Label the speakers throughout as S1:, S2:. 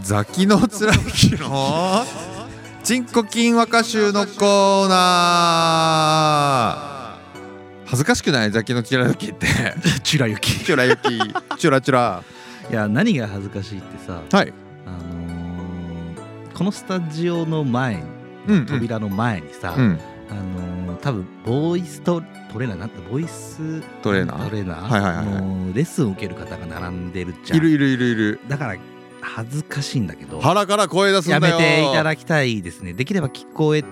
S1: ザキのつらいきのチンコ金和歌集のコーナー恥ずかしくないザキのチラユキって
S2: チュラユキ
S1: チュラユキチュラチュラ
S2: いや何が恥ずかしいってさ
S1: はい
S2: あのーこのスタジオの前
S1: うんうん
S2: 扉の前にさ、
S1: うん
S2: あのー多分ボイストトレーナーなんてボイス
S1: トレーナー
S2: トレーナー、
S1: はいはいはいはい
S2: のレッスンを受ける方が並んでるじゃん
S1: いるいるいるいる
S2: だから恥ずかしいんだけど
S1: 腹から声出す
S2: や
S1: んだ
S2: め
S1: よ
S2: ていただきたいですねできれば聞こえ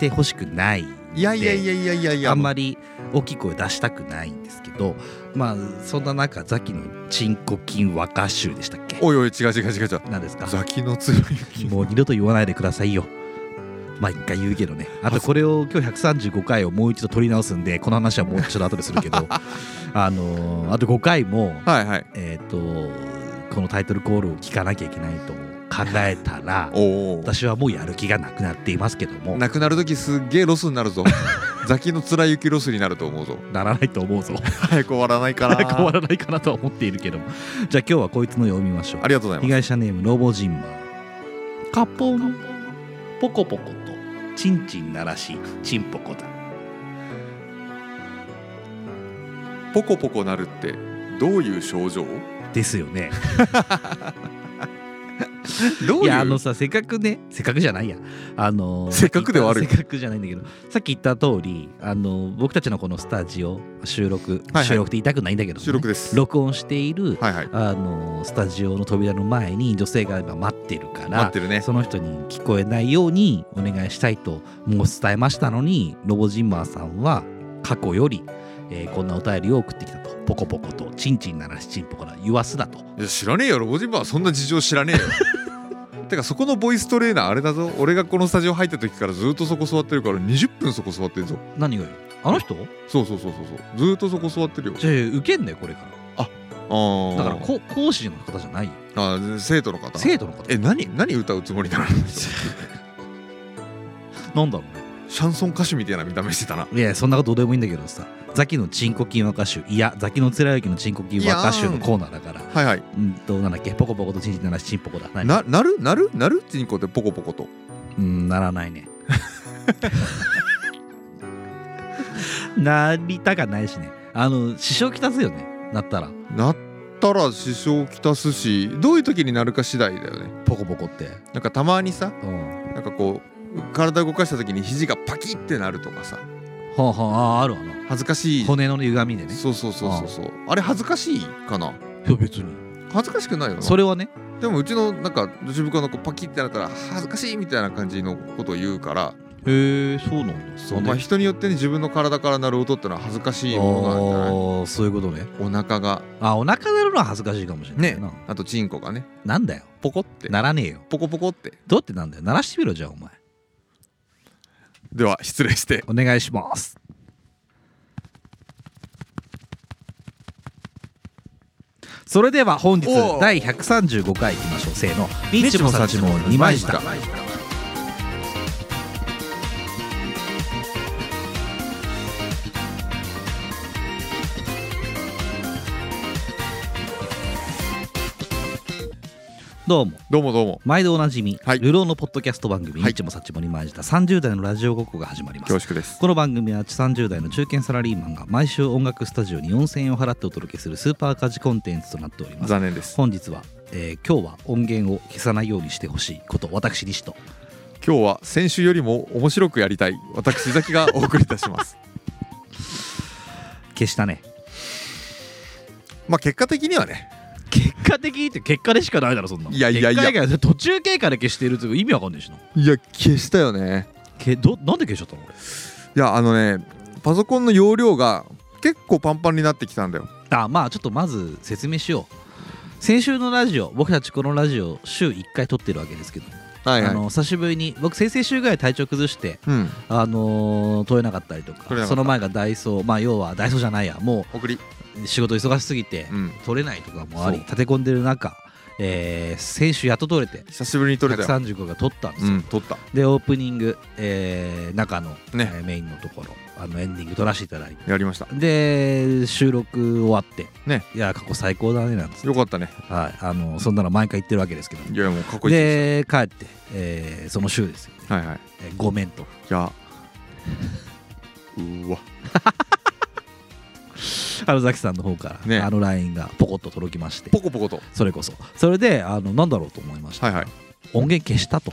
S2: てほしくない
S1: いやいやい
S2: や
S1: やいやいやいや
S2: あんまり大きい声出したくないんですけどまあそんな中ザキの「チンコ金和歌集」でしたっけ
S1: おいおい違う違う違う違う
S2: 何ですか
S1: ザキのつらいき
S2: もう二度と言わないでくださいよ。まあ一回言うけどね。あとこれを今日135回をもう一度取り直すんで、この話はもうちょっと後でするけ ど、あのーあと5回も、
S1: はいはい
S2: えっ、と、このタイトルコールを聞かなきゃいけないと考えた ら、
S1: おお
S2: 私はもうやる気がなくなっていますけども、な
S1: なくなる時すっげえロスにな るぞザキのつらいきロスになると思うぞ
S2: らないと 思うぞ。
S1: 早く終わらないかな
S2: 変わらないかなとは思っているけども。じゃあ今日はこいつの読みましょう
S1: あ。りがとうございます
S2: 被害者ネームロボジンマーカポンポコポコとチンチン鳴らしチンポコだ
S1: ポコポコなるってどういう症状
S2: です よね
S1: どういう
S2: やあのさせっかくねせっかくじゃないやあの
S1: せっかくではある
S2: さっき言ったせっかくじゃないんだけどさっき言った通りあの僕たちのこのスタジオ収録、
S1: はい
S2: 収録って言いたくないんだけど、ね、
S1: 収録です
S2: 録音している
S1: はいはい
S2: あのスタジオの扉の前に女性が今待ってるから
S1: 待ってるね
S2: その人に聞こえないようにお願いしたいともう伝えましたのにロボジンマーさんは過去より、えーこんなお便りを送ってきたとポコポコとチンチン鳴らしチンポから言わすだと
S1: いや知らねえよロボジンバーはそんな事情知らねえよ てかそこのボイストレーナーあれだぞ俺がこのスタジオ入った時からずっとそこ座ってるから20分そこ座ってるぞ
S2: 何がよあの人
S1: そうそうそうそうそうずっとそこ座ってるよ
S2: じゃあ受けんだよこれから
S1: あ
S2: だからこ講師の方じゃないよ
S1: あー生徒の方
S2: 生徒の方
S1: え何何歌うつもりなの
S2: なんだろうね
S1: シャンソン歌手みたいな見た目してたない
S2: やそんなことどうでもいいんだけどさザキのチンコキン和歌集いやザキの貫之のチンコキン和歌集のコーナーだから
S1: はいはい
S2: うんとなんだっけポコポコとチンチン鳴らしチンポコだ何
S1: ななるなるなるチンコってポコポコと
S2: うんならないね なりたかないしねあの支障きたすよねなったら
S1: なったら支障きたすしどういう時になるか次第だよね
S2: ポコポコって
S1: なんかたまにさ
S2: うん
S1: なんかこう体動かした時に肘がパキってなるとかさ
S2: ほんほんあああるわな
S1: 恥ずかしい、
S2: 骨の歪みでね
S1: そうそうそうそうそうあれ恥ずかしいかない
S2: や別に
S1: 恥ずかしくないよな
S2: それはね
S1: でもうちのなんか女子部下の子パキってなったら恥ずかしいみたいな感じのことを言うから
S2: へえそうなんだ
S1: そう、まあ、人によってね自分の体から鳴る音ってのは恥ずかしいものなんじゃない
S2: ああそういうことね
S1: お腹が
S2: あお腹鳴るのは恥ずかしいかもしれない
S1: ね
S2: な、
S1: あとチンコがね
S2: なんだよ
S1: ポコって
S2: ならねえよ
S1: ポコポコって
S2: どうってなんだよ鳴らしてみろじゃあお前
S1: では失礼して
S2: お願いしますそれでは本日
S1: おう
S2: 第135回いきましょうせーの「ニッチもサチも2枚舌」どうも
S1: どうもどうも
S2: 毎度おなじみ、
S1: はい
S2: 流浪のポッドキャスト番組「
S1: い
S2: ニッチもサチも2枚舌」30代のラジオごっこが始まります
S1: 恐縮です
S2: この番組は30代の中堅サラリーマンが毎週音楽スタジオに4000円を払ってお届けするスーパーカジコンテンツとなっております
S1: 残念です
S2: 本日は、えー今日は音源を消さないようにしてほしいこと私西と
S1: 今日は先週よりも面白くやりたい私ザキがお送りいたします
S2: 消したね
S1: まあ結果的にはね
S2: 結果的にって結果でしかないだろそんなの
S1: いやいやいや
S2: 結果以外途中経過で消してるって意味わかんないしない
S1: や消したよね
S2: けどなんで消しちゃったの俺
S1: いやあのねパソコンの容量が結構パンパンになってきたんだよ
S2: あまあちょっとまず説明しよう先週のラジオ僕たちこのラジオ週1回撮ってるわけですけど、
S1: はいはい
S2: あの久しぶりに僕先々週ぐらい体調崩して
S1: うん
S2: あのー、取れなかったりとか
S1: 取れなかった
S2: その前がダイソーまあ要はダイソーじゃないやも
S1: 送り
S2: う仕事忙しすぎて
S1: うん
S2: 取れないとかもあり
S1: そう
S2: 立て込んでる中、えー、先週やっと取れて
S1: 久しぶりに撮れたよ
S2: 135が取ったんです
S1: う
S2: よ、
S1: ん撮った
S2: でオープニング、えー中の、
S1: ね
S2: えーメインのところあのエンディング撮らせていただいて
S1: やりました
S2: で収録終わって、
S1: ね、
S2: いや過去最高だねなんつって
S1: よかったね
S2: はい、あのそんなの毎回言ってるわけですけど
S1: いやもうかっこいいで
S2: で帰って、えーその週ですよ、
S1: すはいはい
S2: えーごめんと
S1: いやうわ
S2: 春崎さんの方から、
S1: ね
S2: あの LINE がポコッと届きまして
S1: ポコポコと
S2: それこそそれであのなんだろうと思いました、
S1: はいはい
S2: 音源消したと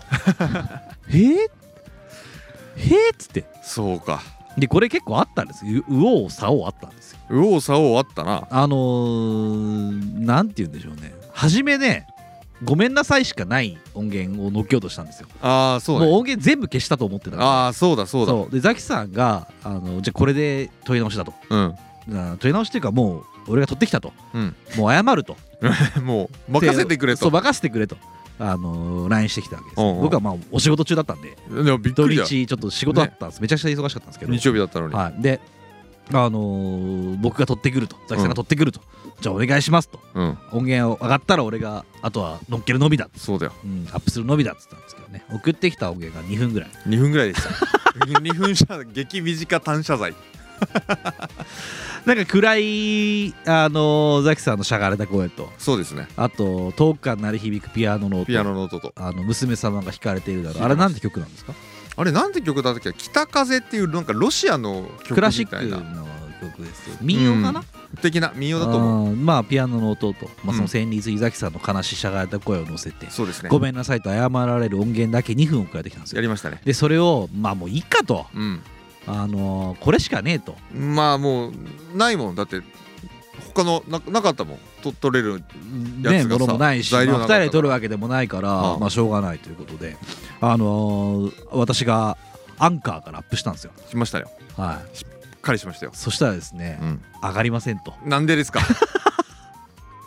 S2: えー、えーっつって
S1: そうか
S2: でこれ結構あったんですよ右往左往あったんですよ
S1: 右往左往あったな
S2: あのー、なんて言うんでしょうね初めねごめんなさいしかない音源を乗っけようとしたんですよ
S1: ああそう
S2: もう
S1: ね
S2: 音源全部消したと思ってたから
S1: ああそうだそうだ
S2: そうでザキさんがあのじゃあこれで問い直しだと
S1: うん
S2: な問い直しっていうかもう俺が取ってきたと
S1: うん
S2: もう謝ると
S1: もう任せてくれ
S2: そう
S1: と
S2: 任せてくれとあの LINE してきたわけですよ、
S1: うんうん
S2: 僕はまあお仕事中だったんで
S1: でもびっ
S2: 土
S1: くりだ
S2: 日ちょっと仕事だったんです、めちゃくちゃ忙しかったんですけど
S1: 日曜日だったのに
S2: はい、であのー僕が取ってくるとザキさんが取ってくると、じゃあお願いしますと
S1: うん
S2: 音源を上がったら俺があとは乗っけるのみだ、
S1: そうだよ
S2: うん、アップするのみだっつったんですけどね送ってきた音源が2分ぐらい
S1: 2分ぐらいで した2分しゃ激短単車罪
S2: なんか暗いあのーザキさんのしゃがれた声と
S1: そうですね
S2: あと遠くから鳴り響くピアノの音
S1: ピアノの音と
S2: あの娘様が弾かれているだろう
S1: 弾
S2: あ
S1: いてます
S2: れなんて曲なんですか
S1: あれなんて曲だったっけ北風っていうなんかロシアの曲
S2: クラシ
S1: み
S2: ック
S1: たいな
S2: の曲ですよ民謡かな、
S1: 的な民謡だと思う
S2: あーまあピアノの音と、ま
S1: うん
S2: あ、その旋律井崎さんの悲しいしゃがれた声を乗せて、
S1: そうですね
S2: ごめんなさいと謝られる音源だけ2分送られてきたんです
S1: や
S2: よ
S1: りましたね
S2: でそれをまあもういいかと、
S1: うん
S2: あのーこれしかねえと
S1: まあもうないもんだって他のななかったもんと取れるや
S2: ね
S1: つがさ
S2: ものもないし、まあ、
S1: 材料な
S2: 2
S1: かったから
S2: 人で撮るわけでもないから
S1: ああ
S2: まあしょうがないということで、あのー私がアンカーからアップしたんですよ、
S1: しましたよ
S2: はい、
S1: 彼しましたよ、
S2: そしたらですね、
S1: うん、
S2: 上がりませんと。
S1: なんでです か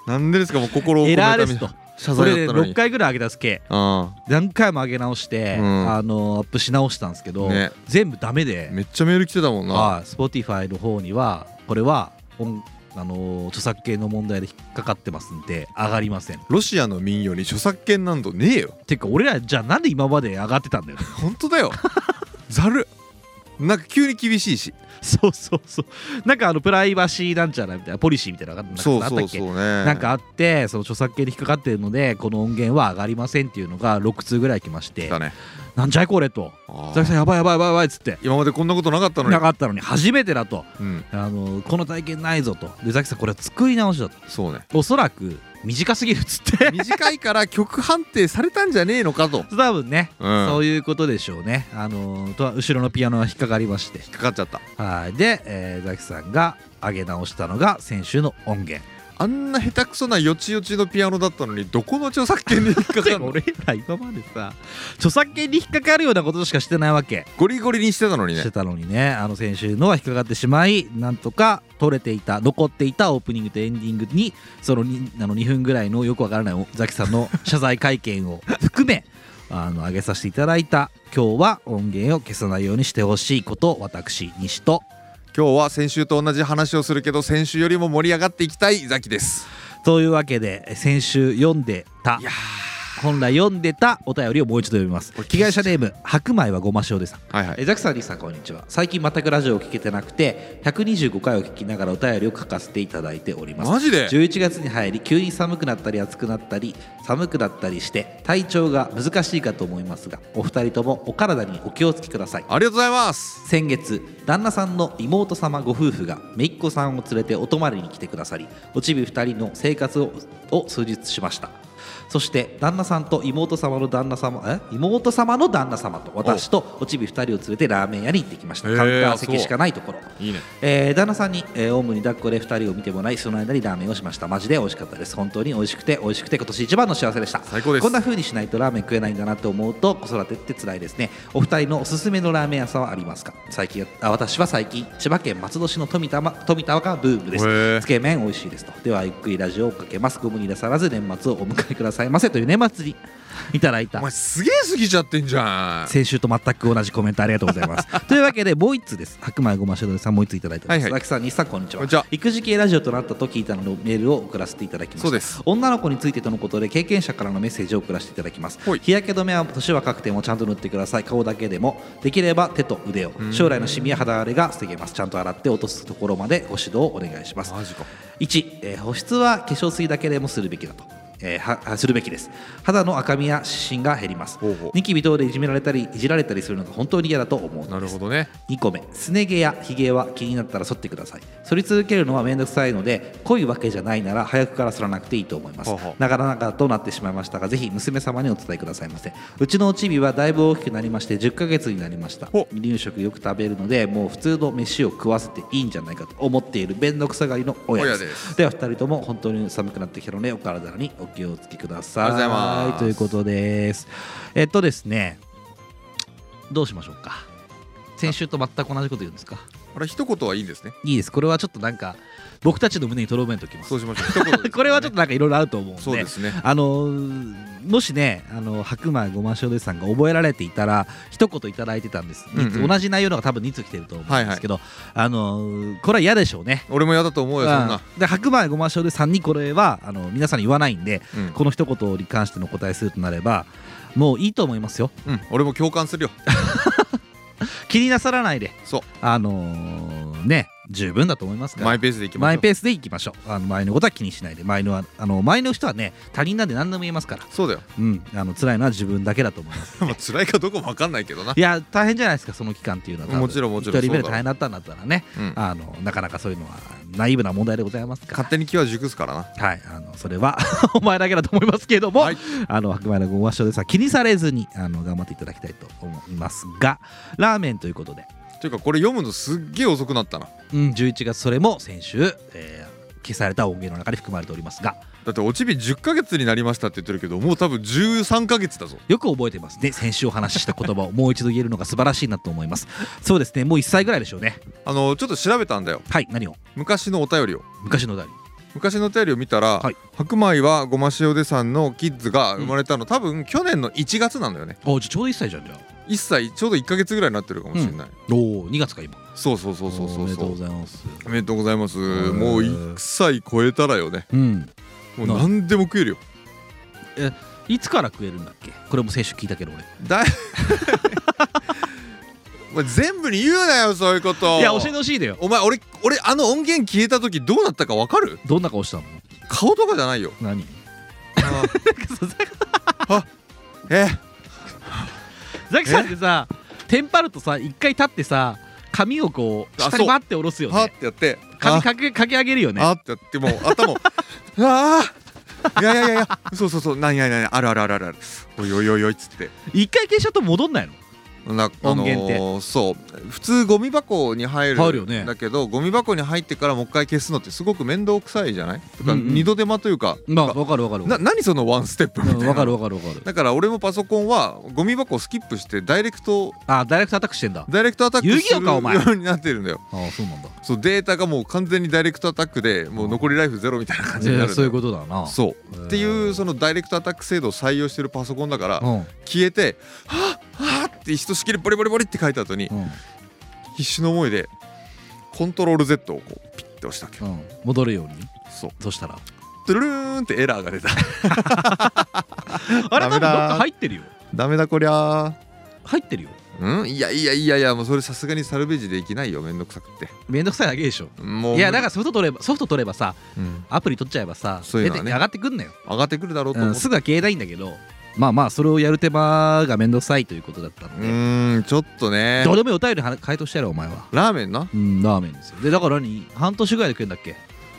S1: なんでですかもう心を込め
S2: エラー
S1: た
S2: で
S1: み
S2: す
S1: た
S2: と
S1: い。謝
S2: これ
S1: 罪だっ
S2: で
S1: たのに
S2: 6回ぐらい上げたすけ
S1: あ
S2: 何回も上げ直して、
S1: うん
S2: あのアップし直したんですけど、
S1: ね
S2: 全部ダメ
S1: あ
S2: で
S1: めっちゃメール来てたもんな、
S2: はい Spotify の方にはこれは音あの著作権の問題で引っかかってますんで上がりません
S1: ロシアの民謡に著作権なんとねえよ
S2: てか俺らじゃあなんで今まで上がってたんだよ
S1: 本当 だよざるなんか急に厳しいし
S2: そうそうそうなんかあのプライバシーなんちゃらみたいなポリシーみたいなのがなんか
S1: そう
S2: あっ
S1: そ
S2: た
S1: う
S2: っ
S1: そ
S2: け
S1: うね
S2: なんかあってその著作権で引っかかってるのでこの音源は上がりませんっていうのが6通ぐらい来まして
S1: 来たね
S2: なんじゃいこれと
S1: あー
S2: ザキさんやばいやばいやばいやばいっつって
S1: 今までこんなことなかったのに
S2: なかったのに初めてだと
S1: うん
S2: あのこの体験ないぞとでザキさんこれは作り直しだと
S1: そうね
S2: おそらく短すぎるっつって
S1: 短いから曲判定されたんじゃねえのかと、
S2: 多分ね、
S1: うん、
S2: そういうことでしょうねあのと後ろのピアノが引っかかりまして
S1: 引っかかっちゃった
S2: はいで、えーザキさんが上げ直したのが先週の音源
S1: あんな下手くそなよちよちのピアノだったのにどこの著作権に引っかか
S2: で
S1: るの
S2: 俺ら今までさ著作権に引っかかるようなことしかしてないわけ、
S1: ゴリゴリにしてたのに
S2: し
S1: ね
S2: てたのにねあの先週のは引っかかってしまいなんとか取れていた残っていたオープニングとエンディングにそのにあの2分ぐらいのよくわからないおザキさん の謝罪会見を含めあの上げさせていただいた今日は音源を消さないようにしてほしいことを私西と
S1: 今日は先週と同じ話をするけど先週よりも盛り上がっていきたいザキです
S2: というわけで先週読んでた
S1: いや
S2: 本来読んでたお便りをもう一度読みます
S1: これ
S2: 被害者ネーム白米はごま塩でさん
S1: はいはい
S2: えーザクさん、リーさん、こんにちは。最近全くラジオを聞けてなくて、125回を聞きながらお便りを書かせていただいております。
S1: マジで
S2: 11月に入り、急に寒くなったり暑くなったり、寒くなったりして、体調が難しいかと思いますが、お二人ともお体にお気をつけください。
S1: ありがとうございます
S2: 先月旦那さんの妹様ご夫婦が姪っ子さんを連れてお泊まりに来てくださりおちび2人の生活をを数日しましたそして旦那さんと妹様の旦那様え妹様の旦那様と私とおちび2人を連れてラーメン屋に行ってきました
S1: へー
S2: カウンタ
S1: あ
S2: ー
S1: そう
S2: 席しかないところ
S1: いいね
S2: えー旦那さんに、えー、オウムに抱っこで2人を見てもらいその間にラーメンをしましたマジで美味しかったです本当に美味しくて美味しくて今年一番の幸せでした
S1: 最高です
S2: こんな風にしないとラーメン食えないんだなと思うと子育てって辛いですねお二人のおすすめのラーメン屋さんはありますか最近あ私は最近千葉県松戸市の富田,、ま、富田がブームで
S1: へー
S2: すつけ麺美味しいですとではゆっくりラジオをかけますご無理なさらず年末をお迎えくださいませという年末にいただいた
S1: お前すげえ過ぎちゃってんじゃん
S2: 先週と全く同じコメントありがとうございます というわけでもう一通です白米ごましょどりさんもう一通いただいております、
S1: はいはい
S2: 鈴木さん西さんこんにちは
S1: こんにちは
S2: 育児系ラジオとなったと聞いたのでメールを送らせていただきました
S1: そうです
S2: 女の子についてとのことで経験者からのメッセージを送らせていただきます
S1: はい
S2: 日焼け止めは年若くてもちゃんと塗ってください顔だけでもできれば手と腕を
S1: うん
S2: 将来のシミや肌荒れが防げますちゃんと洗って落とすところまでご指導をお願いします
S1: マジか
S2: 1、えー保湿は化粧水だけでもするべきだと、えーはあするべきです肌の赤みや湿疹が減ります
S1: ほうほう
S2: ニキビ等でいじめられたりいじられたりするのが本当に嫌だと思うのです
S1: なるほどね
S2: 2個目すね毛やひげは気になったら剃ってください剃り続けるのは面倒くさいので濃いわけじゃないなら早くから剃らなくていいと思います
S1: ほうほう
S2: なかなかとなってしまいましたがぜひ娘様にお伝えくださいませうちのおちびはだいぶ大きくなりまして10ヶ月になりました
S1: ほ
S2: 離乳食よく食べるのでもう普通の飯を食わせていいんじゃないかと思っている面倒くさがりの親です
S1: 親で
S2: では2人とも本当に寒くなってきたのでお体にお気をつけくださ
S1: あ
S2: い
S1: りがとうございます
S2: ということですえっとですねどうしましょうか先週と全く同じこと言うんですか
S1: あれ一言はいいんですね
S2: いいですこれはちょっとなんか僕たちの胸にとどめておきます
S1: そうしましょう一言ですね
S2: これはちょっとなんかいろいろあると思うんで
S1: そうですね
S2: あのーもしねあの白米ごま塩でさんが覚えられていたら一言いただいてたんです、
S1: うんうん
S2: 二通同じ内容のが多分2通来てると思うんですけど、あのーこれは嫌でしょうね
S1: 俺も嫌だと思うよそんな
S2: うんで白米ごま塩でさんにこれはあの皆さんに言わないんで
S1: うん、
S2: この一言に関してのお答えするとなればもういいと思いますよ
S1: うん、俺も共感するよ
S2: 気になさらないで
S1: そう
S2: あのーね十分だと思いますから
S1: マイペースでいきま
S2: マ
S1: しょ
S2: イ
S1: う
S2: ペースでいきましょうあの前のことは気にしないで前のはあの前の人はね他人なんで何でも言えますから
S1: そうだよ
S2: うんあの辛いのは自分だけだと思います
S1: まあ辛いかどうかも分かんないけどない
S2: や大変じゃないですかその期間っていうのは多分
S1: もちろんもちろん
S2: 一人目で
S1: そうだろう
S2: 大変だったんだったらね
S1: うん
S2: あのなかなかそういうのはナイーブな問題でございますから
S1: 勝手に気は熟すからな
S2: はいあのそれは お前だけだと思いますけれども、
S1: はい
S2: あの白米のごましょでさ気にされずにあの頑張っていただきたいと思いますがラーメンということで
S1: というかこれ読むのすっげえ遅くなったな
S2: うん、11月それも先週、えー消された音源の中に含まれておりますが
S1: だっておちび10ヶ月になりましたって言ってるけどもう多分13ヶ月だぞ
S2: よく覚えてますね先週お話しした言葉をもう一度言えるのが素晴らしいなと思いますそうですねもう1歳ぐらいでしょうね
S1: あのちょっと調べたんだよ
S2: はい何を
S1: 昔のお便りを
S2: 昔のお便り
S1: 昔のお便りを見たら、
S2: はい
S1: 白米はごま塩でさんのキッズが生まれたの、多分去年の1月なんだよね
S2: あじゃあちょうど1歳じゃんじゃあ
S1: 1歳ちょうど1ヶ月ぐらいになってるかもしれない、
S2: おお2月か今
S1: そうそうそうそうそう
S2: おめで
S1: そ
S2: とうご
S1: う
S2: ざいます
S1: おめでとうございます
S2: ー
S1: もう1歳超えたらよね
S2: うん
S1: もう
S2: な
S1: 何でも食えるよ
S2: いつから食えるんだっけこれも先週聞いたけど俺
S1: だ お前全部に言うなよそういうこと
S2: いや教えてほしいだよ
S1: お前俺俺あの音源消えた時どうなったか分かる
S2: どんな顔したの
S1: 顔とかじゃないよ
S2: 何
S1: あーあ え
S2: ザキさんってさテンパるとさ一回立ってさ髪をこう
S1: あ
S2: 下に
S1: そう
S2: バッて下ろすよ
S1: はっ
S2: ね
S1: てやって
S2: 髪
S1: あ
S2: かけかけ上げるよね
S1: あってやってもう 頭をああいやいやいやいやそうそうそうなんやなんやあるあるあるあるあるおいおいおいおいっつって
S2: 一回消しちゃうと戻んないの
S1: な
S2: 音源って
S1: あのーそう普通ゴミ箱に入る
S2: 入るよね
S1: んだけどゴミ箱に入ってからもう一回消すのってすごく面倒くさいじゃないとか、
S2: うんうん
S1: 二度手間というか
S2: まあわかるわかる
S1: な何そのワンステップみたいな
S2: わかるわかるわかる
S1: だから俺もパソコンはゴミ箱をスキップしてダイレクト
S2: あダイレクトアタックしてんだ
S1: ダイレクトアタックす
S2: 遊
S1: る
S2: 戯王かお前
S1: ようになってるんだよ
S2: ああそうなんだ
S1: そうデータがもう完全にダイレクトアタックでもう残りライフゼロみたいな感じになるんだよ
S2: そういうことだな
S1: そう
S2: へー
S1: っていうそのダイレクトアタック制度を採用してるパソコンだから
S2: うんうん
S1: 消えて「はあはあ」ってひとしきりボリボリボリって書いた後に必死の思いでコントロール Z をこうピッて押したわけ
S2: う
S1: よ
S2: ん戻るように
S1: そう
S2: そしたら
S1: トゥルーンってエラーが出た
S2: あれ
S1: ダ
S2: 多分どっ
S1: メだ
S2: か入ってるよ
S1: ダメだこりゃ
S2: 入ってるよ
S1: ーうんいやいやいやいやもうそれさすがにサルベージできないよめんどくさくって
S2: めんどくさいだけでしょ
S1: もう
S2: いやだからソフト取ればソフト取ればさ
S1: うん
S2: アプリ取っちゃえばさ
S1: そういうのはね
S2: 出て上がってくんのよ、
S1: 上がってくるだろうと
S2: う
S1: 思
S2: ん、
S1: って
S2: すぐは消えないんだけどまあまあそれをやる手間がめんどくさいということだったの
S1: う
S2: で、
S1: ーんちょっとね
S2: どうでもいいお便りは回答してやろうお前は
S1: ラーメンな
S2: うんラーメンですよでだから何半年ぐらいで食えんだっけ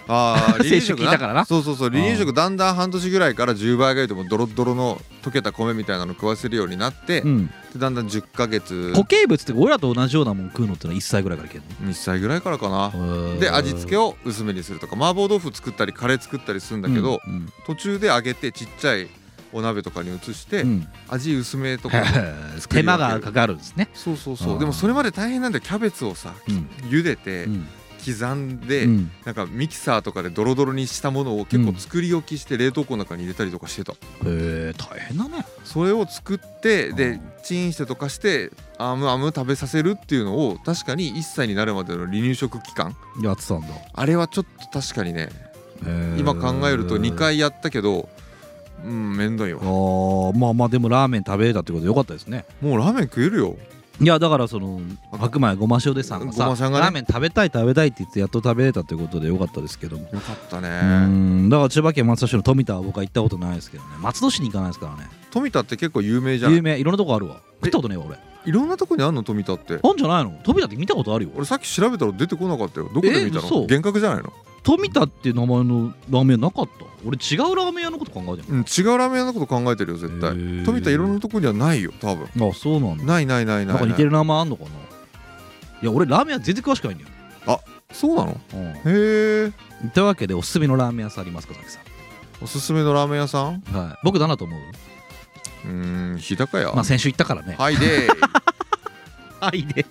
S1: あ ー離乳
S2: 先週聞いたからな
S1: そうそうそう離乳食だんだん半年ぐらいから10倍ぐらいでもドロッドロの溶けた米みたいなの食わせるようになって、
S2: うん
S1: でだんだん10ヶ月
S2: 固形物って俺らと同じようなもん食うのってのは1歳ぐらいからいける
S1: 1歳ぐらいからかな
S2: の
S1: で味付け
S2: を
S1: を薄めにするとか麻婆豆腐作ったりカレー作ったりするんだけど、
S2: うんうん
S1: 途中で揚げてちっちゃいお鍋とかに移して、
S2: うん
S1: 味薄め とか
S2: 手間がかかるんですね。
S1: そうそうそううんでもそれまで大変なんだよキャベツをさ、
S2: うん
S1: 茹でて、
S2: うん
S1: 刻んで、
S2: うん
S1: なんかミキサーとかでドロドロにしたものを結構作り置きして冷凍庫の中に入れたりとかしてた、
S2: へえ大変だね
S1: それを作って
S2: うん
S1: でチンして溶かしてアムアム食べさせるっていうのを確かに1歳になるまでの離乳食期間
S2: やってたんだ
S1: あれはちょっと確かにね
S2: へえ
S1: 今考えると2回やったけどうんめんどい
S2: あ
S1: わ
S2: ーまあまあでもラーメン食べれたってことでよかったですね
S1: もうラーメン食えるよ
S2: いやだからその
S1: あ
S2: 白米ごま塩でさんが
S1: ご
S2: さ
S1: まさんがね
S2: ラーメン食べたい食べたいって言ってやっと食べれたってことでよかったですけども
S1: よかった
S2: う
S1: ね
S2: んだから千葉県松戸市の富田は僕は行ったことないですけどね松戸市に行かないですからね
S1: 富田って結構有名じゃ
S2: 有
S1: ん
S2: 名いろんなとこあるわ食ったことねえわ俺
S1: いろんなとこにあんの富田って
S2: あんじゃないの富田って見たことあるよ
S1: 俺さっき調べたら出てこなかったよどこで見た
S2: え嘘
S1: の幻覚じゃないの
S2: 富田っていう名前のラーメン屋なかった俺違うラーメン屋のこと考えて
S1: う
S2: る
S1: ん違うラーメン屋のこと考えてるよ絶対富田いろんなとこにはないよ多分
S2: なあそうなんだ
S1: ないないない
S2: な
S1: な
S2: んか
S1: い
S2: 似
S1: な
S2: て
S1: い
S2: る名前あんのかないや俺ラーメン屋全然詳しくないんだよ、
S1: そうなの
S2: うん
S1: へえ
S2: というわけでおすすめのラーメン屋さんありますか崎さ
S1: おすすめのラーメン屋さん
S2: ん、はい、僕何だと思う
S1: うーん日高屋
S2: まあ先週行ったからね
S1: はいで
S2: はいで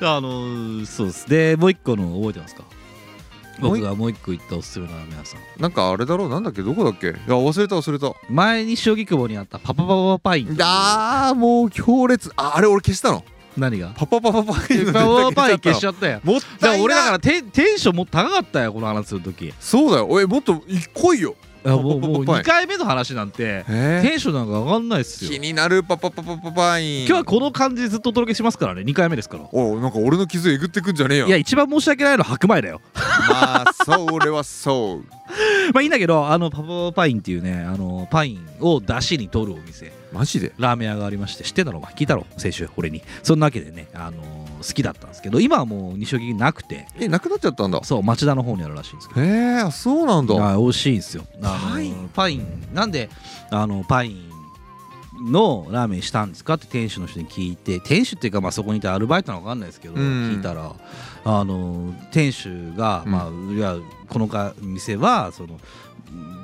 S2: あのーそうですでもう一個の覚えてますか
S1: もう
S2: 僕
S1: い
S2: がもう一個行ったおすすめのラーメン屋さん
S1: なんかあれだろうなんだっけどこだっけいや忘れた忘れた
S2: 前に将棋久保にあったパパパパパインという
S1: あーもう強烈ああれ俺消したの
S2: 何が
S1: パパパパパインの
S2: パパパパイン消し
S1: ゃ
S2: ちゃったよ
S1: もっ
S2: だか
S1: たい
S2: ら
S1: な
S2: 俺だからテンテンションもっと高かったよこの話する時
S1: そうだよおいもっとい来いよ
S2: いやも
S1: パパ
S2: う
S1: パパ
S2: もう
S1: パイン
S2: 2回目の話なんて
S1: え
S2: テンションなんか上がんないっすよ
S1: 気になるパパパパパパイン
S2: 今日はこの感じでずっとお届けしますからね2回目ですから
S1: おいなんか俺の傷えぐってくんじゃねえよ
S2: いや一番申し訳ないのは白米だよ
S1: まあそう俺はそう
S2: まあいいんだけどあのパパパインっていうねあのパインを出汁に取るお店
S1: マジで
S2: ラーメン屋がありまして知ってんだろお前聞いたろ先週俺にそんなわけでね、あのー好きだったんですけど今はもう西荻なくて
S1: えなくなっちゃったんだ
S2: そう町田の方にあるらしいんですけ
S1: へえあそうなん
S2: ど
S1: だ
S2: あ美味しいんですよ、あのー
S1: パイン
S2: パインなんであのパインのラーメンしたんですかって店主の人に聞いて店主っていうかまあそこにいたアルバイトなのか分かんないですけど、
S1: うん
S2: 聞いたらあのー店主が、
S1: うん
S2: まあいやこのか店はその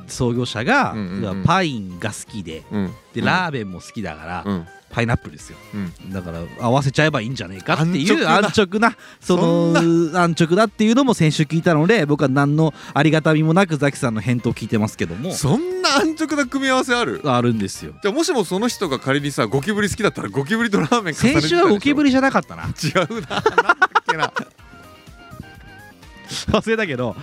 S2: 創業者が、
S1: うんうんうん
S2: いやパインが好きで
S1: うん
S2: で、ラーメンも好きだから、
S1: うん
S2: パイナップルですよ、
S1: う
S2: だから合わせちゃえばいいんじゃねえかっていう安
S1: 安
S2: 直なその
S1: そ
S2: 安直だっていうのも先週聞いたので僕は何のありがたみもなくザキさんの返答を聞いてますけども
S1: そんな安直な組み合わせある
S2: あるんですよ
S1: じゃあもしもその人が仮にさゴキブリ好きだったらゴキブリとラーメン重ねてた
S2: 先
S1: でし
S2: 週
S1: ょ
S2: はゴキブリじゃなかったな
S1: 違うななんだっけな
S2: 忘れたけど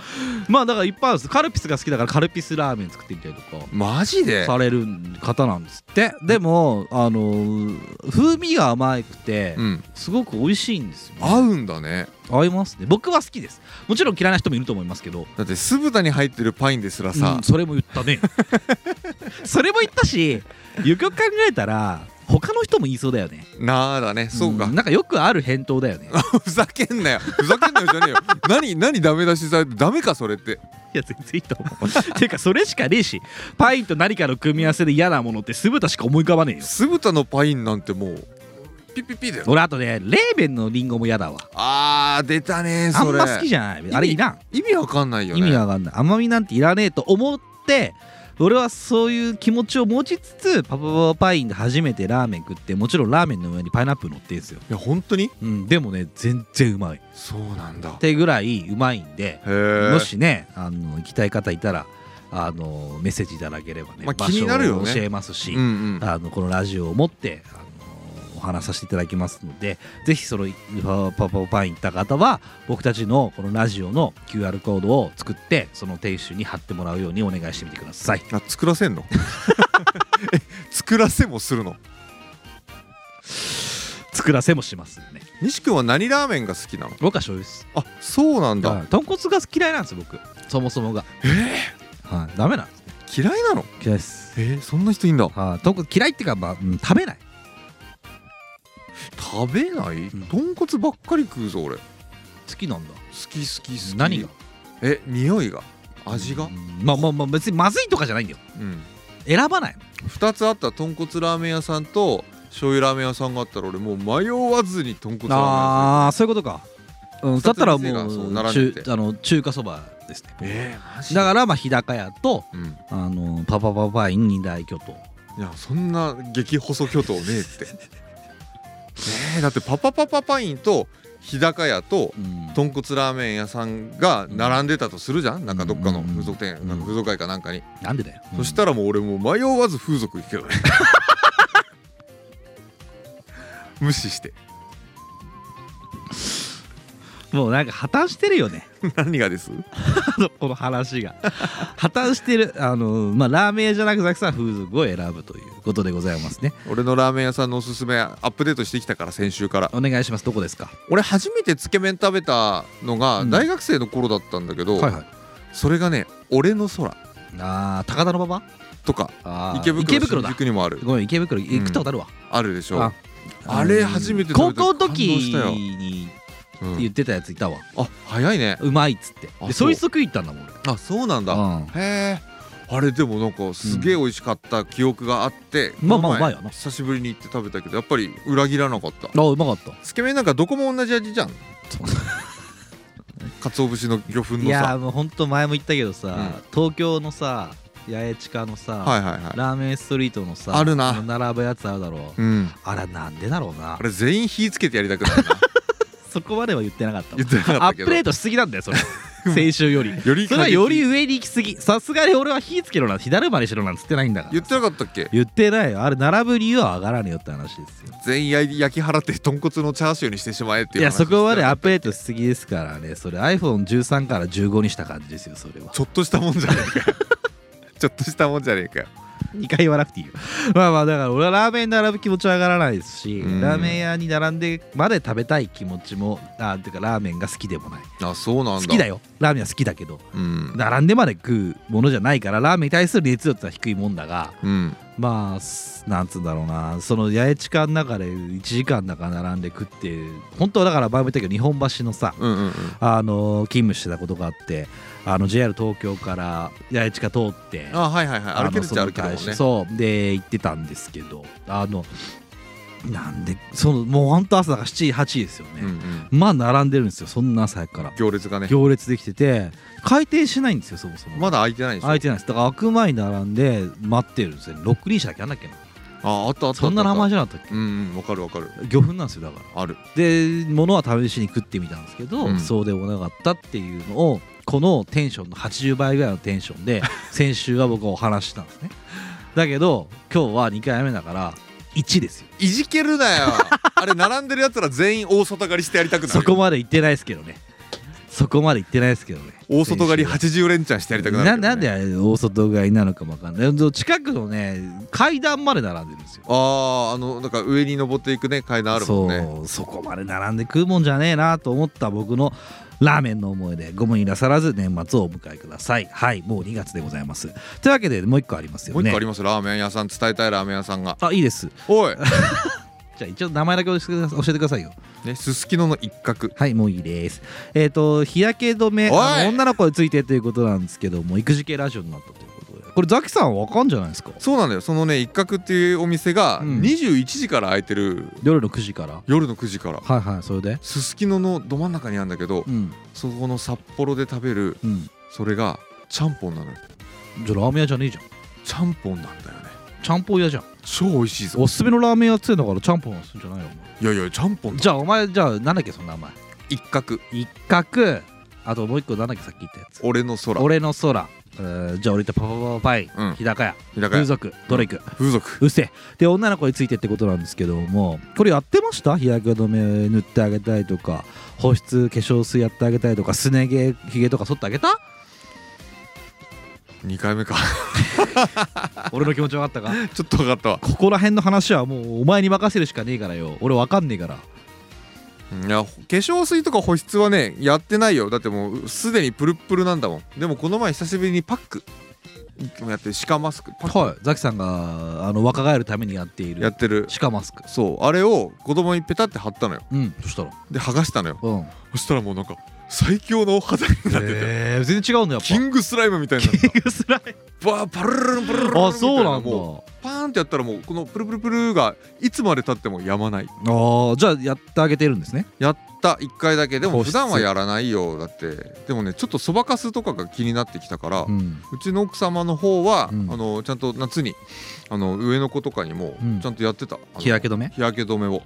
S2: まあだからいっぱいあるんですカルピスが好きだからカルピスラーメン作ってみたりとか
S1: マジで
S2: される方なんですってでもあのー風味が甘くて
S1: うん
S2: すごく美味しいんですよね、
S1: 合うんだね
S2: 合いますね僕は好きですもちろん嫌いな人もいると思いますけど
S1: だって酢豚に入ってるパインですら
S2: う
S1: さ
S2: ん、それも言ったね それも言ったしよくよく考えたら他の人も言いそうだよね
S1: なあだねそうか、
S2: んなんかよくある返答だよね
S1: ふざけんなよふざけんなよじゃねえよ 何何ダメ出しされてダメかそれって
S2: いや全然いいと思う ていうかそれしかねえしパインと何かの組み合わせで嫌なものって酢豚しか思い浮かばねえよ
S1: 酢豚のパインなんてもうピッピッピだよ
S2: 俺あとね冷麺のリンゴも嫌だわ
S1: あー出たね
S2: あ
S1: そ
S2: ん
S1: れ
S2: ま好きじゃないあれいらん
S1: 意味わかんないよね
S2: 意味わかんない甘みなんていらねえと思って俺はそういう気持ちを持ちつつパパパパパインで初めてラーメン食ってもちろんラーメンの上にパイナップル乗ってんすよ、
S1: いや本当に
S2: うん、でもね全然うまい
S1: そうなんだ
S2: っ
S1: へ
S2: てぐらいうまいんで、
S1: え
S2: もしねあの行きたい方いたらあのメッセージいただければね、
S1: まあ
S2: 場所
S1: 気になるよね
S2: を教えますし、
S1: うんうん
S2: あのこのラジオを持ってあのお話しさせていただきますのでぜひそのパパパパイン行った方は僕たちのこのラジオの QR コードを作ってその店主に貼ってもらうようにお願いしてみてください。
S1: あ作らせ んのえ作らせもするの
S2: 作らせもしますんでね。
S1: 西君は何ラーメンが好きなの
S2: 僕は醤油です。
S1: あそうなんだ、
S2: はい豚骨が嫌いなんですよ僕そもそもが。はい、ダメなんですね。
S1: 嫌いなの
S2: 嫌いです。
S1: えー、そんな人いんだ
S2: はい、豚骨嫌いっていうか、まあうん食べない。
S1: 食べない、
S2: うん
S1: 豚骨ばっかり食うぞ俺好
S2: 好きなんだ
S1: き好き好き
S2: 何が
S1: え匂いが味が
S2: う、んまあまあまあ別にまずいとかじゃないんだよ
S1: うん、
S2: 選ばない
S1: 2つあった豚骨ラーメン屋さんと醤油ラーメン屋さんがあったら俺もう迷わずに豚骨ラーメン屋さん行く
S2: ああそういうことか、うん、だったらも
S1: 二つの店
S2: う
S1: がそう並んで
S2: 中
S1: て
S2: あの中華そばですね、
S1: えー、マジ
S2: だからまあ日高屋と
S1: うん、
S2: あのパパパパイン二大巨頭
S1: いやそん な激細巨頭ねえってねえだってパパパパパインと日高屋と
S2: うん
S1: 豚骨ラーメン屋さんが並んでたとするじゃんなんかどっかの風俗店、
S2: うん
S1: なんか風俗会かなんかに、
S2: なんでだよ
S1: そしたらもう俺もう迷わず風俗行くけ どね無視して
S2: もうなんか破綻してるよね
S1: 何がです
S2: あのこの話が 破綻してるあのまあラーメン屋じゃなくザキさん風俗を選ぶということでございますね
S1: 俺のラーメン屋さんのおすすめアップデートしてきたから先週から
S2: お願いしますどこですか
S1: 俺初めてつけ麺食べたのが
S2: うん
S1: 大学生の頃だったんだけど、
S2: はいはい
S1: それがね「俺の空
S2: あー高田の馬場」
S1: とか
S2: あー
S1: 池袋
S2: 池袋
S1: 新
S2: だ
S1: 宿にもある
S2: ごめん池袋行
S1: うん
S2: くとことあるわ、
S1: あるでしょ
S2: あ
S1: あれ初めて食
S2: 高
S1: べた
S2: 校の時
S1: 感動したよ
S2: に
S1: うん
S2: 言ってたやついたわ、
S1: あ早いね
S2: うまいっつって
S1: あ
S2: で
S1: そ
S2: そういつ食いに行ったんだもん
S1: あそうなんだ
S2: 俺、うん
S1: へえあれでもなんかすげえ美味しかった記憶があって、
S2: まあま
S1: こ
S2: あ
S1: の前
S2: うまいよな
S1: 久しぶりに行って食べたけどやっぱり裏切らなかった
S2: あうまかった
S1: つけ麺なんかどこも同じ味じゃん
S2: そう
S1: 鰹節の魚粉のさ
S2: いやーもうほんと前も言ったけどさ、
S1: うん
S2: 東京のさ八重地下のさ、
S1: はいはいはい
S2: ラーメンストリートのさ
S1: あるな
S2: の並ぶやつあるだろう、
S1: うん
S2: あらなんでだろうな
S1: あれ全員火つけてやりたくなるな
S2: そこまでは言ってなかったわ
S1: 言ってなか
S2: ア
S1: った
S2: ッ
S1: け
S2: プ
S1: ど
S2: デートしすぎなんだ よそれ先週より
S1: より
S2: それはより上に行きすぎさすがに俺は火つけろなんて火だるまにしろなんつってないんだから
S1: 言ってなかったっけ
S2: 言ってないよあれ並ぶ理由は上がらねえよって話ですよ
S1: 全員焼き払って豚骨のチャーシューにしてしまえって
S2: い
S1: いう
S2: や
S1: 話
S2: そこまでア
S1: あ
S2: ップデートしすぎですからねそれ iPhone13 から15にした感じですよそれは
S1: ちょっとしたもんじゃねえかよ ちょっとしたもんじゃねえかよ
S2: 2回言わなくていいよ まあまあだから俺はラーメンに並ぶ気持ちは上がらないですし
S1: うん
S2: ラーメン屋に並んでまで食べたい気持ちもあてかラーメンが好きでもない
S1: あそうなんだ
S2: 好きだ
S1: よ
S2: よラーメンは好きだけど
S1: うん、
S2: 並んでまで食うものじゃないからラーメンに対する熱量ってのは低いもんだが
S1: うん、
S2: まあすなんつうんだろうなその八重地間の中で1時間だから並んで食って本当はだから前も言ったけど日本橋のさ
S1: うんうんうん
S2: あの勤務してたことがあってあの JR 東京から八重地下通って
S1: あはいはい
S2: あ
S1: は
S2: の
S1: い歩けるっちゃ歩けるもんね
S2: その会社そうで行ってたんですけどあのなんでそのもうほんと朝だから7時8時ですよ
S1: うんう
S2: ね、
S1: ん、
S2: まあ並んでるんですよそんな朝早くから
S1: 行列がね
S2: 行列できてて開店しないんですよそもそも
S1: まだ空いてないでしょ
S2: 開いてないですだから開く前に並んで待ってるんですよ6輪車だっけあんだっけな
S1: ああったあったあった
S2: そんな名前じゃなかったっ
S1: うんうんわかるわかる
S2: け魚粉なんですよだから
S1: ある
S2: で物は試しに食ってみたんですけど、
S1: うん
S2: そうでもなかったっていうのをこのテンションの80倍ぐらいのテンショ ンで先週は僕はお話ししたんですねだけど今日は2回目だから1ですよ
S1: いじけるなよ あれ並んでるやつら全員大外刈りしてやりたくなるよ
S2: そこまで行ってないですけどねそこまで行ってないですけどね
S1: 大外刈り
S2: 先週
S1: 80連チャンしてやりたくなる
S2: な
S1: よね
S2: なんであれ大外買いなのかもわかんないでも近くのね階段まで並んでるんですよ
S1: あああのなんか上に登っていくね階段あるもんね
S2: そうそこまで並んで食うもんじゃねえなと思った僕のラーメンの思い出ご無理なさらず年末をお迎えくださいはいもう2月でございますというわけでもう1個あります
S1: も
S2: よ
S1: う一
S2: ね
S1: 個ありますラーメン屋さん伝えたいラーメン屋さんが
S2: あいいです
S1: おい
S2: じゃあ一応名前だけ教えてください教えてくださいよ
S1: ねすすきのの一角
S2: はいもういいですえっ、と日焼け止め
S1: おい
S2: あの女の子についてということなんですけども育児系ラジオになったということでこれザキさんわかんじゃないですか
S1: そうなんだよそのね一角っていうお店が
S2: うん
S1: 21時から開いてる
S2: 夜の9時から
S1: 夜の9時から
S2: はいはいそれです
S1: すきののど真ん中にあるんだけど
S2: うん
S1: そこの札幌で食べる
S2: うん
S1: それがちゃんぽんなのよ
S2: じゃあラーメン屋じゃねえじゃん
S1: ちゃんぽんなんだよね
S2: ちゃんぽん屋じゃん
S1: 超美味しいぞ
S2: おすすめのラーメン屋強いんだからちゃんぽんするんじゃないの
S1: いやいやちゃんぽんだ
S2: じゃあお前じゃあなんだっけその名前
S1: 一角
S2: 一角あともう一個なんだっけさっき言ったやつ
S1: 俺の空
S2: 俺の空えーじゃあ俺とパパパパパイ、
S1: うん
S2: 日高屋
S1: 日高
S2: 風
S1: 屋
S2: 俗どれ行く、
S1: 風俗
S2: うっせえで女の子についてってことなんですけどもこれやってました日焼け止め塗ってあげたりとか保湿化粧水やってあげたりとかすね毛ひげとか剃ってあげた
S1: 2回目か
S2: 俺の気持ち分かったか
S1: ちょっと分かったわ
S2: ここら辺の話はもうお前に任せるしかねえからよ俺分かんねえから
S1: いや化粧水とか保湿はねやってないよだってもうすでにプルップルなんだもんでもこの前久しぶりにパックやってる鹿マスクパッ
S2: はいザキさんがあの若返るためにやってい
S1: クや
S2: る
S1: ってる
S2: シカマスク
S1: そうあれを子供にペタって貼ったのよ
S2: うんそしたら
S1: で剥がしたのよ
S2: うん
S1: そしたらもうなんか最強の肌になってて、
S2: えー、全然違うんだやっぱ
S1: キングスライムみたいになった
S2: キングスライム
S1: バーパルルルンパルルルンみたい
S2: あそうなんだ
S1: もうパーンンってやったらもうこのプルプルプルがいつまでたってもやまない
S2: ああじゃあやってあげてるんですね
S1: やった1回だけでも
S2: 保
S1: 普
S2: 湿
S1: 段はやらないよだってでもねちょっとそばかすとかが気になってきたから、う
S2: うん
S1: ちの奥様の方は、
S2: うん
S1: あのちゃんと夏にあの上の子とかにも
S2: うん
S1: ちゃんとやってた、あの
S2: 日焼け止め
S1: 日焼け止めを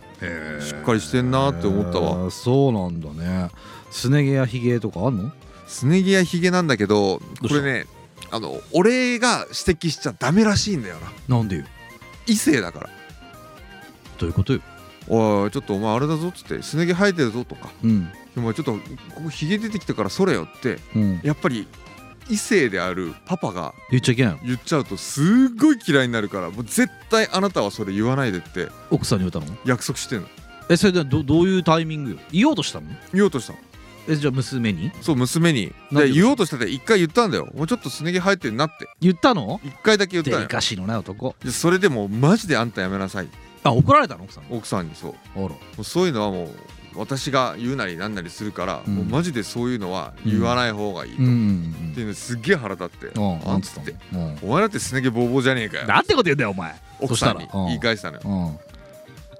S1: し
S2: し
S1: っかりしてんなって思ったわ
S2: そうなんだねすね毛やひげとかあんの
S1: すね毛やひげなんだけど
S2: どう
S1: こ
S2: した
S1: れねあの俺が指摘しちゃダメらしいんだよな
S2: なんでよ
S1: 異性だから
S2: どういうことよ
S1: 「おいちょっとお前あれだぞ」っつって「すね毛生えてるぞ」とか
S2: うん
S1: 「お前ちょっとここひげ出てきたからそれよ」って
S2: うん
S1: やっぱり異性であるパパが
S2: 言っちゃいけないの
S1: 言っちゃうとすっごい嫌いになるからもう絶対あなたはそれ言わないでって
S2: 奥さんに言ったの
S1: 約束してんの
S2: えそれでどどういうタイミングよ言おうとしたの
S1: 言おうとしたの
S2: えじゃあ娘に
S1: そう娘に
S2: なん
S1: で
S2: て言うの
S1: 言おうとしたって一回言ったんだよもうちょっとすね毛生えてんなって
S2: 言ったの
S1: 一回だけ言っ
S2: デ
S1: たの
S2: リ
S1: よ
S2: カシーのない男
S1: でそれでもうマジであんたやめなさい
S2: あ怒られたの奥さんに
S1: 奥さんにそうも
S2: あら
S1: うそういうのはもう私が言うなりなんなりするから、
S2: うん
S1: もうマジでそういうのは言わない方がいいと、
S2: うんう
S1: っ
S2: ん
S1: ていうのすっげえ腹立って、
S2: うんうん
S1: あ
S2: なんん
S1: つ
S2: つ
S1: っ
S2: っててうん
S1: お前だってすね毛ボーボーじゃねえかよ
S2: なんてこと言うんだよお前
S1: 奥さん
S2: そ
S1: に
S2: したらうん
S1: 言い返したのよ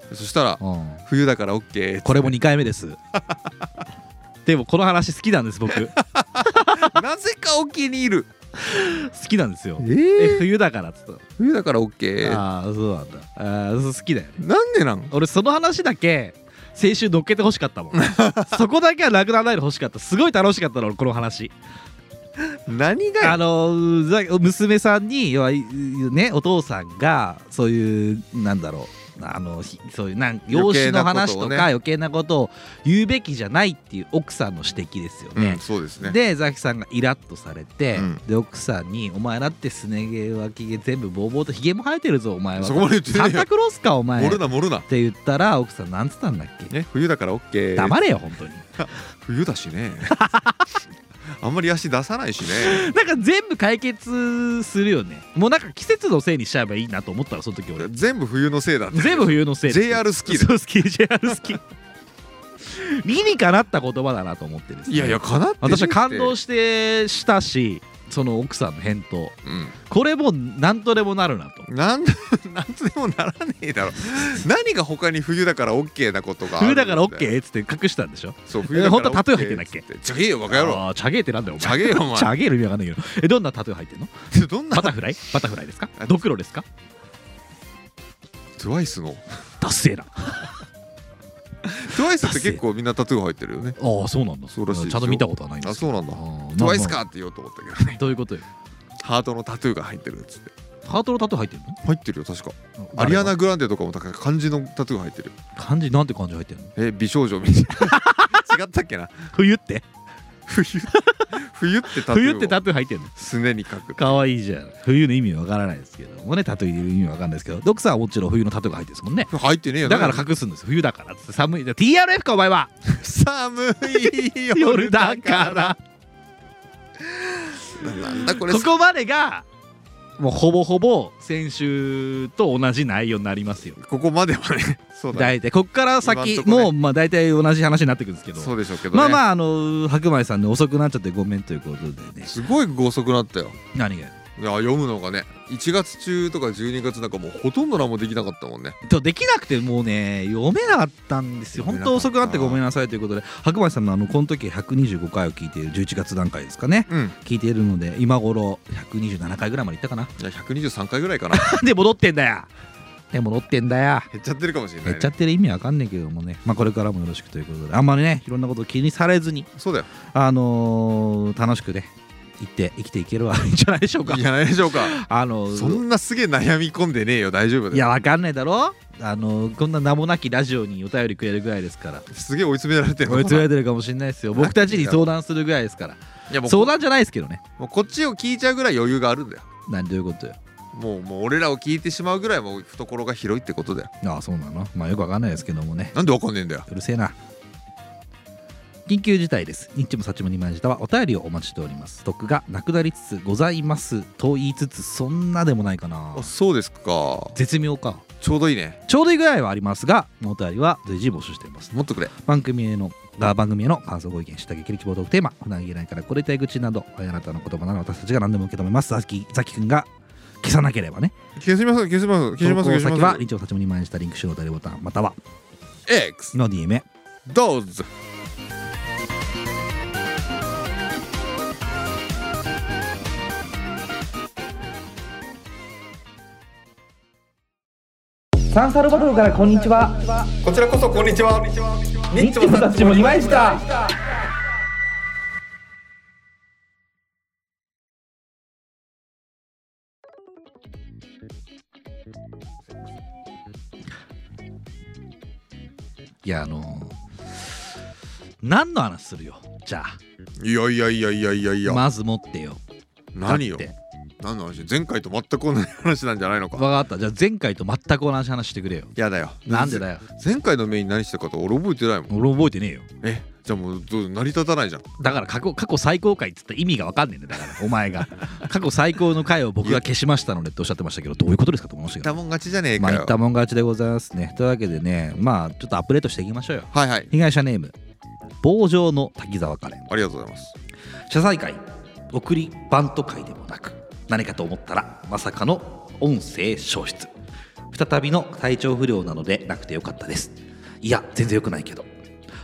S2: うん
S1: そしたら
S2: うん
S1: 冬だからオッケー
S2: これも2回目です でもこの話好きなんで す僕 好
S1: なぜかお気に入る
S2: きなんですよ
S1: え
S2: え冬だからっつったの
S1: 冬だからオッケー
S2: ああそうなんだあーそう好きだよね
S1: なんでなん
S2: 俺その話だけ先週乗っけてほし かったもんそこだけはなくならないでほしかったすごい楽しかったの俺この話
S1: 何が
S2: あのーざ娘さんに要はいねお父さんがそういうなんだろうあのひそういうなん養子の話とか
S1: 余計なことをね
S2: 余計なことを言うべきじゃないっていう奥さんの指摘ですよ
S1: う
S2: ね、
S1: んそうですね
S2: でザキさんがイラッとされて、
S1: うん
S2: で奥さんに「お前だってすね毛脇毛全部ボーボーとひげも生えてるぞお前は」
S1: そこまで言ってねえよ
S2: サンタクロースかお前」
S1: 盛
S2: っ
S1: るな盛るな
S2: て言ったら奥さんなんつったんだっけ
S1: ね冬だからオッケー
S2: 黙れよ本当に
S1: 冬だし ねあんまり足出さないしね
S2: なんか全部解決するよねもうなんか季節のせいにしちゃえばいいなと思ったらその時俺
S1: 全部冬のせいだって
S2: 全部冬のせい
S1: JR スキーだ
S2: そうスキー JR スキー理にかなった言葉だなと思ってですね
S1: いやいやかなって
S2: 私は感動
S1: し
S2: してしたしその奥さんの返答
S1: う
S2: これも何とでもなるなと
S1: んなん なんとでもならねえだろ何が他に冬だからオッケーなことがある
S2: 冬だからオッケ
S1: ー
S2: ーっつって隠したんでしょ
S1: そう冬だから
S2: え本当はタトゥー入ってんだっけ
S1: オッケーつちゃげえよバカ野郎
S2: あーチャゲーってなんだよお
S1: ち
S2: 前
S1: ゃげえよお前
S2: チャゲーの意味わかんないけどえどんなタトゥー 入ってんの
S1: どんな
S2: バタフライバタフライですか
S1: あ
S2: ドクロですか
S1: TWICE の
S2: ダッセーなあ
S1: TWICE って結構みんなタトゥー入ってるよね
S2: あそうなんだ
S1: そうらしいですよ
S2: ちゃんと見たことはないんです
S1: あそうなんだ
S2: あーまあまあ
S1: TWICE かって言おうと思ったけどね
S2: どういうことよ
S1: ハートのタトゥーが入ってるっつって
S2: ハートのタトゥー入ってる
S1: 入ってるよ確か
S2: の
S1: アリアナ・グランデとかもだから漢字のタトゥー入ってるよ
S2: 漢字なんて漢字入ってるの
S1: え美少女みたい な違ったっけな
S2: 冬って
S1: 冬冬ってタト
S2: 冬っ
S1: ゥ
S2: て
S1: ーを
S2: タトゥー入ってるの
S1: すねに書く
S2: 可愛いじゃん冬の意味わからないですけどもねタトゥー入れる意味わかんないですけどドクさんはもちろん冬のタトゥーが入ってるんですもんね
S1: 入ってねえよ
S2: だか
S1: な
S2: ら隠すんです冬だからっつって寒い TRF かお前は
S1: 寒い
S2: 夜
S1: 夜
S2: だ
S1: だ
S2: か
S1: から
S2: ら
S1: なんだこれ
S2: ここまでがもうほぼほぼ先週と同じ内容になりますよ
S1: ここまではねそうだね
S2: 大体こっから
S1: 今
S2: 先、
S1: んとこね
S2: もうまあ大体同じ話になってくるんですけど
S1: そうでしょうけどね
S2: まあまああの白米さんね遅くなっちゃってごめんということでね
S1: すごい遅くなったよ
S2: 何が
S1: いや読むのがね1月中とか12月なんかもうほとんど何もできなかったもんね
S2: とできなくてもうね読めなかったんですよ
S1: 読め
S2: 本
S1: なかった
S2: 当遅くなってごめんなさいということで白米さんのあのこの時125回を聞いている11月段階ですかね
S1: うん
S2: 聞いているので今頃127回ぐらいまでいったかな
S1: いや123回ぐらいかな
S2: なんで戻ってんだよで戻ってんだよ
S1: 減っちゃってるかもしれない、ね、
S2: 減っちゃってる意味わかんないけどもね、まあ、これからもよろしくということであんまりねいろんなことを気にされずに、
S1: そうだよ
S2: あのー楽しくね生きて生きていければ いいんじゃないでしょうか
S1: いい。じゃないでしょうか
S2: あのー
S1: そんなすげえ悩み込んでねえよ大丈夫だよ
S2: いやわかんないだろあのーこんな名もなきラジオにお便りくれるぐらいですから
S1: すげえ追い詰められてる
S2: 追い詰められてるかもしれないですよ僕たちに相談するぐらいですから
S1: いやもう
S2: 相談じゃないですけどね
S1: もうこっちを聞いちゃうぐらい余裕があるんだよ
S2: 何どういうことよ
S1: もうもう俺らを聞いてしまうぐらいもう懐が広いってことだよ
S2: ああそうなのまあよくわかんないですけどもね
S1: なんでわかんねえんだよ
S2: うるせえな緊急事態ですニッチもサッチも二枚舌はお便りをお待ちしております毒がなくなりつつございますと言いつつそんなでもないかな
S1: あそうですか
S2: 絶妙か
S1: ちょうどいいね
S2: ちょうどいいぐらいはありますがお便りは随時募集しています
S1: もっとくれ
S2: 番組へのあ番組への感想ご意見下激励希望トークテーマ普段言えないからこれたい口などあなたの言葉なら私たちが何でも受け止めますザキザキ君が消さなければね
S1: 消します消します消します
S2: 投稿
S1: 消し
S2: 先
S1: ま
S2: は
S1: す
S2: リンチョウたちも2万円したリンク集合たりボタンまたは
S1: X
S2: の DM へ
S1: どうぞ
S2: サンサルバトルからこんにちは
S1: こちらこそこんにちは
S2: リンチョウたちも2万円したいやあの何の話するよじゃ
S1: いやいやいやいやいやい
S2: あ
S1: や、
S2: まず持ってよ
S1: 何よ
S2: だって
S1: 何の話前回と全く同じ話なんじゃないの
S2: 分
S1: か
S2: かったじゃあ前回と全く同じ話してくれよ
S1: やだよ
S2: なんでだよ
S1: 前回のメイン何したかと俺覚えてないもん
S2: 俺覚えてねえよ
S1: えじゃあもうどう成り立たないじゃん
S2: だから過去過去最高回っつった意味が分かんねえんだよだからお前が過去最高の回を僕が消しましたのでっておっしゃってましたけどどういうことですかと思いましたけど
S1: たもん勝ちじゃねえ
S2: ま
S1: か
S2: あ言
S1: よ
S2: ったもん勝ちでございますねというわけでねまあちょっとアップデートしていきましょうよ
S1: はいはい
S2: 被害者ネーム棒状の滝沢カレン
S1: ありがとうございます
S2: 謝罪会送りバント会でもなく何かと思ったらまさかの音声消失再びの体調不良なのでなくてよかったですいや全然良くないけど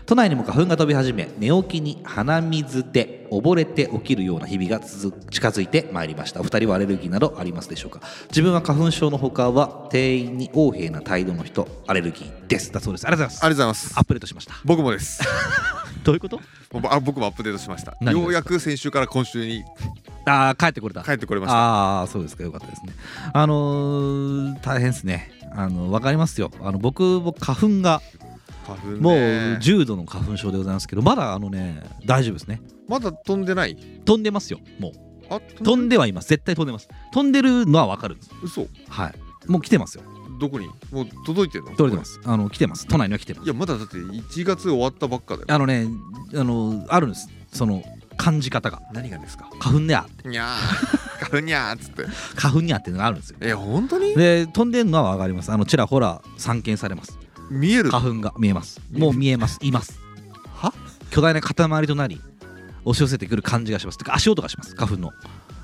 S2: 都内にも花粉が飛び始め寝起きに鼻水で溺れて起きるような日々が続近づいてまいりましたお二人はアレルギーなどありますでしょうか自分は花粉症のほかは店員に横柄な態度の人アレルギーですだそうですありがとうござ
S1: ありが
S2: います
S1: とうございます
S2: アップデートしました
S1: 僕もです
S2: どういうこと
S1: もうあ僕もアップデートしました
S2: 何がですか
S1: ようやく先週から今週に
S2: ああ帰ってこれた
S1: 帰ってこれました
S2: ああそうですかよかったですねあのー大変ですねあのわかりますよあの僕も花粉が
S1: 花粉ね
S2: もう重度の花粉症でございますけどまだあのね大丈夫ですね
S1: まだ飛んでない
S2: 飛んでますよもう
S1: あ
S2: 飛ん
S1: で
S2: ではいます絶対飛んでます飛んでるのはわかるんです
S1: 嘘
S2: はいもう来てますよ
S1: どこにもう届いてるの
S2: 取れてますあの来てます都内には来てます
S1: いやまだだって1月終わったばっかだよ
S2: あのねあのあるんですその感じ方が
S1: 何がですか
S2: 花粉ねあ
S1: にゃー花粉にゃーっつって
S2: 花粉にあっていうのがあるんですよ
S1: え本当に
S2: で飛んでるのはわかりますあのちらほら散見されます
S1: 見 える
S2: 花粉が見えますもう見えますいます
S1: は
S2: 巨大な塊となり押し寄せてくる感じがしますてか足音がします花粉の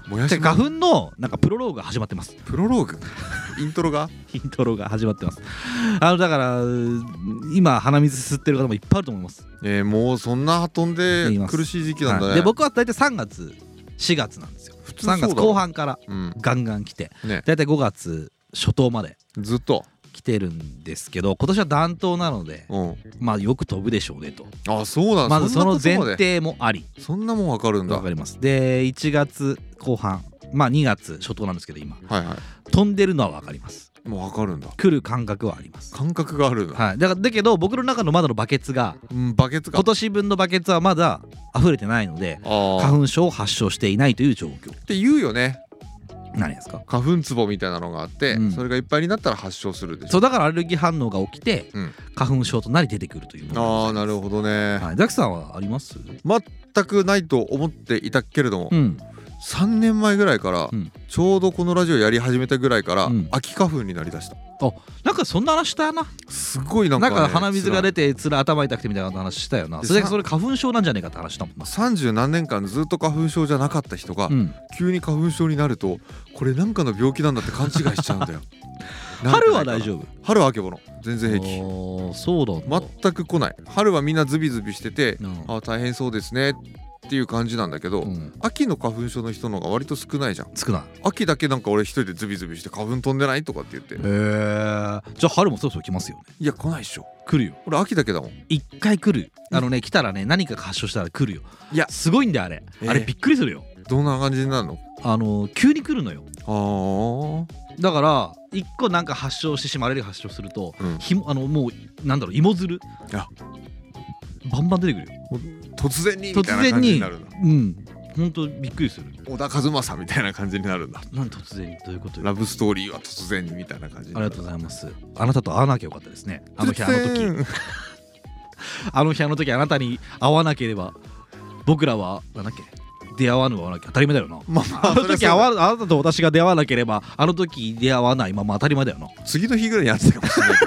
S1: もや
S2: て
S1: し
S2: か
S1: の
S2: 花粉のなんかプロローグが始まっ てます
S1: プロロー グイントロが
S2: イントロが始まってますあのだからうー今鼻水吸ってる方もいっぱいあると思います
S1: えーもうそんな飛んで
S2: います
S1: 苦しい時期なんだね、
S2: はいで僕は大体3月4月なんですよ
S1: 普通そう
S2: 3
S1: だ
S2: 月後半から
S1: うん
S2: ガンガン来て
S1: ね
S2: 大体5月初頭まで
S1: ずっと
S2: 来てるんですけど今年は暖冬なので
S1: うん
S2: まあよく飛ぶでしょうねと
S1: あそうだ
S2: まずその
S1: んな
S2: 前
S1: ことまで
S2: 提もあり
S1: そんなもんわかるんだ
S2: わ
S1: は
S2: か
S1: い
S2: りますで1月後半まあ2月初頭なんですけど今
S1: は
S2: 飛んでるのはわかります
S1: いもうわかるんだ
S2: 来る感覚はあります
S1: 感覚があるんだ、
S2: はいだからだけど僕の中のまだのバケツが
S1: うんバケツか
S2: 今年分のバケツはまだ溢れてないので
S1: あ
S2: 花
S1: あっ
S2: 粉症を発症していないという状況
S1: て言うよね
S2: 何ですか
S1: 花粉壺みたいなのがあって、
S2: うん
S1: それがいっぱいになったら発症するでし
S2: そ
S1: ょ
S2: うだからアレルギー反応が起きて、
S1: うん
S2: 花粉症となり出てくるというもの
S1: ああなるほどね、
S2: はい、ザキさんはあります
S1: 全くないと思っていたけれども、
S2: うん
S1: 3年前ぐらいから、
S2: うん
S1: ちょうどこのラジオやり始めたぐらいから、
S2: うん
S1: 秋花粉になりだした
S2: なんかそんな話したよな
S1: すごいなんか
S2: な
S1: ね、
S2: んか鼻水が
S1: 辛い
S2: 出てつら頭痛くてみたいな話したよな
S1: で
S2: それ
S1: さ
S2: それ花粉症なんじゃねえかって話したもんな、
S1: 30何年間ずっと花粉症じゃなかった人が、
S2: うん、
S1: 急に花粉症になるとこれなんかの病気なんだって勘違いしちゃうんだよ
S2: 春は大丈夫
S1: 夫春はあけぼの全然平気
S2: おーそうなんだ、
S1: 全く来ない春はみんなズビズビしてて、
S2: うん
S1: あ大変そうですねっていう感じなんだけど、
S2: うん、
S1: 秋の花粉症の人の方が割と少ないじゃん
S2: 少ない
S1: 秋だけなんか俺一人でズビズビして花粉飛んでないとかって言って、
S2: へえじゃあ春もそろそろ来ますよね
S1: いや来ないっしょ
S2: 来るよ
S1: 俺秋だけだもん
S2: 一回来るよあのね来たらね何かが発症したら来るよ
S1: いや
S2: すごいんだよあれ、
S1: えー
S2: あれびっくりするよ
S1: どんな感じになるの
S2: あの急に来るのよ
S1: あ
S2: だから一個なんか発症してしまわれる発症すると、
S1: うん
S2: ひもあのもうなんだろう芋づる
S1: あ
S2: バンバン出てくるよ
S1: あ突然にみた
S2: 突
S1: いな
S2: 然
S1: 感じ
S2: に
S1: になるんだ
S2: うんほんとびっくりする
S1: 小田和正みたいな感じになるんだ
S2: 何突然にどういうことよ
S1: ラブストーリーは突然にみたいな感じ
S2: ありがとうございますあなたと会わなきゃよかったですねあの日あの時
S1: 時
S2: あの日あの時あなたに会わなければ僕らはなんだっけ出会わぬは会わなきゃ当たり前だよな。
S1: まあまあ
S2: あの時
S1: そりゃ
S2: あ
S1: そうだ
S2: わあなたと私が出会わなければあの時出会わないまま当たり前だよな。ま
S1: 次の日ぐらいにやってたかもしれないけ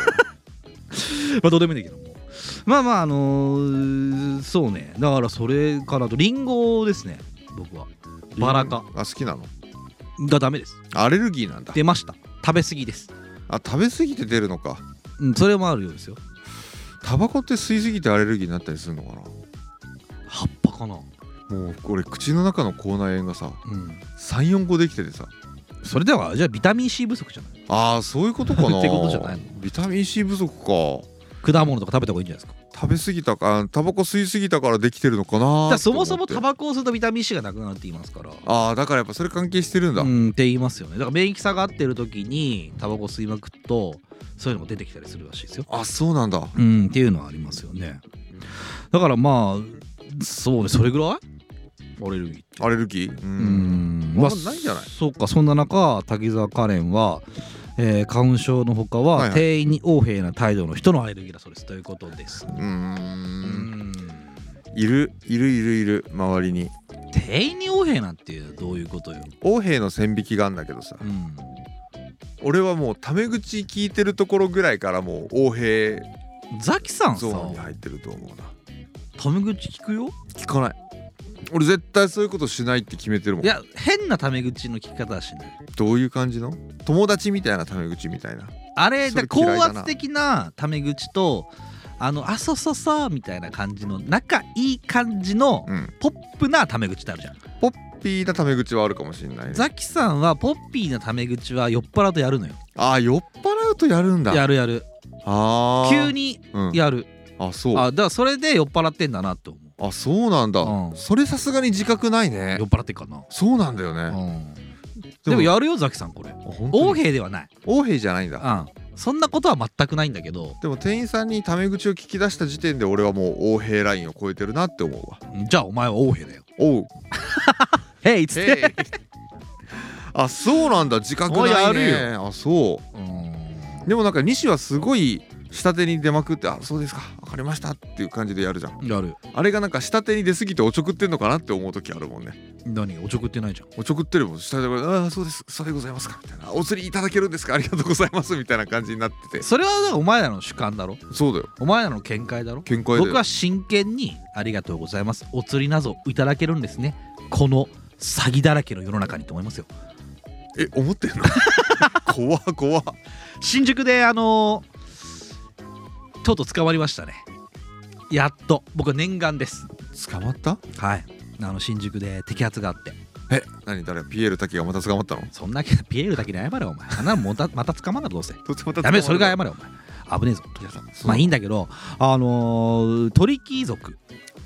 S1: ど
S2: あどうでもいいんだけども。まあまああのーそうね だからそれからあとリンゴですね僕はバラ科
S1: あ好きなの
S2: がダメです
S1: アレルギーなんだ
S2: 出ました食べ過ぎです、
S1: あ食べ過ぎて出るのか
S2: うん、それもあるようですよ
S1: タバコって吸い過ぎてアレルギーになったりするのか
S2: 葉っぱか
S1: な
S2: な
S1: もう俺口の中の口内炎がさ
S2: うん
S1: 34個できててさ
S2: それではじゃあビタミン C 不足じゃない
S1: あーそういうことかな
S2: ってことじゃないの
S1: ビタミン C 不足か
S2: 果物とか食べた方がいいんじゃないですか
S1: 食べ過ぎたかあタバコ吸い過ぎたからできてるのかな
S2: だからそもそもタ
S1: バ
S2: バコを吸うとビタミン C がなくなるって言いますから
S1: ああだからやっぱそれ関係してるんだ、
S2: うんって言いますよねだから免疫下がってる時にタバコ吸いまくるとそういうのも出てきたりするらしいですよ
S1: あそうなんだ
S2: うんっていうのはありますよねだからまあそうねそれぐらいアレルギー
S1: アレルギーう
S2: うんん
S1: まあないんじゃない
S2: そうかそんな中滝沢カレンは、えー、花粉症のほかは、
S1: はいはい
S2: 店員に横柄な態度の人のアレルギーだそうですということです、
S1: うー
S2: うんん
S1: いるいるいるいる周りに
S2: 店員に横柄なんていうのはどういうことよ、
S1: 横兵の線引きがあんだけどさ
S2: うん、
S1: 俺はもうタメ口聞いてるところぐらいからもう横兵
S2: ザキさんさ
S1: ゾーンに入ってると思うな
S2: タメ口聞くよ
S1: 聞かない俺絶対そういうことしないって決めてるもん
S2: いや変なタメ口の聞き方はしない
S1: どういう感じの友達みたいなタメ口みたいな
S2: あれ
S1: それ
S2: だ
S1: 嫌いだ
S2: 高
S1: な
S2: 圧的なタメ口とあのあそうそうそうみたいな感じの仲いい感じの
S1: うん
S2: ポップなタメ口ってあるじゃん、
S1: ポッピーなタメ口はあるかもしんないね
S2: ザキさんはポッピーなタメ口は酔っ払うとやるのよ
S1: あー酔っ払うとやるんだ
S2: やるやる
S1: あー
S2: 急に
S1: うん
S2: やる
S1: あそうあ
S2: あだからそれで酔っ払ってんだなと思う
S1: そうなんだ、
S2: うん
S1: それさすがに自覚ないね
S2: 酔っ払ってっかな、
S1: そうなんだよ
S2: う
S1: ね、
S2: ん、でもやるよザキさんこれ
S1: 横
S2: 横
S1: 兵
S2: 柄ではない、
S1: 横兵じゃないんだ
S2: うん、そんなことは全くないんだけど
S1: でも店員さんにタメ口を聞き出した時点で俺はもう横兵ラインを超えてるなって思うわ
S2: じゃあお前は横柄だよ
S1: おう
S2: へいっつって、
S1: へいあそうなんだ自覚ないね
S2: おいや
S1: あそう
S2: うん
S1: でもなんか西はすごい下手に出まくって「あそうですか分かりました」っていう感じでやるじゃん
S2: やる
S1: あれがなんか下手に出過ぎておちょくってんのかなって思う時あるもんね
S2: 何おちょくってないじゃん
S1: おちょくってるもん下手で「ああそうですそれでございますか」みたいな「お釣りいただけるんですかありがとうございます」みたいな感じになってて
S2: それはだからお前らの主観だろ
S1: そうだよ
S2: お前らの見解だろ
S1: 見解で
S2: 僕は真剣に「ありがとうございますお釣りなどいただけるんですねこの詐欺だらけの世の中に」と思いますよ
S1: え思ってんの 怖怖
S2: 新宿であのーとうとう捕まりましたねやっと僕は念願です
S1: 捕まった
S2: はいあの新宿で摘発があって
S1: え何誰ピエール滝がまた捕まったの
S2: そんなけピエールだけに謝れよお前あんなのもたま た捕まんなどうせ
S1: どっちまた捕まる
S2: ダメそれが謝れよお前危ねえぞ
S1: いやだそう
S2: まあいいんだけどあのー、鳥貴族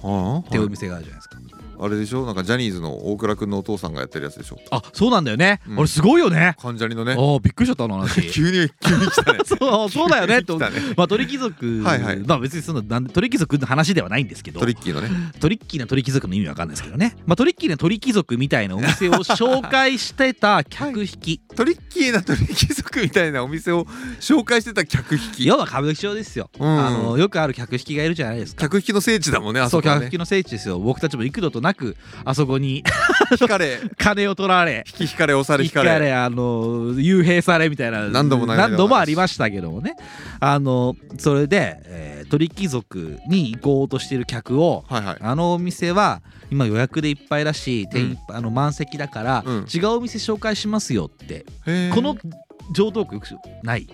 S1: ああ
S2: っていうお店があるじゃないですか、
S1: あれでしょなんかジャニーズの大倉くんのお父さんがやってるやつでしょ
S2: あそうなんだよね、
S1: うん
S2: 俺すごいよね
S1: 関ジャニの
S2: あ
S1: ね
S2: あびっくりしちゃったあの話
S1: 急に急に来たね
S2: そうそうだよねと
S1: 来た ね
S2: まあ鳥貴族
S1: はいはい
S2: まあ別にそのなんで鳥貴族の話ではないんですけど
S1: トリッキーのね
S2: トリッキーな鳥貴族の意味わかんないですけどね、まあ、トリッキーな鳥貴族みたいなお店を紹介してた客引き、
S1: トリッキーな鳥貴族みたいなお店を紹介してた客引き
S2: 要は歌舞伎町ですよ、
S1: うん
S2: あのよくある客引きがいるじゃないですか
S1: 客引きの聖地だもんねあ
S2: そ
S1: そうこは
S2: 客引
S1: ね
S2: きの聖地ですよ僕たちも幾度となくあそこに
S1: 引かれ
S2: 金を取られ
S1: 引き引かれ押され
S2: 引
S1: 引
S2: か
S1: かれ
S2: れあの幽閉されみたいな
S1: 何度も流れた
S2: 何度もありましたけどもねあのそれで、えー鳥貴族に行こうとしている客を
S1: はいはい
S2: あのお店は今予約でいっぱいだし店員いっぱいあの満席だから、
S1: うん
S2: 違うお店紹介しますよって、
S1: へー
S2: この上東区よくない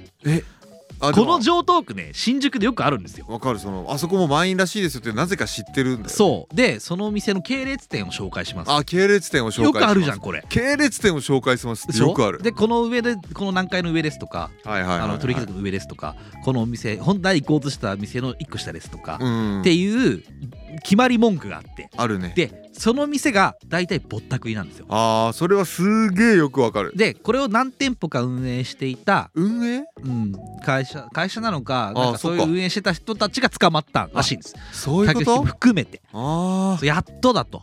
S1: あで
S2: こ
S1: も
S2: の上東区ね新宿でよくあるんですよ
S1: わかるそのあそこも満員らしいですよってなぜか知ってるんだよ
S2: そうでそのお店の系列店を紹介します
S1: あ系列店を紹介
S2: よくあるじゃ
S1: ん
S2: んこれ
S1: 系列店を紹介します
S2: で
S1: って
S2: しょ
S1: よくある
S2: でこの上でこの何階の上ですとか
S1: はいはいはい、
S2: あ
S1: はい、
S2: の取引先の上ですとかこのお店本来行こうとした店の1個下ですとか、
S1: う
S2: っ
S1: ん
S2: ていう決まり文句があって
S1: あるね
S2: でその店が大体ぼったくりなんですよ
S1: あーそれはすげえよくわかる
S2: でこれを何店舗か運営していた、
S1: 運営
S2: うん、会社会社なのか
S1: あ
S2: なんかそうい
S1: そっ
S2: う
S1: か
S2: 運営してた人たちが捕まったらしいんです
S1: そういうこ
S2: 客引き
S1: と
S2: も含めて
S1: あ
S2: そうやっとだと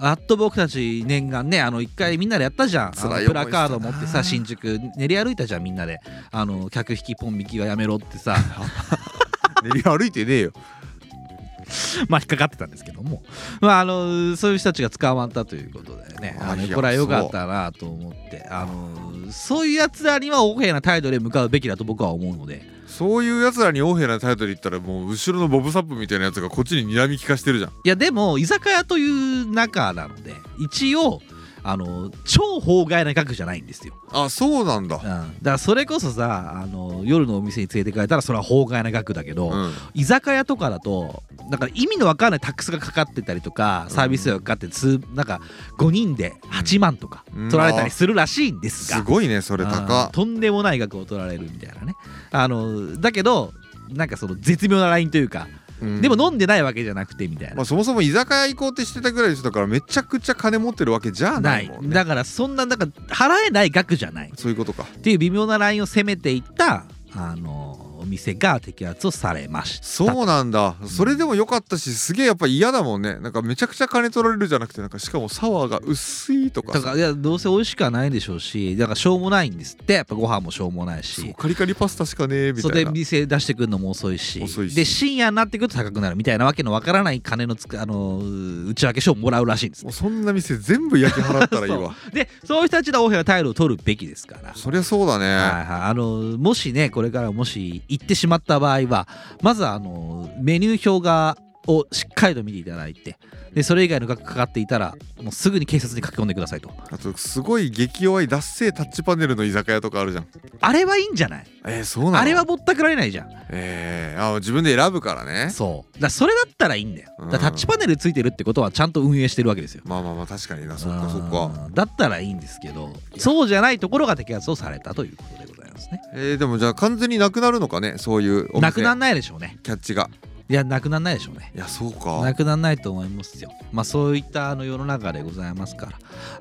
S2: やっと僕たち念願ねあの一回みんなでやったじゃんあの
S1: 辛い思い
S2: プ
S1: したな
S2: ラカード持ってさ新宿練り歩いたじゃんみんなであの客引きポン引きはやめろってさ
S1: あ練り歩いてねえよ
S2: まあ引っかかってたんですけども、まあ、あのそういう人たちが捕まったということでね
S1: あ
S2: あの
S1: いや
S2: これは良かったなと思ってあのそういうやつらには横柄な態度で向かうべきだと僕は思うので
S1: そういうやつらに横柄なタイトル言ったらもう後ろのボブサップみたいなやつがこっちに睨み利かしてるじゃん
S2: いやでも居酒屋という中なので一応あの超法外な額じゃないんですよ、
S1: あそうなんだ
S2: うん、だからそれこそさあの夜のお店に連れてかれたらそれは法外な額だけど、
S1: うん
S2: 居酒屋とかだとなんか意味のわかんないタックスがかかってたりとかサービス料がかかってつなんか5人で8万とか
S1: うん
S2: 取られたりするらしいんですが、
S1: すごいねそれ
S2: あー
S1: 高
S2: とんでもない額を取られるみたいなねあのだけどなんかその絶妙なラインというか、
S1: うん
S2: でも飲んでないわけじゃなくてみたいな
S1: まあ、そもそも居酒屋行こうってしてたぐらいの人だからめちゃくちゃ金持ってるわけじゃ
S2: な
S1: ないいもんね
S2: だからそんななんか払えない額じゃないっ
S1: そういうことか
S2: ていう微妙なラインを攻めていったあのお店が摘発をされました
S1: そうなんだそれでも良かったしすげえやっぱ嫌だもんねなんかめちゃくちゃ金取られるじゃなくてなんかしかもサワーが薄いとか
S2: だからいやどうせ美味しくはないでしょうしだからしょうもないんですってやっぱご飯もしょうもない
S1: そう
S2: し
S1: カリカリパスタしかねえみ
S2: そ
S1: た
S2: れ
S1: い
S2: で
S1: な
S2: 店出してくるのも遅いし
S1: 遅いし
S2: で深夜になってくると高くなるみたいなわけのわからない金のつくあのー内訳書をもらうらしいんです
S1: もうそんな店全部焼き払ったらいいわ
S2: で そういう人たちの大平は態度を取るべきですから
S1: そりゃそうだね、
S2: はいはい、あのもしねこれからもし行ってしまった場合はまずはあのメニュー表がをしっかりと見ていただいてでそれ以外の額がかかっていたらもうすぐに警察に駆け込んでくださいと
S1: あとすごい激弱い脱製タッチパネルの居酒屋とかあるじゃん
S2: あれはいいんじゃない
S1: えー、そうなの
S2: あれはぼったくられないじゃん
S1: えー、あ自分で選ぶからね
S2: そうだからそれだったらいいんだよだか
S1: う
S2: ら
S1: ん
S2: タッチパネルついてるってことはちゃんと運営してるわけですよ
S1: まあまあまあ確かになそっかそっか
S2: うんだったらいいんですけどそうじゃないところが摘発をされたということでございますね
S1: えー、でもじゃあ完全になくなるのかねそういうお店
S2: なくなんないでしょうね
S1: キャッチが
S2: いやなくなんないでしょうね
S1: いやそうか
S2: なくならないと思いますよ。まあそういったあの世の中でございますか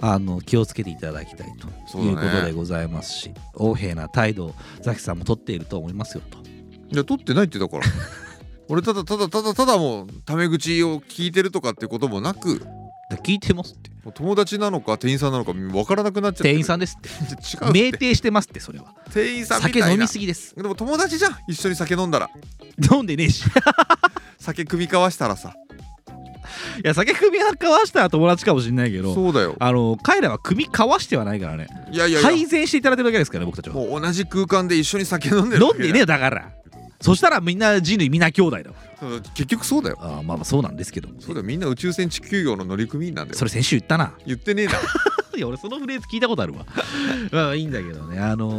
S2: ら、あの気をつけていただきたいと
S1: そう
S2: い
S1: だ
S2: う
S1: ね
S2: ことでございますし、横柄な態度をザキさんも取っていると思いますよと。
S1: いや取ってないってだ から俺ただただただただもうタメ口を聞いてるとかってこともなく
S2: だ聞いてますって。
S1: もう友達なのか店員さんなのか分からなくなっちゃって
S2: 店員
S1: ん
S2: さんですって。
S1: 違う
S2: 酩
S1: って
S2: 酊してますってそれは。
S1: 店員さんみ
S2: 酒
S1: たい
S2: 飲み
S1: な
S2: すぎです。
S1: でも友達じゃん一緒に酒飲んだら
S2: 飲んでねえし。い
S1: 酒組み交わしたらさ
S2: や酒組み交わしたら友達かもしれないけど、
S1: そうだよ
S2: あの彼らは組み交わしてはないからね。
S1: いやいやいや、
S2: 改善していただいてるだけですからね僕たちは。
S1: もう同じ空間で一緒に酒飲んでる
S2: 飲んでねえよだから。そしたらみんな人類みんな兄弟だわ。
S1: そう結局そうだよ
S2: あーまあまあそうなんですけども。
S1: そうだよみんな宇宙船地球業の乗組員なんだよ
S2: それ先週言ったな。
S1: 言ってねえな
S2: いや俺そのフレーズ聞いたことあるわ まあいいんだけどねあの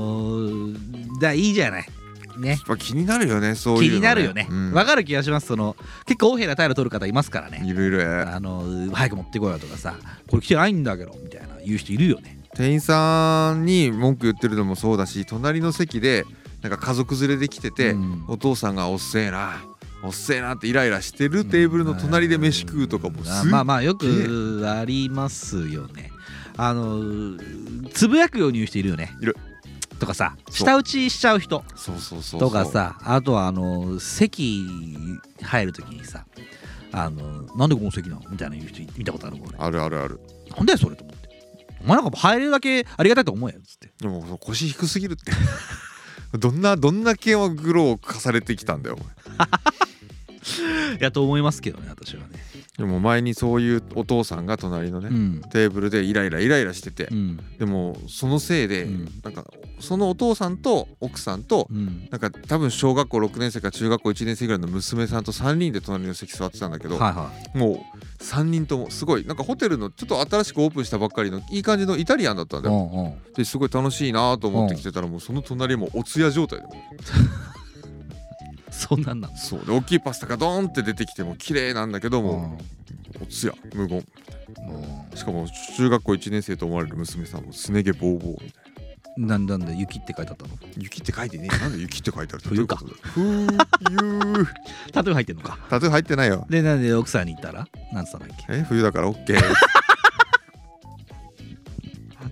S2: ー、だいいじゃないね
S1: まあ気になるよねそういう
S2: 気
S1: の
S2: になるよねわ、
S1: うん
S2: かる気がしますその結構大変な態度取る方いますからね
S1: いろいろや
S2: あのー早く持ってこいよとかさこれ来てないんだけどみたいな言う人いるよね
S1: 店員さんに文句言ってるのもそうだし隣の席でなんか家族連れで来てて、
S2: うん
S1: お父さんが「おっせえなおっせえな」ってイライラしてるテーブルの隣で飯食うとかもす
S2: あ
S1: っ
S2: まあまあよくありますよねあのーつぶやくように言う人いるよね
S1: いる
S2: とかさ
S1: そう
S2: 舌打ちしちゃう人
S1: そうそうそうそう
S2: とかさあとはあの席入るときにさあのなんでこの席なのみたいな言う人見たことあるもん俺
S1: あるあるある
S2: なんだよそれと思ってお前なんかもう入れるだけありがたいと思えよっつって
S1: でもその腰低すぎるって どんなどんな系はグロを重ねてきたんだよお前
S2: いやと思いますけどね私はね
S1: でも前にそういうお父さんが隣のね、
S2: うん
S1: テーブルでイライライライラしてて、
S2: うん
S1: でもそのせいで、
S2: うん
S1: なんかそのお父さんと奥さんと、
S2: うん
S1: なんか多分小学校6年生か中学校1年生ぐらいの娘さんと3人で隣の席座ってたんだけど、
S2: はいは
S1: もう3人ともすごいなんかホテルのちょっと新しくオープンしたばっかりのいい感じのイタリアンだったん
S2: い
S1: だ
S2: う
S1: よ、
S2: んうん
S1: ですごい楽しいなと思ってきてたらもうその隣もお通夜状態で
S2: そんなんなの
S1: そうで大きいパスタがドーンって出てきてもう綺麗なんだけども、お通夜無言
S2: うん
S1: しかも中学校1年生と思われる娘さんもすね毛ボーボーみたいな
S2: うんなんだなんだ雪って書いてあったの例
S1: 雪って書いてねえなんで雪って書いてあるってどうい
S2: 冬
S1: う
S2: か
S1: ことだ冬
S2: えば入ってんのか
S1: タトゥー入ってないよ
S2: でなんで奥さんに言ったらなんつったんだっけ
S1: え冬だから OK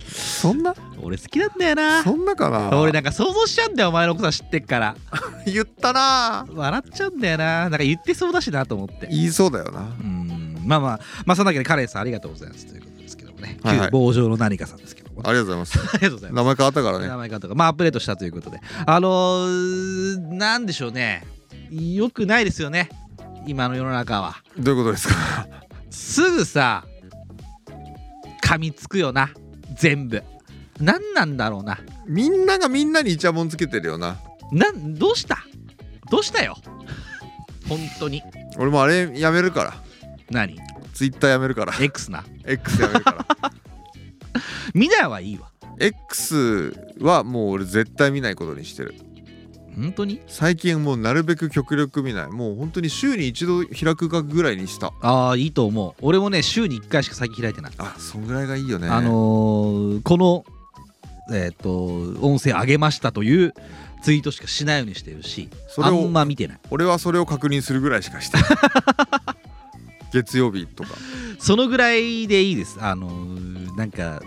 S1: そんな
S2: 俺好きなんだよな
S1: そんなかな
S2: 俺なんか想像しちゃうんだよお前の奥さん知ってっから
S1: 言ったな
S2: 笑っちゃうんだよななんか言ってそうだしなと思って
S1: 言いそうだよな
S2: うんまあまあまあそんなわけでカレンさんありがとうございますということですけどもね、
S1: はいはい
S2: 旧棒状の何かさんですけども、
S1: ありがとうございます
S2: ありがとうございま
S1: 名前変わったから
S2: す名
S1: ね
S2: 前がとかまあアップデートしたということであのー、なんでしょうねよくないですよね今の世の中は
S1: どういうことですか
S2: すぐさ噛みつくよな全部何なんだろうな
S1: みんながみんなにイチャモンつけてるよな
S2: なんどうしたどうしたよ本当に
S1: 俺もあれやめるから
S2: 何
S1: ツイッターやめるから
S2: X な
S1: X やめるから
S2: 見ないはいいわ
S1: X はもう俺絶対見ないことにしてる
S2: 本当に
S1: 最近もうなるべく極力見ないもう本当に週に一度開くかぐらいにした
S2: ああいいと思う俺もね週に1回しか最近開いてない、
S1: あそんぐらいがいいよね
S2: あのーこのえっ、と音声上げましたというツイートしかしないようにしてるし
S1: それ
S2: あ
S1: を
S2: んま見てない
S1: 俺はそれを確認するぐらいしかして ない月曜日とか
S2: そのぐらいでいいですあのーなんか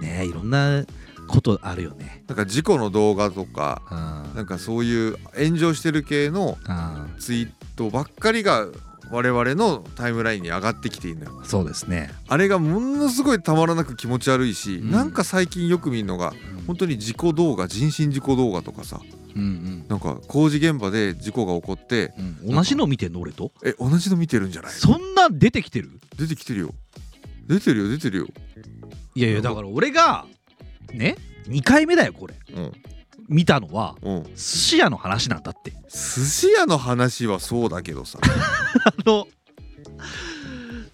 S2: ねいろんなことあるよね
S1: なんか事故の動画とか
S2: あー
S1: なんかそういう炎上してる系の
S2: あ
S1: ツイートばっかりが我々のタイムラインに上がってきているのよ
S2: ーそうですね、
S1: あれがものすごいたまらなく気持ち悪いし、
S2: うん
S1: なんか最近よく見るのが本当に事故動画人身事故動画とかさ
S2: うんうん
S1: なんか工事現場で事故が起こって
S2: うん、同じの見てんの俺と
S1: え同じの見てるんじゃない
S2: そんなん出てきてる
S1: 出てきてるよ出てるよ出てるよ、
S2: いやいやだから俺がね2回目だよこれ
S1: うん
S2: 見たのは
S1: うん、
S2: 寿司屋の話なんだって
S1: 寿司屋の話はそうだけど さ
S2: あの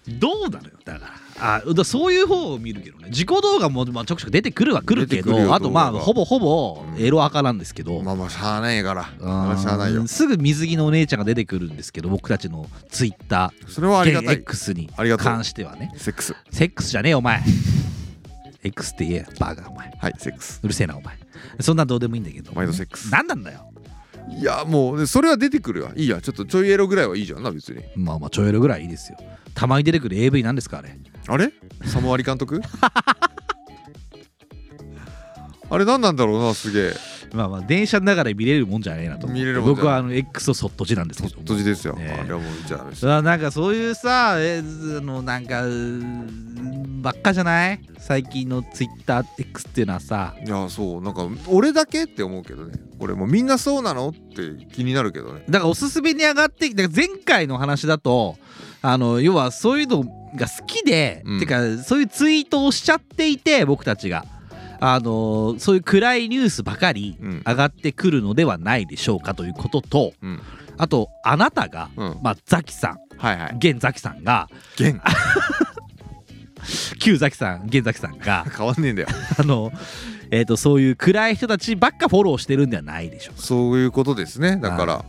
S2: どうなのよだからあだからそういう方を見るけどね自己動画も、まあ、ちょくちょく出てくるは来るけ
S1: 出てくる
S2: ど
S1: よ
S2: あとまあ
S1: 動画は
S2: ほぼほぼ
S1: うん
S2: エロアカなんですけど、
S1: まあまあしゃあないからし
S2: あー
S1: ゃあないよ
S2: すぐ水着のお姉ちゃんが出てくるんですけど僕たちのツイッタ
S1: それはありが
S2: ー
S1: たい
S2: X に
S1: ありがとう
S2: 関してはね
S1: セックス
S2: セックスじゃねえよお前 X って言えやバカお前
S1: はいセックス
S2: うるせえなお前そんなんどうでもいいんだけど
S1: 毎度セックス
S2: 何なんだよ
S1: いやもうそれは出てくるわいいやちょっとちょいエロぐらいはいいじゃんな別に
S2: まあまあちょいろぐらいいいですよたまに出てくる AV なんですかあれ
S1: あれサモアリ監督 あれ何なんだろうなすげえ
S2: まあまあ電車の中で見れるもんじゃねえなと思って
S1: 見れるもんじゃない
S2: 僕はあの X をそっとじなんですけど
S1: 閉じですよ、
S2: ねえ
S1: あれはもうじゃあ
S2: うわなんかそういうさえーあのなんかうーばっかじゃない最近の TwitterX っていうのはさ
S1: いやそうなんか俺だけって思うけどね俺もうみんなそうなのって気になるけどね
S2: だからおすすめに上がってだから前回の話だとあの要はそういうのが好きで、
S1: うん
S2: てかそういうツイートをしちゃっていて僕たちがあのそういう暗いニュースばかり
S1: うん
S2: 上がってくるのではないでしょうかということと
S1: うん
S2: あとあなたが、
S1: うん
S2: まあ、ザキさん
S1: はいはい
S2: 現ザキさんが
S1: ゲン
S2: 旧ザキさん現ザキさ んが
S1: 変わんねえんだよ
S2: あの、えー、とそういう暗い人たちばっかフォローしてるんではないでしょうか
S1: そういうことですねだから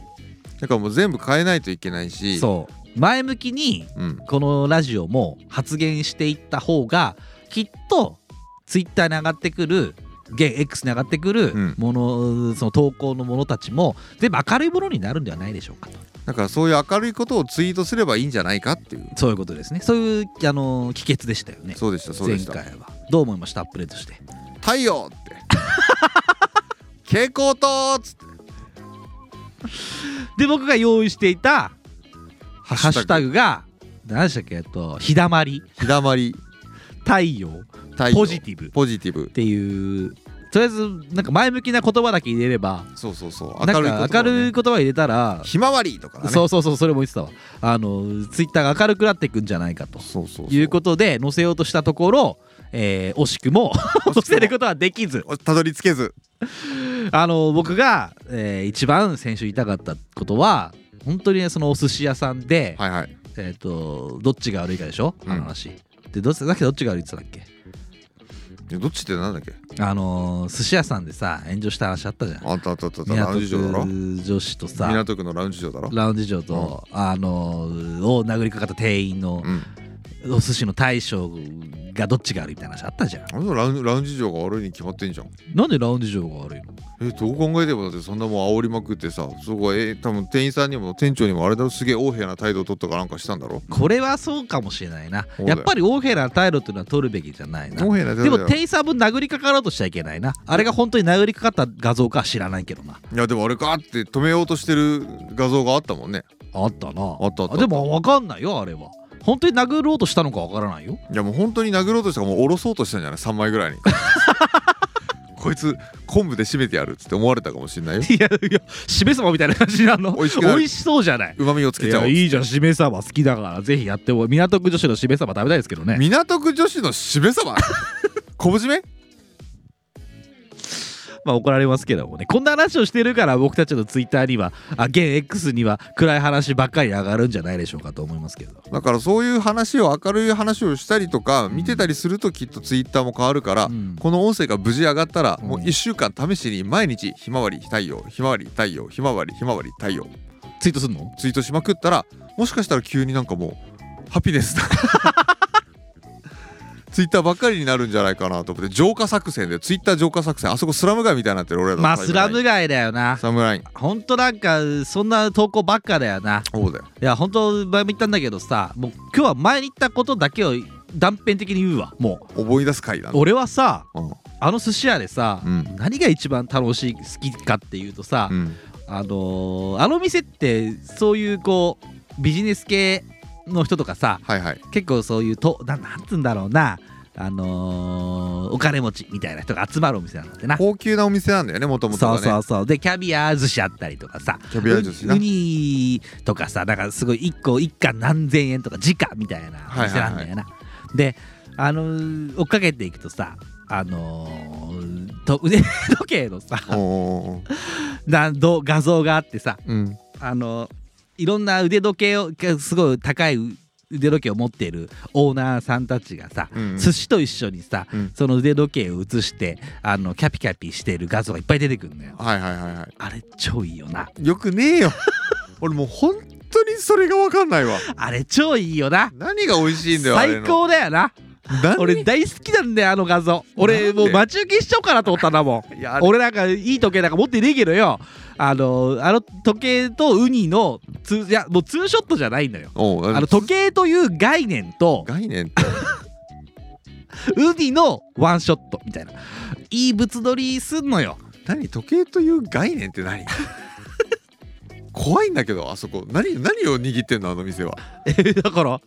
S1: だからもう全部変えないといけないし
S2: そう前向きに
S1: うん
S2: このラジオも発言していった方がきっとツイッターに上がってくる現 X に上がってくる
S1: うん
S2: もの、その投稿のものたちも全部明るいものになるんではないでしょうかと
S1: だからそういう明るいことをツイートすればいいんじゃないかっていう
S2: そういうことですねそういうあの帰結でしたよね
S1: そうでしたそう
S2: 前
S1: でした
S2: 回はどう思いましたアップデートして
S1: 「太陽!」って「蛍光灯!」っつって
S2: で僕が用意していたハッシュタ
S1: グ
S2: グが何でしたっけえっと日だまり
S1: 日だまり
S2: 太陽
S1: 太陽
S2: ポジティブっ
S1: ポジティブ
S2: ていうとりあえずなんか前向きな言葉だけ入れれば
S1: そうそうそう
S2: なんか
S1: 明るいこと
S2: 明るい言葉入れたら
S1: ひまわりとかね
S2: そうそうそうそれも言ってたわあのツイッターが明るくなっていくんじゃないかと
S1: そうそうそう
S2: いうことで載せようとしたところ、えー惜しくも載せることはできず
S1: とたどり着けず
S2: あの僕が、えー一番先週言いたかったことは本当にねそのお寿司屋さんで、
S1: はいはい
S2: えっ、とどっちが悪いかでしょあ
S1: うん
S2: の話、でどっちだっけどっちが悪いって言ってたっ
S1: いやどっちってなんだっけ
S2: けあのー寿司屋さんでさ炎上した話あったじゃん
S1: あったあったあったあったラウン
S2: 港
S1: ジ嬢だろ
S2: 区女子とさ
S1: 港区のラウンジ嬢だろ
S2: ラウンジ嬢と、あのーを殴りかかった店員の、
S1: うん
S2: お寿司の大将がどっちが悪いみたいな話あったじゃん
S1: あのラウンラウンジ嬢が悪いに決まってんじゃん
S2: なんでラウンジ嬢が悪いの
S1: えどう考えてもだってそんなもん煽りまくってさそこはえ多分店員さんにも店長にもあれだろすげえ横柄な態度を取ったかなんかしたんだろ
S2: これはそうかもしれないな
S1: そうだ
S2: や
S1: よ
S2: っぱり大平な態度というのは取るべきじゃないな
S1: 横柄な態
S2: で
S1: 度
S2: も
S1: だよ
S2: 店員さん分殴りかかろうとしちゃいけないなあれが本当に殴りかかった画像かは知らないけどない
S1: やでもあれかって止めようとしてる画像があったもんね
S2: あったな
S1: あったあった
S2: でも分かんないよあれは本当に殴ろうとしたのか分からないよ
S1: いやもう本当に殴ろうとしたからもう下ろそうとしたんじゃない3枚ぐらいに こいつ昆布で締めてやるっつって思われたかもしんないよ
S2: いやいやしめ様みたいな感じなの
S1: 美味しくなる
S2: しそうじゃないう
S1: まみをつ
S2: い
S1: けちゃお
S2: や
S1: う
S2: いいじゃんしめ様好きだからぜひやっても港区女子のしめ様食べたいですけどね
S1: 港区女子のしめさば昆布締め
S2: まあ怒られますけどもねこんな話をしてるから僕たちのツイッターにはあ現 X には暗い話ばっかり上がるんじゃないでしょうかと思いますけど
S1: だからそういう話を明るい話をしたりとか見てたりするときっとツイッターも変わるから、
S2: うん
S1: この音声が無事上がったら
S2: うん
S1: もう1週間試しに毎日ひまわり太陽ひまわり太陽ひまわりひまわり太陽
S2: ツイートするの
S1: ツイートしまくったらもしかしたら急になんかもうハピネスだ ツイッターばっかりになるんじゃないかなと思って浄化作戦でツイッター浄化作戦あそこスラム街みたいになってる俺らの
S2: まあ
S1: タイ
S2: ス
S1: ムライ
S2: ラ
S1: ン
S2: ム街だよな
S1: スラムライン
S2: ほんとなんかそんな投稿ばっかだよな
S1: そうだよ
S2: いや本当前も言ったんだけどさもう今日は前に言ったことだけを断片的に言うわも
S1: 思い出す回だ
S2: う
S1: な
S2: 俺はさ
S1: うん
S2: あの寿司屋でさ、
S1: うん
S2: 何が一番楽しい好きかっていうとさ、
S1: うん
S2: あのーあの店ってそういうこうビジネス系の人とかさ
S1: はいはい
S2: 結構そういうとななんつうんだろうなあのーお金持ちみたいな人が集まるお店なんだってな、
S1: 高級なお店なんだよねもともと
S2: そ
S1: は
S2: う
S1: ね
S2: そうそうでキャビア寿司あったりとかさ
S1: キャビア寿司な
S2: ウニウニとかさなんかすごい1個1貫何千円とか時価みたいなお店なんだよな、
S1: はい
S2: であのー追っかけていくとさあのーと腕時計のさ
S1: おーおーおー
S2: など画像があってさ
S1: うん
S2: あのいろんな腕時計をがすごい高い腕時計を持っているオーナーさんたちがさ、
S1: うん
S2: 寿司と一緒にさ、
S1: うん
S2: その腕時計を写してあのキャピキャピしてる画像がいっぱい出てくるんだよ
S1: はいはいはいは
S2: あれ超いいよない
S1: よくねえよ 俺もう本当にそれが分かんないわ
S2: あれ超いいよな
S1: 何が美味しいんだよあれ
S2: 最
S1: の
S2: 高だよな
S1: 何
S2: 俺大好きなんだよあの画像俺
S1: なんで
S2: もう待ち受けしちゃおうかなと思ったんだもん
S1: いやあれ
S2: 俺なんかいい時計なんか持ってねえけどよあのあの時計とウニのツーいやもうツーショットじゃないんだよ
S1: おう
S2: あの時計という概念と
S1: 概念って
S2: ウニのワンショットみたいないい物撮りすんのよ
S1: 何時計という概念って何 怖いんだけどあそこ何何を握ってんのあの店は
S2: えだから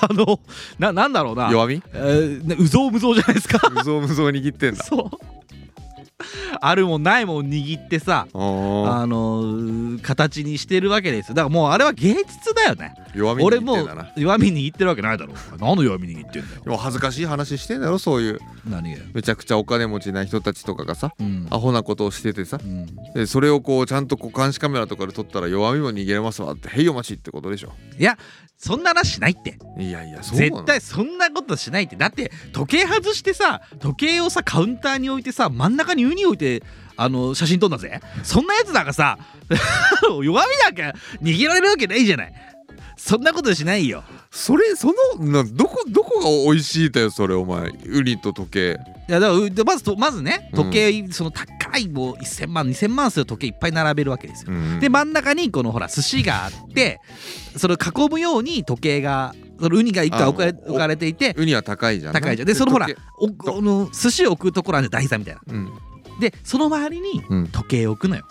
S2: あのななんだろうな
S1: 弱み
S2: えーなうぞうむぞうじゃないですか
S1: 無造無造握ってんだ
S2: そうあるもんないもん握ってさ
S1: あ
S2: あのー形にしてるわけですよだからもうあれは芸術だよね
S1: ー弱み握
S2: 俺
S1: って
S2: も
S1: ん
S2: う
S1: だな
S2: 弱み握ってるわけないだろお前何の弱み握ってんだよ
S1: でも恥ずかしい話してんだろそういう
S2: 何がよ
S1: めちゃくちゃお金持ちな人たちとかがさ
S2: うん
S1: アホなことをしててさ
S2: うん
S1: でそれをこうちゃんとこう監視カメラとかで撮ったら弱みも握れますわってへいお待ちってことでしょ
S2: いやそんな話しないって
S1: いやいやそうなの
S2: 絶対そんなことしないってだって時計外してさ時計をさカウンターに置いてさ真ん中にウニ置いてあの写真撮んだぜそんなやつなんかさ 弱みなんか逃げられるわけないじゃないそんなことしないよ
S1: それそのなどこどこが美味しいだよそれお前ウニと時計
S2: いやだからうでまずとまずね
S1: うん
S2: 時計、その高いもう1000万2000万する時計いっぱい並べるわけですよ、
S1: うん
S2: で真ん中にこのほら寿司があってそれを囲むように時計がそのウニが1
S1: あ
S2: 回置かれ
S1: お
S2: 置かれていて
S1: ウニは高いじゃん
S2: 高いじゃんでそのほら
S1: 時計
S2: おおの寿司を置くところあるじゃん台座みたいな
S1: うん
S2: でその周りに
S1: うん
S2: 時計を置くのよ、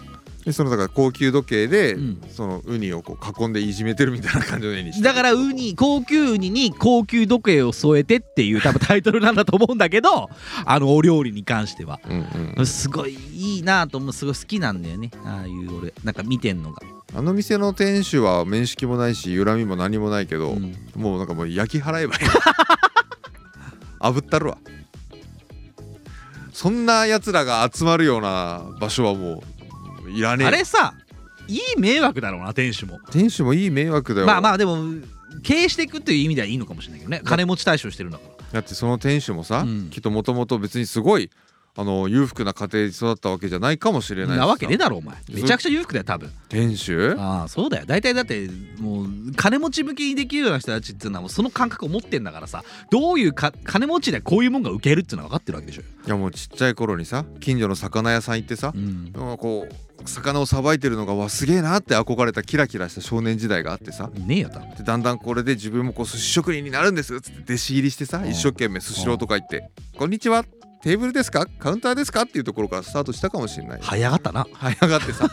S1: でそのだから高級時計で、
S2: うん
S1: そのウニをこう囲んでいじめてるみたいな感じの絵にして
S2: だからウニ高級ウニに高級時計を添えてっていう多分タイトルなんだと思うんだけど あのお料理に関しては
S1: うんうん、
S2: すごいいいなと思うすごい好きなんだよねああいう俺なんか見てんのが、
S1: あの店の店主は面識もないし恨みも何もないけど、
S2: うん
S1: もうなんかもう焼き払えばい い炙ったるわそんなやつらが集まるような場所はもういらねえ
S2: あれさいい迷惑だろうな店主も
S1: 店主もいい迷惑だよ
S2: まあまあでも経営していくっていう意味ではいいのかもしれないけどね金持ち対象してるんだから
S1: だってその店主もさ、
S2: うん
S1: きっともともと別にすごいあの裕福な家庭に育ったわけじゃないかもしれないしさ
S2: なわけねえだろお前めちゃくちゃ裕福だよ多分
S1: 店主
S2: ああそうだよ大体だってもう金持ち向きにできるような人たちっていうのはもうその感覚を持ってんだからさどういうか金持ちでこういうもんが受けるっていうのは分かってるわけでしょ、
S1: いやもうちっちゃい頃にさ近所の魚屋さん行ってさ
S2: う、ん
S1: なんかこう魚をさばいてるのがわすげえなって憧れたキラキラした少年時代があってさ
S2: ねえよ多分
S1: でだんだんこれで自分もこう寿司職人になるんですっつって弟子入りしてさ
S2: うん
S1: 一生懸命寿司ローとか行って「こんにちはテーブルですかカウンターですか?」っていうところからスタートしたかもしれない
S2: 早かったな
S1: 早がって さ「い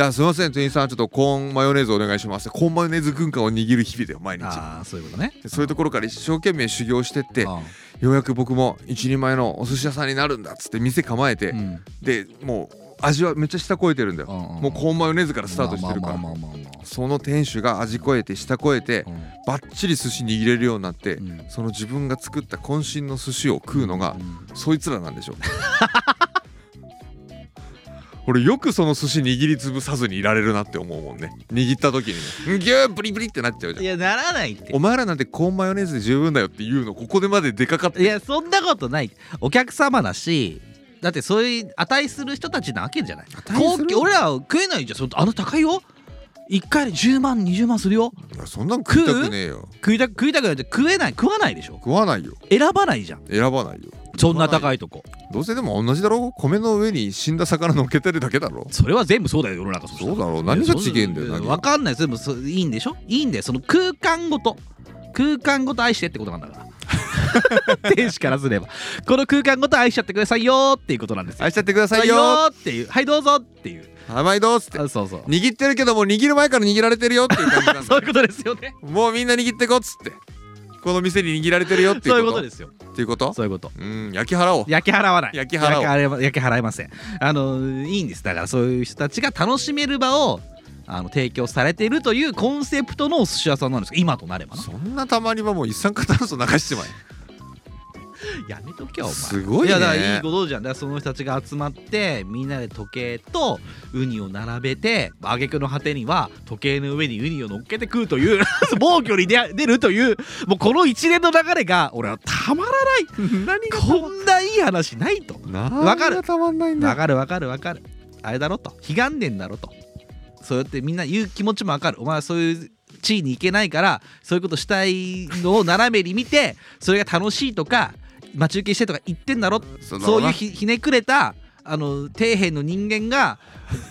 S1: やすいません店員さんちょっとコーンマヨネーズお願いします」コーンマヨネーズ軍艦を握る日々だよ毎日
S2: ああそういうことね
S1: でそういうところから一生懸命修行してって
S2: ああ
S1: ようやく僕も一人前のお寿司屋さんになるんだっつって店構えて、
S2: うん
S1: でもう味はめっちゃ下超えてるんだよ、
S2: うんうん
S1: もうコーンマヨネーズからスタートしてるから、
S2: まあまあまあまあま
S1: その店主が味超えて下超えて、
S2: あ
S1: バッチリ寿司握れるようになって、
S2: うん
S1: その自分が作った渾身の寿司を食うのが、
S2: うん
S1: そいつらなんでしょう俺よくその寿司握りつぶさずにいられるなって思うもんね握った時にねギュープリプリってなっちゃうじゃん
S2: いやならないって
S1: お前らなんてコーンマヨネーズで十分だよっていうのここでまで出かかって
S2: いやそんなことないお客様だしだってそういう値する人たちなわけじゃない
S1: 値する
S2: 高級俺らは食えないじゃんそのあの高いよ1回で10万20万するよ
S1: いやそんなん食いたくねえよ
S2: 食いたく食いたくないって食えない食わないでしょ
S1: 食わないよ
S2: 選ばないじゃん
S1: 選ばないよ
S2: そんな高いとこ
S1: どうせでも同じだろ米の上に死んだ魚乗っけてるだけだろ
S2: それは全部そうだよ世の中そしたら
S1: そうだろう何が違えんだよ
S2: いや
S1: 何が
S2: わかんないですでもそういいんでしょいいんだよその空間ごと空間ごと愛してってことなんだから 天使からすればこの空間ごと愛しちゃってくださいよーっていうことなんですよ
S1: 愛しちゃってください
S2: よ
S1: よ
S2: ーっていうはいどうぞっていう
S1: 甘いどうっつって
S2: あそうそう
S1: 握ってるけどもう握る前から握られてるよっていう感じなん
S2: そう
S1: だ
S2: いうことですよね
S1: もうみんな握ってこっつってこの店に握られてるよっていうこと
S2: そういうことですよ
S1: っていうこと
S2: そういうこと
S1: うん焼き払おう
S2: 焼き払わない
S1: 焼き払おう
S2: 焼き焼き払いませんあのいいんですだからそういう人たちが楽しめる場をあの提供されているというコンセプトのお寿司屋さんなんですけど今となればな
S1: そんなたまにはもう一酸化炭素流しちまえ
S2: やめときゃお前
S1: すごいね
S2: やだからいいことじゃんだからその人たちが集まってみんなで時計とウニを並べて挙句の果てには時計の上にウニを乗っけて食うという 暴挙に出出るというもうこの一連の流れが俺はたまらない
S1: 何
S2: こんないい話ないと わか
S1: 何
S2: る
S1: がたまんないん
S2: わ
S1: だ
S2: かるわかるわかるあれだろと悲願でんだろとそうやってみんな言う気持ちもわかるお前はそういう地位に行けないからそういうことしたいのを斜めに見てそれが楽しいとか待ち受けしてとか言ってんだろ
S1: そ
S2: そういう
S1: な
S2: ひひねくれたあの底辺の人間が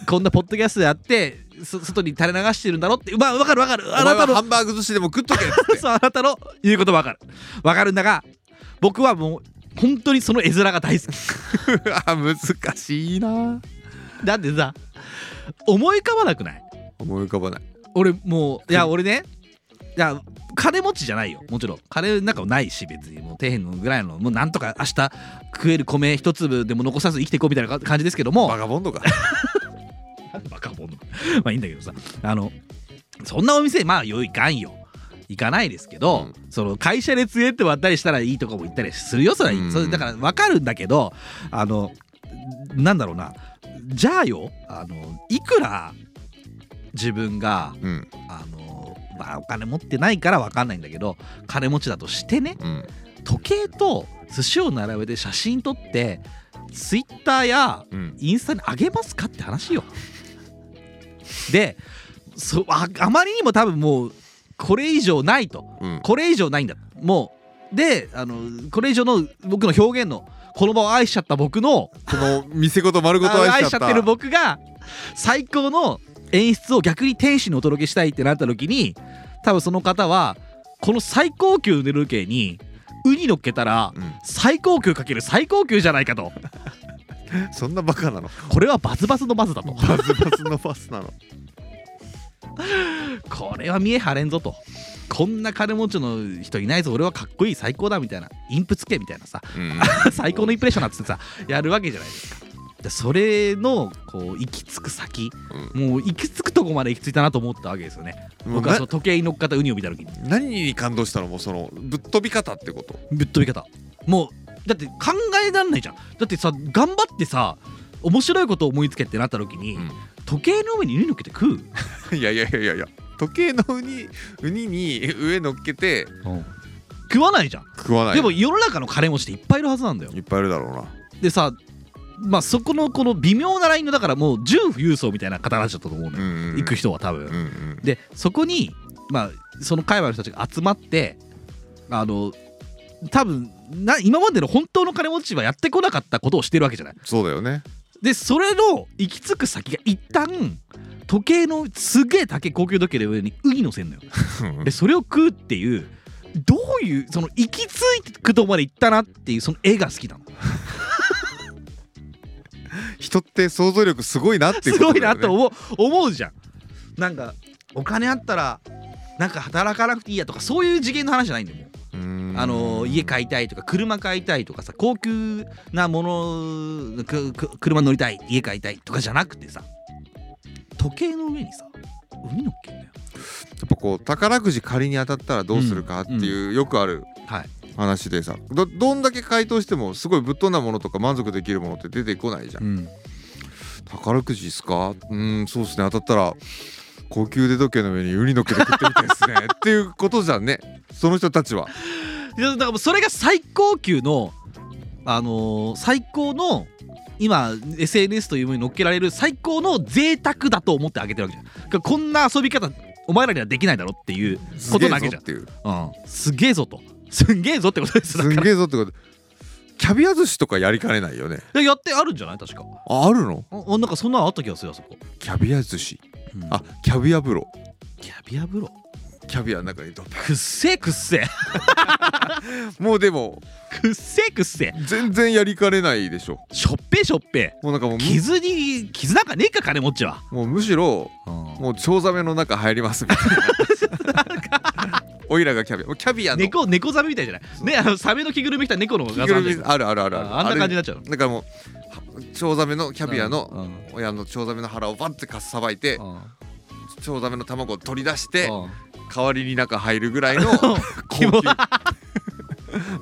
S2: こんなポッドキャストであってそ外に垂れ流してるんだろってまあわかるわかるあ
S1: お前
S2: なた
S1: はハ
S2: の
S1: ンバーグ寿司でも食っとけっつって
S2: そうあなたの言うことわかるわかるんだが僕はもう本当にその絵面が大好き
S1: うわ難しいな
S2: だってさ思い浮かばなくない
S1: 思い浮かばない
S2: 俺もういや俺ねいや金持ちじゃないよもちろん金なんかもないし別にもう底辺のぐらいのもうなんとか明日食える米一粒でも残さず生きていこうみたいなか感じですけども
S1: バカボンドか
S2: バカボンの まあいいんだけどさあのそんなお店まあよいかんよ行かないですけど、その会社で連れて渡りしたらいいとこも行ったりするよそれはいい、
S1: うん
S2: それだから分かるんだけどあのなんだろうなじゃあよあのいくら自分が
S1: うん
S2: あのまあお金持ってないから分かんないんだけど金持ちだとしてね
S1: うん
S2: 時計と寿司を並べて写真撮ってツイッターや
S1: うん
S2: インスタにあげますかって話よ。でそああまりにも多分もうこれ以上ないと
S1: うん
S2: これ以上ないんだもうであのこれ以上の僕の表現のこの場を愛しちゃった僕の
S1: この店ごと丸ごと
S2: あ
S1: 愛
S2: 愛
S1: し
S2: し
S1: ち
S2: ち
S1: ゃ
S2: ゃ
S1: っ
S2: ったてる僕が最高の演出を逆に天使にお届けしたいってなった時に多分その方はこの最高級腕時計にウニ乗っけたら
S1: うん
S2: 最高級かける最高級じゃないかと
S1: そんなバカなの
S2: これはバズバズのバズだと
S1: バズバズのバスなの
S2: これは見え張れんぞとこんな金持ちの人いないぞ俺はかっこいい最高だみたいなインプつけみたいなさ
S1: うん
S2: 最高のインプレッションだっつってさやるわけじゃないですかでそれのこう行き着く先、もう行き着くとこまで行き着いたなと思ったわけですよね
S1: もう
S2: 僕は
S1: な
S2: その時計に乗っかったウニを見た時に
S1: 何に感動したのもうそのぶっ飛び方ってこと
S2: ぶっ飛び方もうだって考えられないじゃんだってさ頑張ってさ面白いことを思いつけってなった時に、時計の上にウニ乗っけて 食う、
S1: いやいやいやいやいや時計のウニウニに上乗っけて
S2: 食わないじゃん、
S1: 食わない
S2: でも世の中の金持ちっていっぱいいるはずなんだよ
S1: いっぱいいるだろうな
S2: でさまあそこのこの微妙なラインのだからもう重富裕層みたいな方たちだったと思うの
S1: う
S2: よ、
S1: んうん
S2: 行く人は多分、
S1: うんうん
S2: でそこにまあその界隈の人たちが集まってあの多分な今までの本当の金持ちはやってこなかったことをしてるわけじゃない
S1: そうだよね
S2: でそれの行き着く先が一旦時計のすげえ高い高級時計の上にウニ乗せんのよ でそれを食うっていうどういうその行き着いてくとこまで行ったなっていうその絵が好きなの
S1: 人って想像力すごいなっていう
S2: す
S1: こ
S2: ご
S1: と
S2: い
S1: だよ
S2: な
S1: ね
S2: と思う思うじゃんなんかお金あったらなんか働かなくていいやとかそういう次元の話じゃないんだよも
S1: う
S2: う
S1: ん
S2: あの家買いたいとか車買いたいとかさ高級なものくく車乗りたい家買いたいとかじゃなくてさ時計の上にさ海乗っけんだよ
S1: やっぱこう宝くじ仮に当たったらどうするかっていうよくある
S2: はい
S1: 話でさどどんだけ回答してもすごいぶっ飛んだものとか満足できるものって出てこないじゃん
S2: ん
S1: 宝くじですかうんそうですね当たったら高級腕時計の上にウニのっけて食ってみたいですねっていうことじゃんねその人たちはい
S2: やだからもうそれが最高級のあのー最高の今 SNS というものに乗っけられる最高の贅沢だと思ってあげてるわけじゃんだからこんな遊び方お前らにはできないだろっていう、
S1: すげえぞ
S2: ことなわけじゃん
S1: っていう
S2: うん、すげえぞとすんげえぞってことですだ
S1: す
S2: か
S1: ん
S2: ら
S1: げえぞってことキャビア寿司とかやりかねないよね
S2: いややってあるんじゃない確か
S1: ああるの
S2: ああなんかそんなのあった気がするよあそこ、
S1: キャビア寿司
S2: うん
S1: あキャビア風呂
S2: キャビア風呂
S1: キャビアの中にドッ
S2: くっせえくっせえ
S1: もうでも
S2: くっせえくっせえ
S1: 全然やりかねないでしょ
S2: しょっぺしょっぺ
S1: もうなんかもうむ
S2: 傷に傷なんかねえか金持ちは、
S1: もうむしろもうチョウザメの中入りますみたいな おいらがキャビアもうキャビアの
S2: 猫猫ザメみたいじゃないねあのサメの着ぐるみ着た猫の
S1: 着ぐ
S2: 画像あ
S1: る
S2: るじゃん
S1: みあるあるあるる
S2: ああんな感じになっちゃうの
S1: だからもうはチョウザメのキャビアの
S2: うん
S1: 親のチョウザメの腹をバッてかっさばいて
S2: うん
S1: チョウザメの卵を取り出して
S2: うん
S1: 代わりに中入るぐら いの高
S2: キ
S1: 級
S2: モ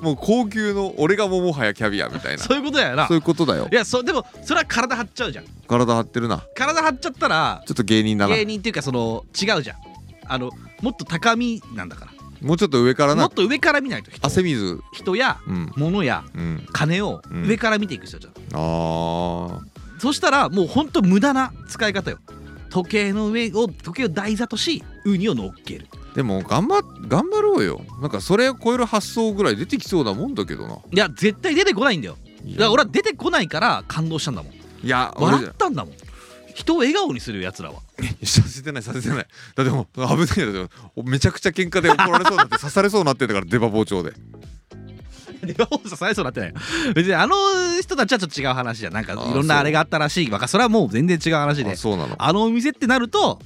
S1: もう高級の俺がもうもはやキャビアみたいな
S2: そういうことやな
S1: そういうことだよ
S2: いやそうでもそれは体張っちゃうじゃん
S1: 体張ってるな
S2: 体張っちゃったら
S1: ちょっと芸人だな
S2: 芸人っていうかその違うじゃんあのもっと高みなんだか
S1: もうちょっと上から
S2: らも
S1: な
S2: っと上から見ないと人
S1: 汗水
S2: 人や
S1: うん
S2: 物や
S1: うん
S2: 金を
S1: うん
S2: 上から見ていく人じゃん、
S1: あ
S2: そしたらもうほんと無駄な使い方よ時計の上を時計を台座としウニを乗っける
S1: ーでも頑張っ頑張ろうよなんかそれを超える発想ぐらい出てきそうなもんだけどない
S2: や絶対出てこないんだよ
S1: い
S2: だから俺は出てこないから感動したんだもん
S1: いや俺じ
S2: 笑
S1: ゃ
S2: ったんだもん人を笑顔にするやつらは
S1: させてないさせてないだってもう危ないよだってめちゃくちゃ喧嘩で怒られそうになって刺されそうになってたから出刃包丁で
S2: レバ放送されそうになってないよ別にあの人たちはちょっと違う話じゃんなんか
S1: あー
S2: いろんなあれがあったらしいわかそれはもう全然違う話で
S1: あそうなの
S2: あのお店ってなると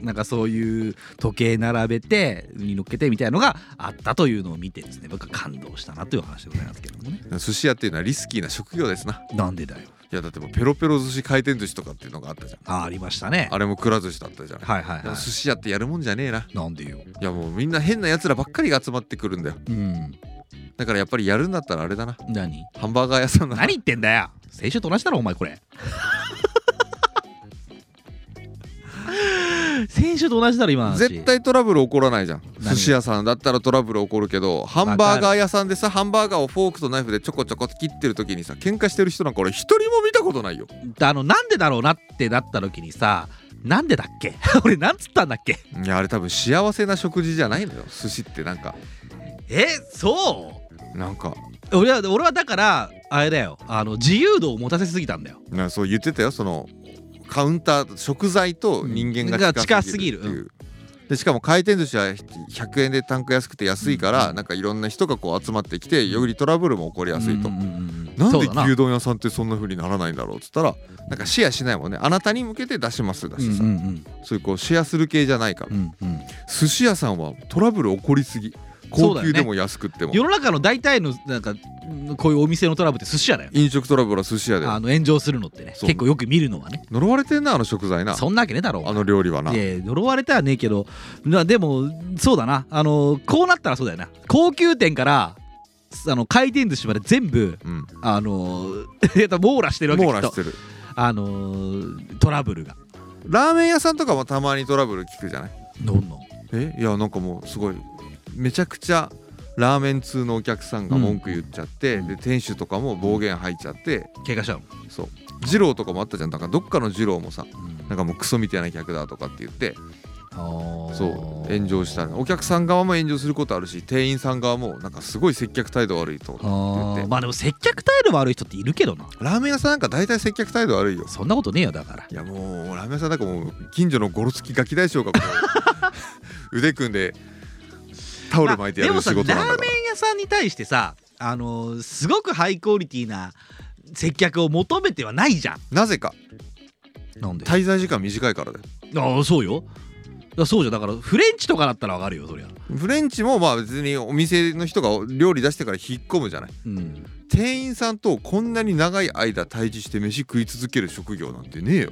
S2: なんかそういう時計並べてウニ乗っけてみたいのがあったというのを見てですね僕は感動したなという話でございますけどもね
S1: 寿司屋っていうのはリスキーな職業ですな
S2: なんでだよ
S1: いやだってもうペロペロ寿司回転寿司とかっていうのがあったじゃん
S2: あーありましたね
S1: あれもくら寿司だったじゃない
S2: はいはい
S1: で
S2: は
S1: も寿司屋ってやるもんじゃねえない
S2: なんでよ
S1: いやもうみんな変なやつらばっかりが集まってくるんだよ
S2: うん
S1: だからやっぱりやるんだったらあれだな
S2: 何
S1: ハンバーガー屋さんだな
S2: 何言ってんだよ先週と同じだろお前こ れ先週と同じだろ今の話
S1: 絶対トラブル起こらないじゃん
S2: 何が
S1: 寿司屋さんだったらトラブル起こるけどハンバーガー屋さんでさハンバーガーをフォークとナイフでちょこちょこ切ってる時にさ喧嘩してる人なんか俺一人も見たことないよ
S2: あのなんでだろうなってなった時にさなんでだっけ 俺なんつったんだっけ
S1: いやあれ多分幸せな食事じゃないのよ寿司ってなんか
S2: えそ
S1: なんか
S2: う俺は俺はだからあれだよあの自由度を持たせすぎたんだよ
S1: なそう言ってたよそのカウンター食材と人間が近すぎるっていう、でしかも回転寿司は100円で単価安くて安いから、
S2: うん
S1: なんかいろんな人がこう集まってきてよりトラブルも起こりやすいと、
S2: うんうんうんうん
S1: なん
S2: そう
S1: で
S2: だな
S1: 牛丼屋さんってそんな風にならないんだろうっつったらなんかシェアしないもんねあなたに向けて出しますだ
S2: う
S1: し
S2: ん
S1: さ、
S2: うん
S1: そういうこうシェアする系じゃないから、
S2: うんうんうん
S1: 寿司屋さんはトラブル起こりすぎ
S2: そ
S1: 高
S2: うだよ
S1: 級
S2: ね
S1: でも安くっても、
S2: 世の中の大体のなんかこういうお店のトラブルって寿司屋だよ
S1: 飲食トラブルは寿司屋で
S2: あの炎上するのってね
S1: そう
S2: 結構よく見るのはね
S1: 呪われてんなあの食材な
S2: そんなわけねえだろう
S1: あの料理はない
S2: や呪われてはねえけどなでもそうだなあのこうなったらそうだよな高級店からあの回転寿司まで全部
S1: うん
S2: あの ーやっぱ網羅してるわけ
S1: 網
S2: きっ
S1: 羅
S2: と
S1: してる
S2: あのートラブルが
S1: ラーメン屋さんとかもたまにトラブル聞くじゃない
S2: どんどん
S1: えいやなんかもうすごいめちゃくちゃラーメン通のお客さんが文句言っちゃって、
S2: うん
S1: で店主とかも暴言吐いちゃって
S2: 怪我しちゃうの
S1: そう二郎とかもあったじゃんだからどっかの二郎もさ
S2: うん
S1: なんかもうクソみたいな客だとかって言って
S2: あー
S1: そう炎上したお客さん側も炎上することあるし店員さん側もなんかすごい接客態度悪いと
S2: あ
S1: 言っ
S2: ー
S1: て
S2: まあでも接客態度悪い人っているけどな
S1: ラーメン屋さんなんか大体接客態度悪いよ
S2: そんなことねえよだから
S1: いやもうラーメン屋さんなんかもう近所のゴロつきガキ大将がこ う腕組んでタオル巻いてや
S2: ま
S1: る
S2: あで
S1: 仕
S2: も
S1: 事
S2: さ
S1: なんだ
S2: ラー
S1: か
S2: メ
S1: ら
S2: ン屋さんに対してさあのーすごくハイクオリティな接客を求めてはないじゃん
S1: なぜか
S2: なんであ
S1: 滞在時間短いからだよ
S2: あそうよいやそうじゃんだからフレンチとかだったらわかるよそりゃ
S1: フレンチもまあ別にお店の人が料理出してから引っ込むじゃない
S2: うん
S1: 店員さんとこんなに長い間対峙して飯食い続ける職業なんてねえよ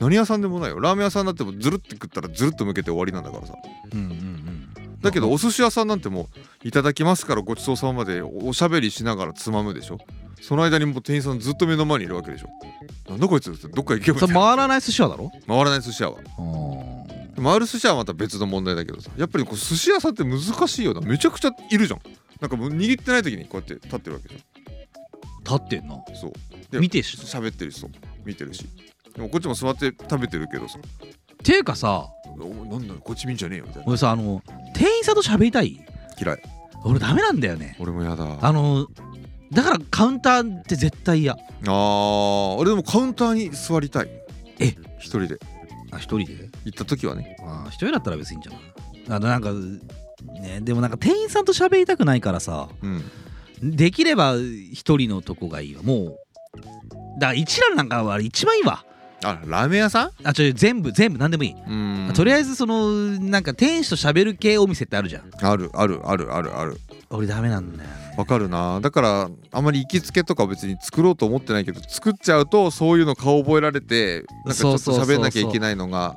S1: 何屋さんでもないよラーメン屋さんだってもうずるって食ったらずるっと向けて終わりなんだからさ
S2: うんうんうん
S1: だけどお寿司屋さんなんてもう「いただきます」からごちそうさままでおしゃべりしながらつまむでしょその間にもう店員さんずっと目の前にいるわけでしょなんだこいつってどっか行けばいい
S2: それ
S1: じゃん
S2: 回らない寿司屋だろ
S1: 回らない寿司屋は
S2: うん
S1: 回る寿司屋はまた別の問題だけどさやっぱりこう寿司屋さんって難しいよなめちゃくちゃいるじゃんなんかもう握ってない時にこうやって立ってるわけじ
S2: 立ってんな
S1: ゃんそうで
S2: 見てし
S1: 喋ってるしそう見てるしでもこっちも座って食べてるけどさ
S2: ていうかさ
S1: 「おなんだよこっち見んじゃねえよ」みたいな
S2: 俺さあの店員さんと喋りたい
S1: 嫌い
S2: 俺ダメなんだよね
S1: 俺もやだあ
S2: あのだからカウンターって絶対嫌
S1: あ俺でもカウンターに座りたい
S2: え
S1: 一人で
S2: あ一人で
S1: 行った時はね
S2: あ一人だったら別にいいんじゃないあのなんかねでもなんか店員さんと喋りたくないからさ
S1: うん
S2: できれば一人のとこがいいわもうだから一覧なんかは一番いいわ
S1: あラーメン屋さ
S2: あちょ全部全部何でもいい、
S1: んうん
S2: とりあえずそのなんか店主と喋る系お店ってあるじゃん
S1: あるあるあるあるある
S2: 俺ダメなんだよ
S1: わかるなだからあまり行きつけとか別に作ろうと思ってないけど作っちゃうとそういうの顔覚えられてなんかちょっと
S2: そうそうそうそう
S1: 喋んなきゃいけないのが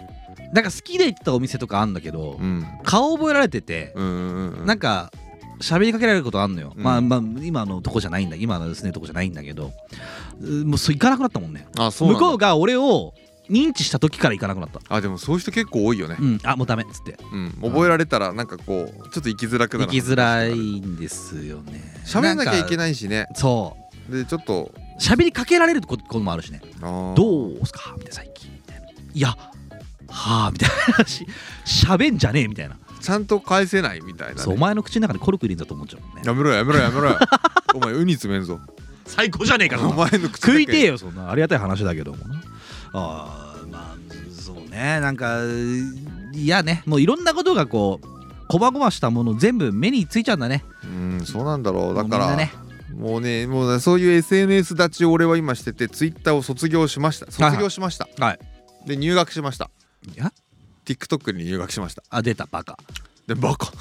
S2: なんか好きで行ったお店とかあんだけど、
S1: うん
S2: 顔覚えられてて、
S1: うんうんうん
S2: なんか喋りかけられることあんのよ、
S1: うん
S2: まあまあ今のとこじゃないんだ今の住んでるとこじゃないんだけどうんもうそう行かなくなったもんね
S1: あそう
S2: 向
S1: なんだ
S2: こうが俺を認知した時から行かなくなった
S1: あでもそういう人結構多いよね
S2: うんあもうダメっつって
S1: うん覚えられたらなんかこうちょっと行きづらくな
S2: 行
S1: る
S2: きづらいんですよね
S1: 喋んなきゃいけ
S2: ない
S1: ないしね
S2: そ
S1: でちょっと
S2: う喋りかけられることもあるしね
S1: あー
S2: どうすかみたいな最近みたいないやはあみたいな話 喋んじゃねえみたいな、
S1: ちゃんと返せないみたいな、
S2: そうお
S1: ね、
S2: 前の口の中にコルク入れんだと思っちゃうもんね
S1: やめろよやめろよやめろ よお前ウニ詰めんぞ
S2: 最高じゃねえかそん
S1: お
S2: な
S1: 前の口だけ
S2: 食いてえよそんなありがたい話だけどもなあーまあそうねなんかいやねもういろんなことがこうこまごましたもの全部目についちゃうんだね
S1: うんそうなんだろうだか
S2: もうみ
S1: ら
S2: んなね
S1: もうねもうねそういう SNS 立ちを俺は今しててツイッターを卒業しました
S2: いはい
S1: 卒業しました、
S2: はい
S1: で入学しました
S2: いや
S1: TikTok に入学しました
S2: あ出たバカ
S1: でバカ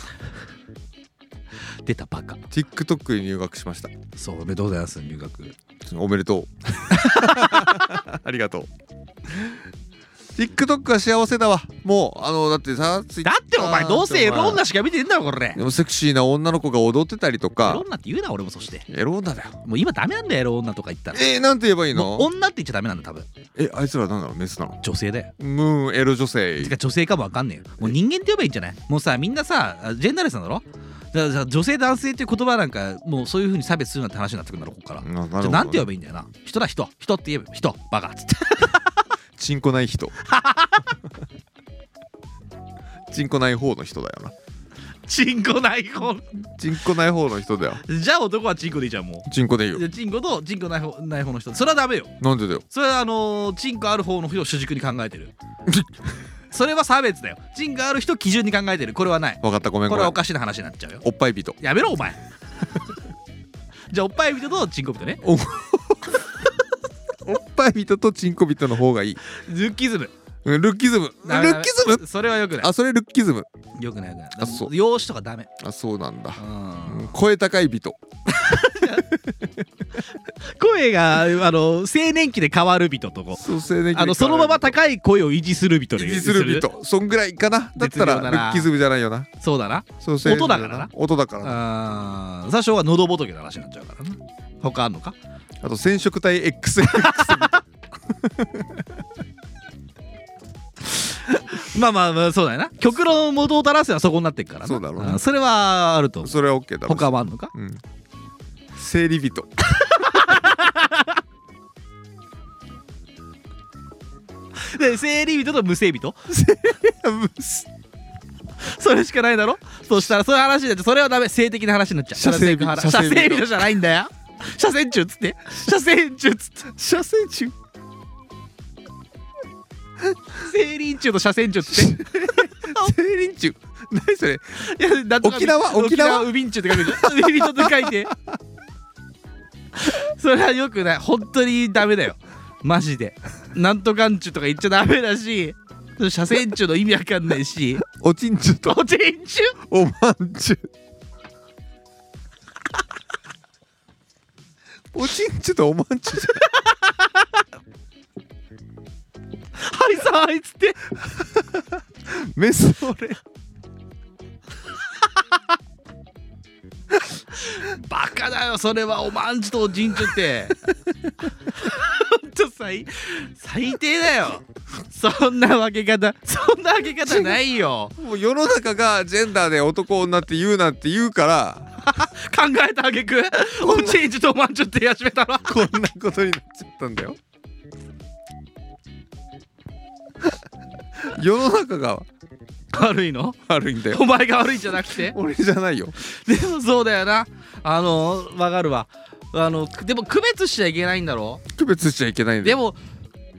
S2: 出たバカ
S1: TikTok に入学しました
S2: そうおめでとうございます入学
S1: おめでとうありがとう TikTok は幸せだわもうあのだってさツイッ
S2: だってお前どうせエロ
S1: だ
S2: 女しか見てんだろこれ
S1: でもセクシーな女の子が踊ってたりと
S2: エロ
S1: か
S2: 女って言うな俺もそして
S1: エロ女だよ
S2: もう今ダメなんだよエロ女とか言ったら
S1: えー、なんて言えばいい
S2: も
S1: の
S2: う女って言っちゃダメなんだ多分
S1: えあいつらなんだろうメスなの
S2: 女性だよ
S1: ムーンエロ女性
S2: てか女性かもわかんねえよもう人間って呼べばいいんじゃないもうさみんなさあジェンダーレスなんだろだからさ女性男性っていう言葉なんかもうそういうふうに差別するなって話になってくるんだろこっから
S1: な
S2: じゃあなんて呼
S1: ぶ
S2: べばいいんだよな人だ人人って言えば人バカっつって
S1: チンコない人 チンコない方の人だよな
S2: チンコない方
S1: チンコない方の人だよ
S2: じゃあ男はチンコでいいじゃんも
S1: チンコでいいうよ
S2: でチンコとチンコない方ない方の人それはダメよ
S1: なんでだよ
S2: それはあのーチンコある方の人を主軸に考え てるそれは差別だよチンコある人基準に考えてるこれはない
S1: わかったごめんご
S2: こ
S1: め
S2: れ
S1: ん
S2: はおかしな話になっちゃうよ
S1: おっぱい人
S2: やめろお前 じゃあおっぱい人とチンコ人ね
S1: おっぱい人とチンコ人の方がいい
S2: ルッキズム
S1: うんルッキズムル
S2: ダメダ
S1: ッ
S2: メ
S1: キズム
S2: それはよくない
S1: あそれルッキズム
S2: よくないよくない
S1: あそう
S2: 容姿とかダメ
S1: あそうなんだ
S2: う
S1: うん
S2: ん
S1: 声高い人
S2: 声があの青年期で変わる人とこ
S1: そう青年期
S2: あのそのまま高い声を維持する人で
S1: 維持する人そんぐらいかなだったら
S2: 絶妙だ
S1: ル
S2: な
S1: ッキズムじゃないよな
S2: そうだな
S1: そう青年期
S2: 音だからな
S1: 音だからな
S2: あー最初は喉仏の話になっちゃうからな他あんのか
S1: あと染色体 X
S2: まあまあまあそうだよな極論を元を垂らすのはそこになってっからな
S1: そうだろうな
S2: あそれはあると思う
S1: それは OK だろ
S2: 他はあんのか
S1: うん生理人
S2: で生理人と無 性
S1: 射
S2: 人それしかないだろそしたらそういう話になってそれはダメ性的な話になっちゃう
S1: 射精人
S2: 射精人射精人じゃないんだよ射精中っつって射精中っつって
S1: 精中
S2: 生理中と射精中っつって
S1: 生理中何それ
S2: いやなんとか
S1: 沖縄沖縄
S2: ウビンチュって書いてるウビンチュって書いて それはよくない本当にダメだよマジでなんとかんちゅとか言っちゃダメだし射精中の意味わかんないし
S1: おちんちゅ と
S2: おちんちゅ
S1: おまんちゅ おちんちゅとおまんちゅじ
S2: はいさーいっつって
S1: ゃんメス俺
S2: バカカだよそれはおまんじとおちんちゅってほんと最最低だよそんな分け方そんな分け方ないよ
S1: もう世の中がジェンダーで男女って言うなって言うから
S2: 考えたあげくおちんちゅとおまんじゅって言い始めたら
S1: こんなことになっちゃったんだよ世の中が
S2: 悪いの
S1: 悪いんだよ
S2: お前が悪いんじゃなくて
S1: 俺じゃないよ
S2: でもそうだよなあのわかるわあのでも区別しちゃいけないんだろ
S1: 区別しちゃいけないんだ
S2: で
S1: よ
S2: も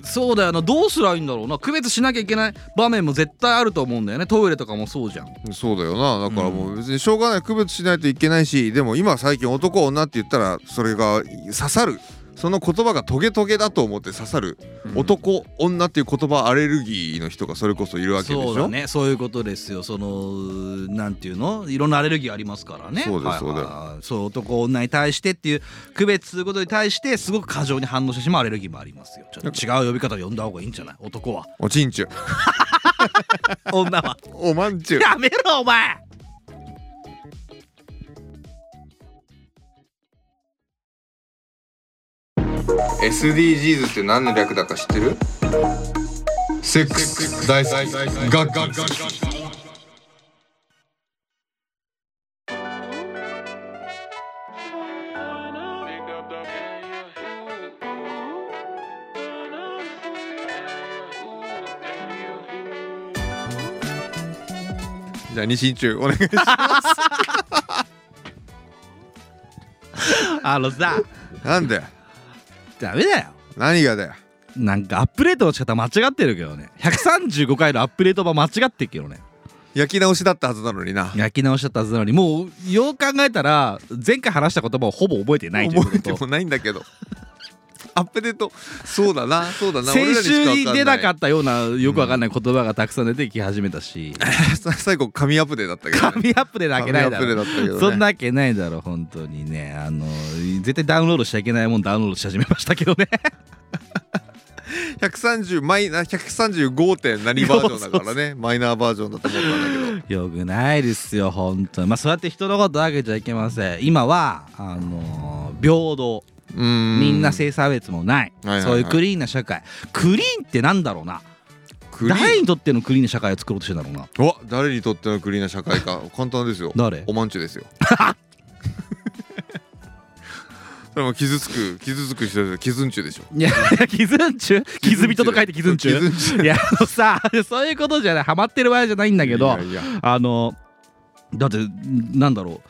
S2: そうだよなどうすりゃいいんだろうな区別しなきゃいけない場面も絶対あると思うんだよねトイレとかもそうじゃん
S1: そうだよなだからもう別にしょうがない区別しないといけないしでも今最近男女って言ったらそれが刺さるその言葉がトゲトゲだと思って刺さる、男女っていう言葉アレルギーの人がそれこそいるわけでしょ
S2: そうだねそういうことですよそのなんていうのいろんなアレルギーありますからね
S1: そうです
S2: はいはい
S1: そう
S2: はいそう男女に対してっていう区別することに対してすごく過剰に反応してしまうアレルギーもありますよちょっと違う呼び方で呼んだ方がいいんじゃない男は
S1: おちんちゅ
S2: 女は
S1: おまんちゅ
S2: やめろお前
S1: SDGs って何の略だか知ってるセックス大好きガッガッガッじゃあ二進中お願いしま
S2: あのさ
S1: す なんだよ
S2: ダメだよ
S1: 何がだよ
S2: なんかアップデートの仕方間違ってるけどね135回のアップデート版間違ってるけどね
S1: 焼き直しだったはずなのにな
S2: 焼き直しちゃったはずなのにもうよう考えたら前回話した言葉をほぼ覚えてないという
S1: 覚えて
S2: こ
S1: もないんだけどアップデートそうだなそうだ
S2: と
S1: な
S2: 先週に出なか
S1: っ
S2: ったようなよくわかんない言葉がたくさん出てき始めたし、
S1: た最後紙アップデートだったけど、ね、
S2: 紙アップでだけないだろ、
S1: 紙アップデートだったけどね
S2: そんなわけないだろ本当にねあの絶対ダウンロードしちゃいけないもんダウンロードし始めましたけどね
S1: 130マイナ135点何バージョンだからねマイナーバージョンだと思ったんだけど
S2: よくないですよ本当にまあそうやって人のことあげちゃいけません今はあの平等
S1: うーん
S2: みんな性差別もない、
S1: はいはいはい
S2: そういうクリーンな社会クリーンってなんだろうな
S1: クリーン
S2: 誰にとってのクリーンな社会を作ろうとしてんだろうな
S1: うわ誰にとってのクリーンな社会か簡単ですよ
S2: 誰
S1: おまんちゅ ですよそれも傷つく傷つく人ですよ傷んちゅでしょ
S2: いや傷んちゅ 傷人と書いて傷んちゅ
S1: 傷んちゅ
S2: いやあのさそういうことじゃないハマってる場合じゃないんだけど
S1: いやいや
S2: あのだってなんだろ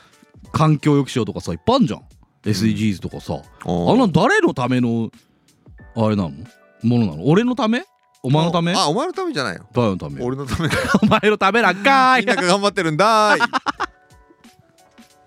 S2: う環境抑止用とかさいっぱいあんじゃん SDGs とかさ、
S1: あ
S2: あの誰のためのあれなのものなの俺のためお前のため
S1: あお前のためじゃないよ
S2: 誰のため
S1: 俺の ためだよ
S2: お前のためなんか
S1: み
S2: ー
S1: んないが頑張ってるんだーい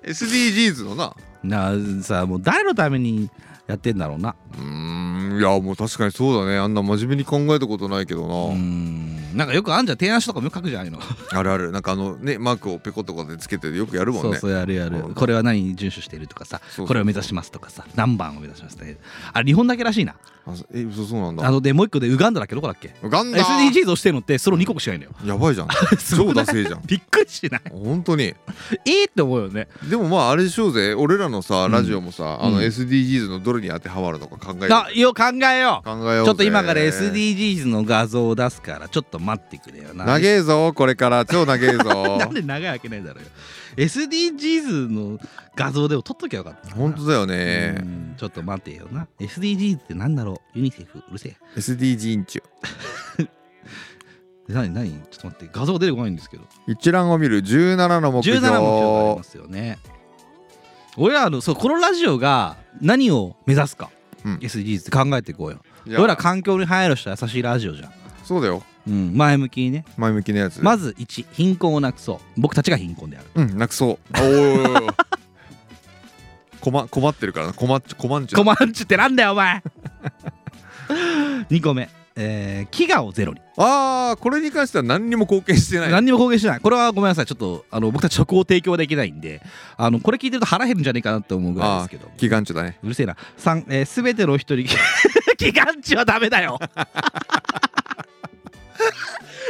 S1: SDGs のな
S2: なあさもう誰のためにやってんだろうな
S1: うーんいやもう確かにそうだねあんな真面目に考えたことないけどな、
S2: うーんなんかよくあんじゃん提案書とかもよく書くじゃないの、
S1: あるあるなんかあのねマークをペコッとこでつけてよくやるもんね
S2: そうそうやるやる
S1: うん
S2: これは何に遵守しているとかさ
S1: そうそう
S2: これを目指しますとかさ何番を目指しますってあれ日本だけらしいな
S1: あそえ嘘そうなん
S2: あ
S1: だ
S2: のでもう一個でウガンダだっけどこだっけ
S1: ガンダ
S2: SDGs をしてるのってその2国しかいないんだよ
S1: やばい じゃん
S2: す
S1: 超
S2: ごくな
S1: ダ
S2: い
S1: セえじゃん
S2: びっくりしない
S1: 本当に
S2: ええって思うよね
S1: でもまああれでしょうぜ俺らのさ
S2: ん
S1: ラジオもさ、あ
S2: う
S1: の
S2: ん
S1: SDGs のどれに当てはまるのか考えて
S2: あよ考えよう
S1: 考えようぜ
S2: ちょっと今から SDGs の画像を出すからちょっと待ってくれよな
S1: 長えぞこれから超長えぞ
S2: なんで長いわけないだろうよ SDGs の画像でも撮っときゃよかったな
S1: 本当だよね
S2: うんちょっと待てよな SDGs ってなんだろうユニセフうるせえ
S1: SDG インチ
S2: え何何ちょっと待って画像出てこないんですけど
S1: 一覧を見る17の目標
S2: 17目標がありますよね俺らのそうこのラジオが何を目指すか、
S1: うん
S2: SDGs って考えていこうよ
S1: いや
S2: 俺ら環境に配慮した優しいラジオじゃん、
S1: そうだよ
S2: うん、前向きにね
S1: 前向きなやつ
S2: まず1貧困をなくそう僕たちが貧困である
S1: うんなく そうおー困困ってるからな困っち困んちゅ
S2: コマンチってなんだよお前 2個目、えー飢餓をゼロに
S1: ああこれに関しては何にも貢献してない
S2: 何にも貢献してないこれはごめんなさいちょっとあの僕たち食を提供はできないんであのこれ聞いてると腹減るんじゃねえかなって思うぐらいですけど
S1: 祈願中だね
S2: うるせえな3えー、全ての 一人祈願地はダメだよ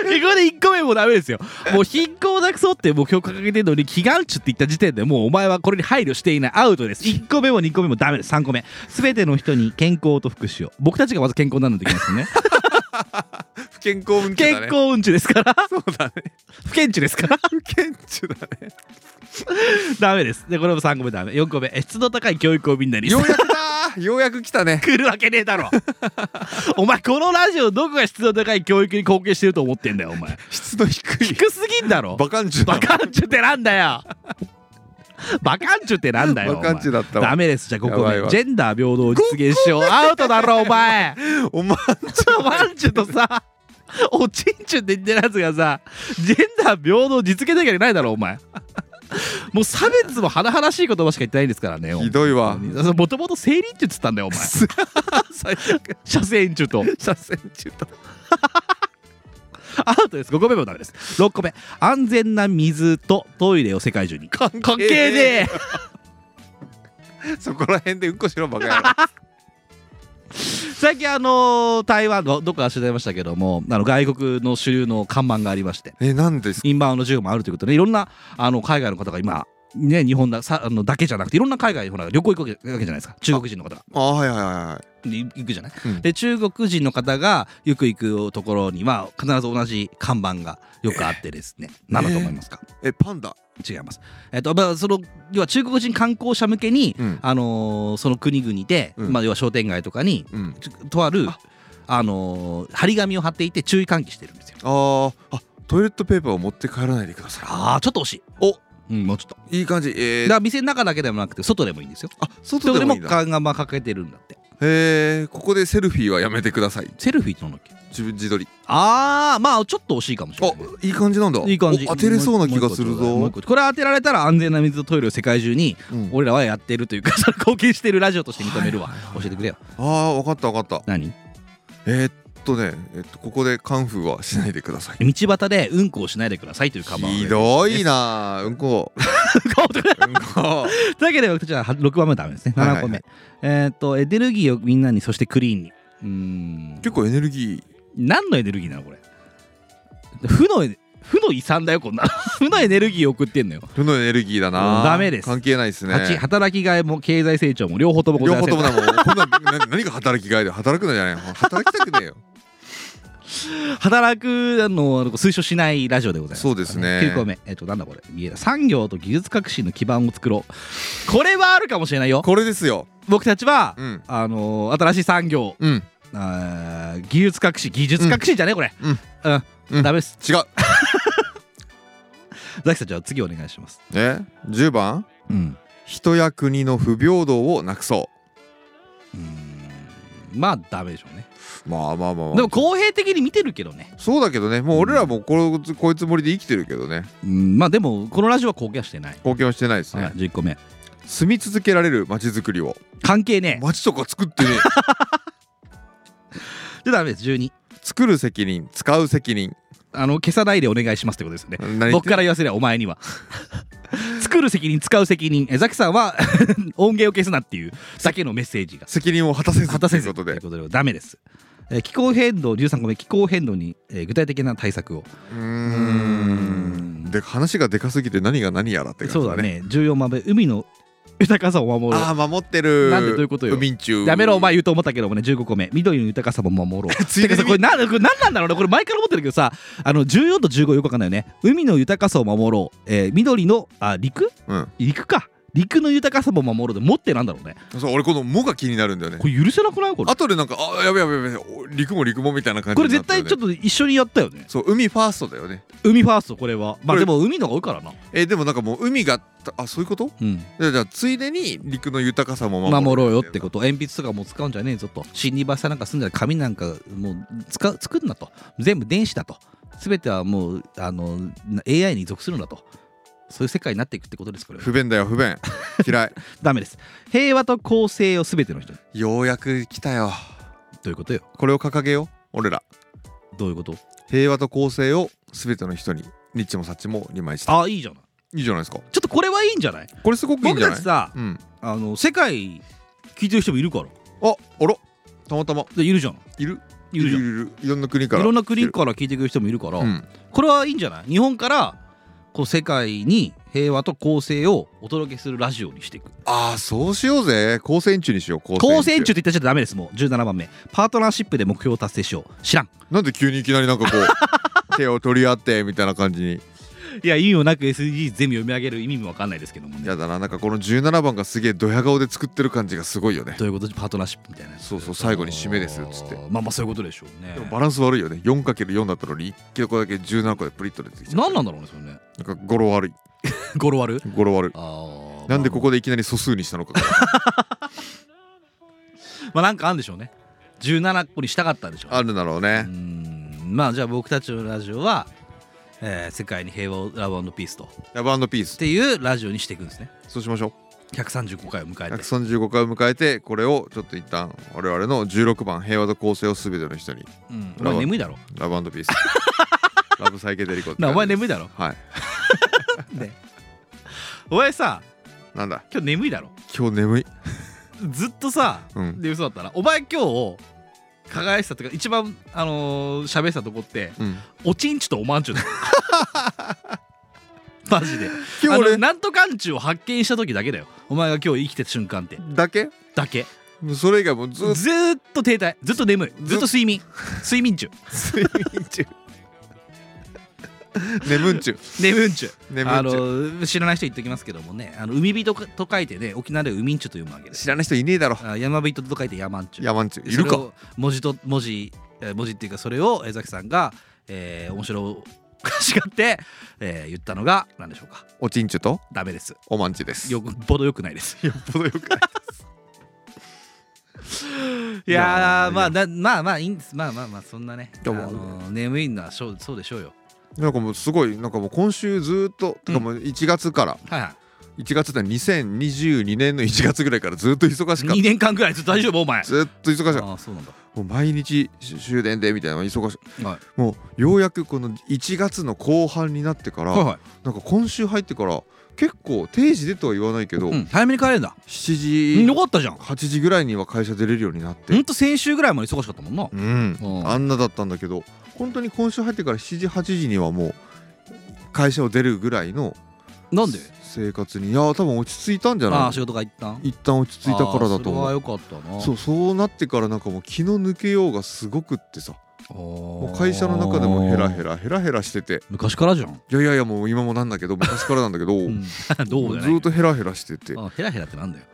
S2: えこれで1個目もうダメですよもう貧困をなくそうっていう目標を掲げてるのに祈願中って言った時点でもうお前はこれに配慮していないアウトです1個目も2個目もダメです3個目全ての人に健康と福祉を僕たちがまず健康になるのできます よね
S1: 不健康運気だ
S2: 健
S1: ね
S2: 康うんちですから
S1: そうだね
S2: 不健中ですから
S1: 不健中だね
S2: ダメですでこれも3個目ダメ4個目え質の高い教育をみんなに
S1: ようやくだーようやく来た ね
S2: 来るわけねえだろお前このラジオどこが質の高い教育に貢献してると思ってんだよお前
S1: 質の低い
S2: 低すぎんだろ
S1: バカン中だ
S2: バカンチュってなんだよバカンチュってなんだよお
S1: バ
S2: 前
S1: カンチュだったわ
S2: ダメですじゃあここ
S1: やばい
S2: で
S1: わ
S2: ジェンダー平等を実現しようアウトだろお 前
S1: おまん
S2: そうバンチュとさおちんちゅって言ってるやつがさジェンダー平等を実現できないだろお前もう差別も甚だしい言葉しか言ってないんですからね
S1: ひどいわ
S2: もともと生理中っつったんだよお前
S1: 最悪
S2: 射精中と
S1: 車線中だ
S2: アウトです5個目もダメです6個目安全な水とトイレを世界中に関係ねえ
S1: そこら辺でうんこしろバカ野 郎
S2: 最近あのー台湾のどこか知りましたけどもあの外国の主流の看板がありまして
S1: えなんです
S2: インバウンド需要もあるということでいろんなあの海外の方が今ね日本ださあのだけじゃなくていろんな海外ほら旅行行くわけわけじゃないですか中国人の方が
S1: あはいはいは
S2: で行くじゃない、
S1: うん
S2: で中国人の方がよく行くところには必ず同じ看板がよくあってですね、何だと思いますか、
S1: いえパンダ
S2: 違います。えっとまあ、その要は中国人観光者向けに、
S1: うん
S2: あのーその国々で、
S1: うん
S2: まあ、要は商店街とかに
S1: うん
S2: ちとある
S1: あ
S2: あのー張り紙を貼っていて注意喚起してるんですよ。
S1: あーあトイレットペーパーを持って帰らないでくださ
S2: ああちょっと惜しい。
S1: お
S2: うん、もうちょっと。
S1: いいい感じえ
S2: だ
S1: ー
S2: から店の中だけでもなくて外でもいいんですよ。
S1: あ
S2: そ
S1: 外
S2: れ
S1: で
S2: で
S1: も
S2: も
S1: いいんだ
S2: 看板掲げてるんだって。
S1: へえここでセルフィーはやめてください
S2: セルフィーってなんだっけ
S1: 自分自撮り
S2: ああまあちょっと惜しいかもしれないね。
S1: あいい感じなんだ
S2: いい感じ
S1: お当てれそうな気がする
S2: もう
S1: ぞ
S2: 一個これ当てられたら安全な水とトイレを世界中に
S1: うん
S2: 俺らはやってるというか それ貢献してるラジオとして認めるわ
S1: はいはいは
S2: 教
S1: い
S2: えてくれよ
S1: ああ分かった分かった
S2: 何
S1: えーっとねえっとここでカンフーはしないでください
S2: 道端でうんこをしないでくださいという看板を
S1: ひどいなあうんこうんこ
S2: だけで僕たちは6番目はダメですね
S1: はいはい
S2: 7個目、えーっとエネルギーをみんなにそしてクリーンにうーん
S1: 結構エネルギ
S2: 何のエネルギーなのこれ負のエネ負の遺産だよこんな の負のエネルギーを送ってんのよ、
S1: ー負のエネルギーだな
S2: うんダメです
S1: 関係ないですね
S2: 八働きがいも経済成長も両方ともござ
S1: 両
S2: いま
S1: 方
S2: せん
S1: ともだもんこんなんな何が働きがいで働くのじゃないの働きたくねえよ
S2: 働くあのあの推奨しないラジオでございます、
S1: そうですね
S2: 9個目えっとなんだこれ見えない産業と技術革新の基盤を作ろうこれはあるかもしれないよ
S1: これですよ
S2: 僕たちは、
S1: うん
S2: あの新しい産業
S1: うん
S2: あー技術革新技術革新じゃねえ、これ
S1: うん
S2: うん、
S1: うん
S2: ダメです
S1: 違う
S2: ザキさんじゃあ次お願いします
S1: え10番
S2: うん
S1: 人や国の不平等をなくそう
S2: ーんまあダメでしょうね
S1: うまあまあまあ、まあ、
S2: でも公平的に見てるけどね
S1: そうだけどねもう俺らもこうこういうつもりで生きてるけどね
S2: うんまあでもこのラジオは貢献はしてない、
S1: 貢献はしてないですね、
S2: はい、11個目
S1: 住み続けられる街づくりを
S2: 関係ね
S1: 街とか作ってね
S2: えでダメです12
S1: 作る責任使う責任
S2: あの消さないでお願いしますってことですよね
S1: 何言っ
S2: 僕
S1: て
S2: から言わせりゃお前には 作る責任使う責任えザキさんは 音源を消すなっていうだけのメッセージが
S1: 責任を果たせず
S2: 果たせず
S1: ということ
S2: とい
S1: で
S2: うことでダメです、えー気候変動13個目気候変動に、えー具体的な対策を
S1: うーんで話がでかすぎて何が何やらって感じだね
S2: そうだね14番目海の豊かさを守ろ
S1: ああ守ってる
S2: なんでどういうことよ
S1: 不眠中
S2: うやめろお前言うと思ったけどもね15個目緑の豊かさも守ろう
S1: つい
S2: て
S1: で
S2: か
S1: に
S2: さこれなんこれ何なんだろうねこれ前から思ってるけどさあの14と15よくわかんないよね海の豊かさを守ろう、えー緑のあ陸
S1: うん
S2: 陸か陸の豊かさも守ろうで持ってなんだろうね
S1: そう俺この「も」が気になるんだよね
S2: これ許せなくないこれ
S1: 後でなんか「あやべやべやべお陸も陸も」みたいな感じ
S2: これ
S1: にな
S2: 絶
S1: ったよ
S2: 対
S1: ね
S2: ちょっと一緒にやったよね
S1: そう海ファーストだよね
S2: 海ファーストこれは
S1: こ
S2: まあ
S1: れ
S2: でも海の方が多いからな
S1: えーでもなんかもう海がたあそういうこと
S2: うん
S1: じゃあじゃあついでに陸の豊かさも守
S2: 守ろうよって
S1: と
S2: こと鉛筆とかもう使うんじゃねえぞと死にばさなんかすんじゃ紙なんかもう使う作るなと全部電子だと全てはもうあのな AI に属するんだとそういう世界になっていくってことですこれは
S1: 不便だよ不便嫌い
S2: ダメです平和と公正を全ての人に
S1: ようやく来たよ
S2: どういうことよ
S1: これを掲げよう俺ら
S2: どういうこと
S1: 平和と公正を全ての人にニッチもサッチも二枚した
S2: ああいいじゃない
S1: いいじゃないですか
S2: ちょっとこれはいいんじゃない
S1: これすごくいいん
S2: 僕
S1: じゃ
S2: た
S1: な
S2: ち
S1: い
S2: さ
S1: うん
S2: あの世界聞いてる人もいるから
S1: ああらたまたま
S2: でいるじゃん
S1: いる
S2: いるじゃん
S1: いるいろんな国
S2: い
S1: から
S2: ろんな国から聞いてくる人もいるから、
S1: うん
S2: これはいいんじゃない日本からこう世界に平和と公正をお届けするラジオにしていく
S1: ああそうしようぜ高専中にしよう高
S2: 当選中って言ったらちょっとダメですもう17番目パートナーシップで目標を達成しよう知らん
S1: なんで急にいきなりなんかこう 手を取り合ってみたいな感じに
S2: いや意味もなく SDGs 全部読み上げる意味も分かんないですけどもね
S1: やだななんかこの17番がすげえドヤ顔で作ってる感じがすごいよね
S2: どういうことパートナーシップみたいなやつ
S1: そうそう最後に締めですっつって
S2: まあまあそういうことでしょうね
S1: でもバランス悪いよね 4×4 だったのに1個だけ17個でプリッと出てきちゃう
S2: 何なんだろうねそれね
S1: なんか語呂悪い
S2: 語呂悪い
S1: 語呂悪い
S2: あー
S1: なんでこ
S2: ま
S1: こでいきなり素数にしたのか
S2: あ、まあなんかあるんでしょうね17個にしたかったんでしょうね
S1: あるだろう
S2: う
S1: ね
S2: ーんまあじゃあ僕たちのラジオは、えー世界に平和をラブピースとっ
S1: ラブピース
S2: ていうラジオにしていくんですね
S1: そうしましょ
S2: 135回を迎
S1: う
S2: えて
S1: 135回を迎えてこれをちょっと一旦我々の16番平和と公正を全ての人に
S2: うん、お前眠いだろ
S1: ラブ ピースラブサイケデリコって
S2: なあお前
S1: 感じ
S2: 眠いだろ
S1: はい
S2: ね お前さ
S1: なんだ
S2: 今日眠いだろ
S1: 今日眠い
S2: ずっとさ、
S1: うん
S2: で嘘だったらお前今日輝いてたとか一番あのー喋、ってたとこって
S1: うん
S2: おちんちとおまんちゅ だよマジで
S1: 今
S2: あ
S1: 日
S2: の
S1: 俺
S2: なんとかんちゅを発見した時だけだよお前が今日生きてた瞬間って
S1: だけ
S2: だけ
S1: それ以外もず
S2: ず
S1: っと
S2: ーっと停滞ずっと眠い
S1: ず
S2: ずっと睡眠睡眠中
S1: 睡眠中 眠んちゅ
S2: 眠ん中
S1: 眠
S2: あ
S1: んちゅ
S2: の知らない人言っておきますけどもねあの海人と書いてね沖縄では海んちゅと読むわけです
S1: 知らない人いねえだろ
S2: あ山人と書いて山んちゅ
S1: 山んちゅい
S2: そ
S1: る
S2: れ
S1: か
S2: を文字と文字えー文字っていうかそれを江崎さんが、えー、面白おかしがって、えー言ったのが何でしょうか
S1: おちんちゅと
S2: ダメです
S1: おまんちゅです
S2: よ
S1: よ
S2: っぽどよくないですいや
S1: っぽどよくない
S2: ー
S1: いやー
S2: まあなまあまあいいんですまあまあまあそんなね、あ
S1: どうも
S2: のー眠いのはそうそうでしょうよ
S1: なんかもうすごいなんかもう今週ずーっと、てかもう1月から
S2: はいはい
S1: 1月だ2022年の1月ぐらいからずーっと忙しかっ
S2: 2年間ぐらいずっと大丈夫お前
S1: たずーっと忙しかったも
S2: ああそうなんだ、
S1: う毎日し終電でみたいなのが忙しい
S2: はい、
S1: もうようやくこの1月の後半になってから、
S2: はいはい
S1: なんか今週入ってから結構定時でとは言わないけど、
S2: うん、早めに帰れるんだ
S1: 7時
S2: よかったじゃん
S1: 8時ぐらいには会社出れるようになって
S2: ほんと先週ぐらいまで忙しかったもんな
S1: うん、
S2: うん
S1: あんなだったんだけど本当に今週入ってから7時8時にはもう会社を出るぐらいの
S2: なんで
S1: 生活にいやー多分落ち着いたんじゃ
S2: あ
S1: な
S2: あ仕
S1: い
S2: 事が一旦
S1: 一旦落ち着いたからだと
S2: ああそれは
S1: 思う
S2: よかったな
S1: そうそうなってからなんかもう気の抜けようがすごくってさも
S2: も
S1: う会社の中でもヘラヘ
S2: ラ
S1: ラヘラヘラしてて
S2: 昔からじゃん、
S1: いやいやいやもう今もなんだけど昔からなんだけど、
S2: ど う
S1: ず
S2: じゃな
S1: ー
S2: い
S1: っとヘラヘラしてて
S2: あヘラヘラってなんだよ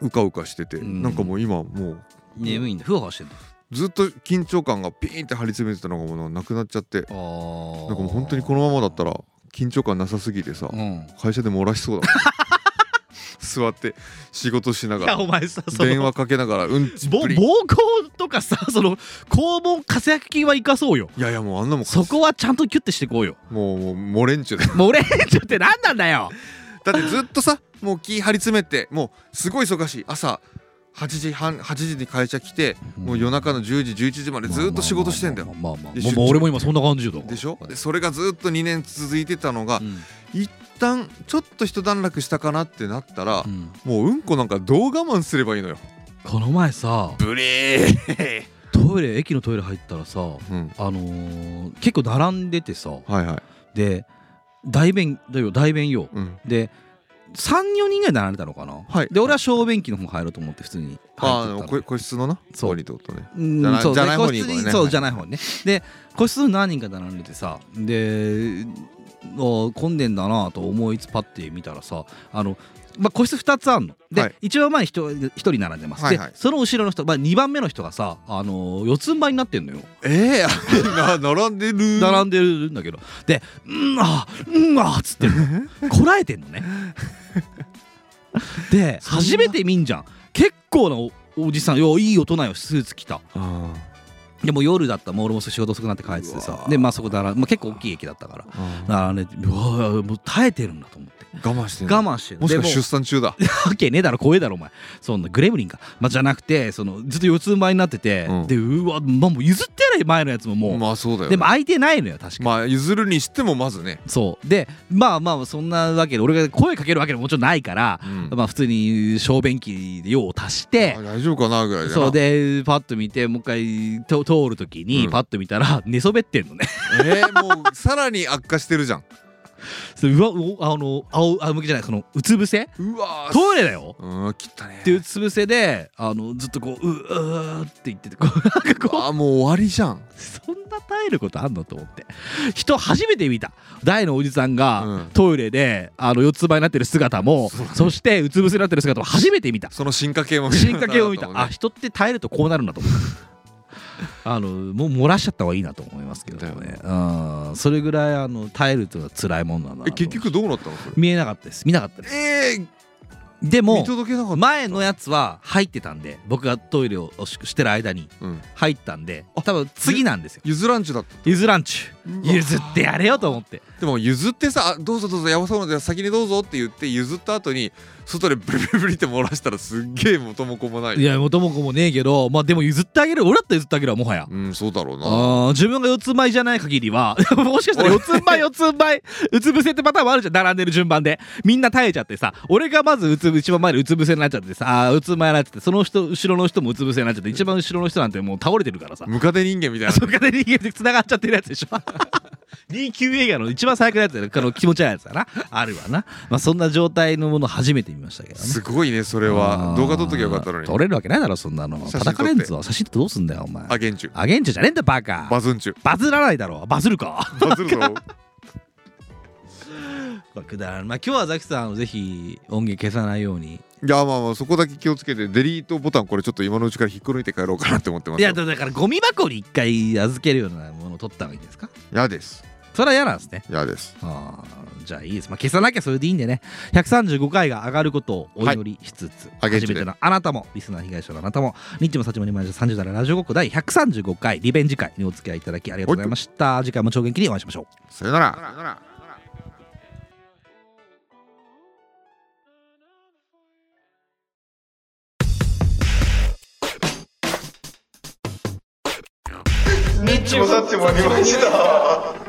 S1: うかうかしてて、
S2: うん
S1: なんかもう今もう
S2: 眠いんだふわふわしてんだ
S1: ずっと緊張感がピーンって張り詰めてたのがもうなくなっちゃって
S2: あー
S1: なんかもう本当にこのままだったら緊張感なさすぎてさ、
S2: うん
S1: 会社で漏らしそうだ 座って仕事しないが
S2: や
S1: ら
S2: お前さそ
S1: 電
S2: の
S1: 話かけながらうんち
S2: ぼ
S1: ぷ
S2: 暴
S1: り
S2: 行とかさその肛門活躍金は生かそうよ
S1: いやいやもうあんなもん
S2: そこはちゃんとキュッてしてこうよ
S1: もうもう漏れんちゅうだ
S2: もう俺ちょって何なんだよ
S1: だってずっとさもう気張り詰めてもうすごい忙しい朝8時半8時に会社来て、もう夜中の10時11時までずっと仕事してんだよ、
S2: まあまあまあまあ
S1: で
S2: まあ
S1: 出
S2: まあ
S1: 張
S2: 俺も今そんな感じよだから
S1: でしょでそれがずっと2年続いてたのが、
S2: うん
S1: 一旦ちょっと一段落したかなってなったら
S2: う、ん
S1: もううんこなんかどう我慢すればいいのよ
S2: この前さ
S1: ブレー
S2: トイレ駅のトイレ入ったらさ
S1: うん
S2: あのー結構並んでてさ
S1: はいはい
S2: で大便だよ大便用
S1: うん
S2: で34人ぐらい並んでたのかな、
S1: はい
S2: で俺は小便器の方入ろうと思って普通に
S1: あ
S2: 入って
S1: ー
S2: った
S1: こ
S2: の
S1: 個室のな
S2: そう
S1: 方にってことね
S2: うん
S1: じゃな
S2: そう
S1: じゃない
S2: で
S1: 方に
S2: 個室
S1: 行こうね
S2: そ
S1: は
S2: う
S1: い
S2: じゃない方にねで個室に何人か並んでてさでお混んでんだなと思いつパッて見たらさあの、まあ、個室2つあんので、
S1: はい
S2: 一番前に 1, 人並んでます、
S1: はいはい
S2: でその後ろの人、まあ、2番目の人がさ、あの四つん這いになってんのよ
S1: ええー、な並んでる
S2: 並んでるんだけどで「うんあうんあ」っつってる のこらえてんのねで
S1: そんな
S2: 初めて見んじゃん結構なおおじさんよいい大人よスーツ着た
S1: あ
S2: でもう夜だったもう俺も仕事遅くなって帰ってて
S1: う
S2: さ
S1: わー
S2: でまあそこだら、まあ、結構大きい駅だったから
S1: ー
S2: 並んでてうわーもう耐えてるんだと思って
S1: 我慢してんの
S2: 我慢してる
S1: もしか
S2: で
S1: して出産中だ
S2: わけねえだろ怖えだろお前そんなグレムリンか、まあ、じゃなくてそのずっと四つん這いになってて、
S1: うん
S2: でうわ、まあ、もう譲ってやれ前のやつももう、
S1: まあそうだよ、ね、
S2: でも空いてないのよ確かに
S1: まあ譲るにしてもまずね、
S2: そうでまあまあそんなわけで俺が声かけるわけでももちろんないから、
S1: うん
S2: まあ普通に小便器で用を足して
S1: あ大丈夫かなぐらいだな
S2: そうでパッと見てもう一回ト通る時に
S1: うん
S2: パッと見たら寝そべってんのね
S1: えー、もうさらに悪化してるじゃん
S2: そううわおあの仰仰向けじゃないそのうつ伏せ
S1: うわー
S2: トイレだよ
S1: うん切ったね
S2: ってうつ伏せであのずっとこうううーって言っててこう なんかこう
S1: あもう終わりじゃん
S2: そんな耐えることあんのと思って人初めて見た大のおじさんが、
S1: うん
S2: トイレであの四つ葉になってる姿も
S1: そうだね
S2: そしてうつ伏せになってる姿も初めて見た
S1: その進化系も
S2: 進化系を見た、あ
S1: あ
S2: 人って耐えるとこうなるんだと思うあのもう漏らしちゃった方がいいなと思いますけど
S1: だ
S2: ねうんそれぐらいあの耐えるというのは辛いもんなんだな
S1: え
S2: と
S1: 結局どうなったのそれ
S2: 見えなかったです見なかったです
S1: えー、
S2: で
S1: 見
S2: も
S1: 届けなかった
S2: 前のやつは入ってたんで僕がトイレをししてる間に
S1: うん
S2: 入ったんで多分次なんですよ
S1: 譲らんちゅだった
S2: 譲らんちゅう
S1: うわ
S2: 譲ってやれよと思って
S1: でも譲ってさあ「どうぞどうぞやばそうなので先にどうぞ」って言って譲った後に外でブリブリブリって漏らしたらすっげえ元も子もない
S2: いや元も子もねえけどまあでも譲ってあげる俺だったら譲ってあげるわもはや
S1: うんそうだろうな
S2: あー自分が四つん這いじゃない限りは もしかしたら四つん這い四つん這いうつ伏せってパターンもあるじゃん並んでる順番でみんな耐えちゃってさ俺がまずうつぶ一番前でうつ伏せになっちゃってさあーうつん這いになっちゃってその人後ろの人もうつ伏せになっちゃって一番後ろの人なんてもう倒れてるからさ
S1: ムカデ人間みたいな
S2: そっから人間で繋がっちゃってるやつでしょ D 級映画の一番最悪なやつだよあの気持ち悪いやつだなあるわな、まあ、そんな状態のもの初めて見ましたけどね
S1: すごいねそれは
S2: あー
S1: 動画撮っときゃよかったのに
S2: 撮れるわけないだろそんなの
S1: 写真撮って
S2: 叩かれんぞ写真ってどうすんだよお前
S1: あげんちゅ
S2: あげんちゅじゃねえんだバカ
S1: バズンちゅ
S2: バズらないだろバズるか
S1: バズるぞ
S2: くだらんまあ今日はザキさんをぜひ音源消さないように
S1: いやまあまあそこだけ気をつけてデリートボタンこれちょっと今のうちから引っこ抜いて帰ろうかなって思ってま
S2: い
S1: すよ
S2: やだからゴミ箱に一回預けるようなものを取った方がいいんですか
S1: 嫌です
S2: それは嫌なんですね
S1: 嫌です
S2: あーじゃあいいです、まあ、消さなきゃそれでいいんでね135回が上がることをお祈りしつつ、
S1: はい
S2: 初めてのあなたもリスナー被害者のあなたもニッチもサチもにまいじ30代ラジオごっこ第135回リベンジ会にお付き合いいただきありがとうございました次回も超元気にお会いしましょう
S1: さよなら
S3: ニッチもサッチもありました。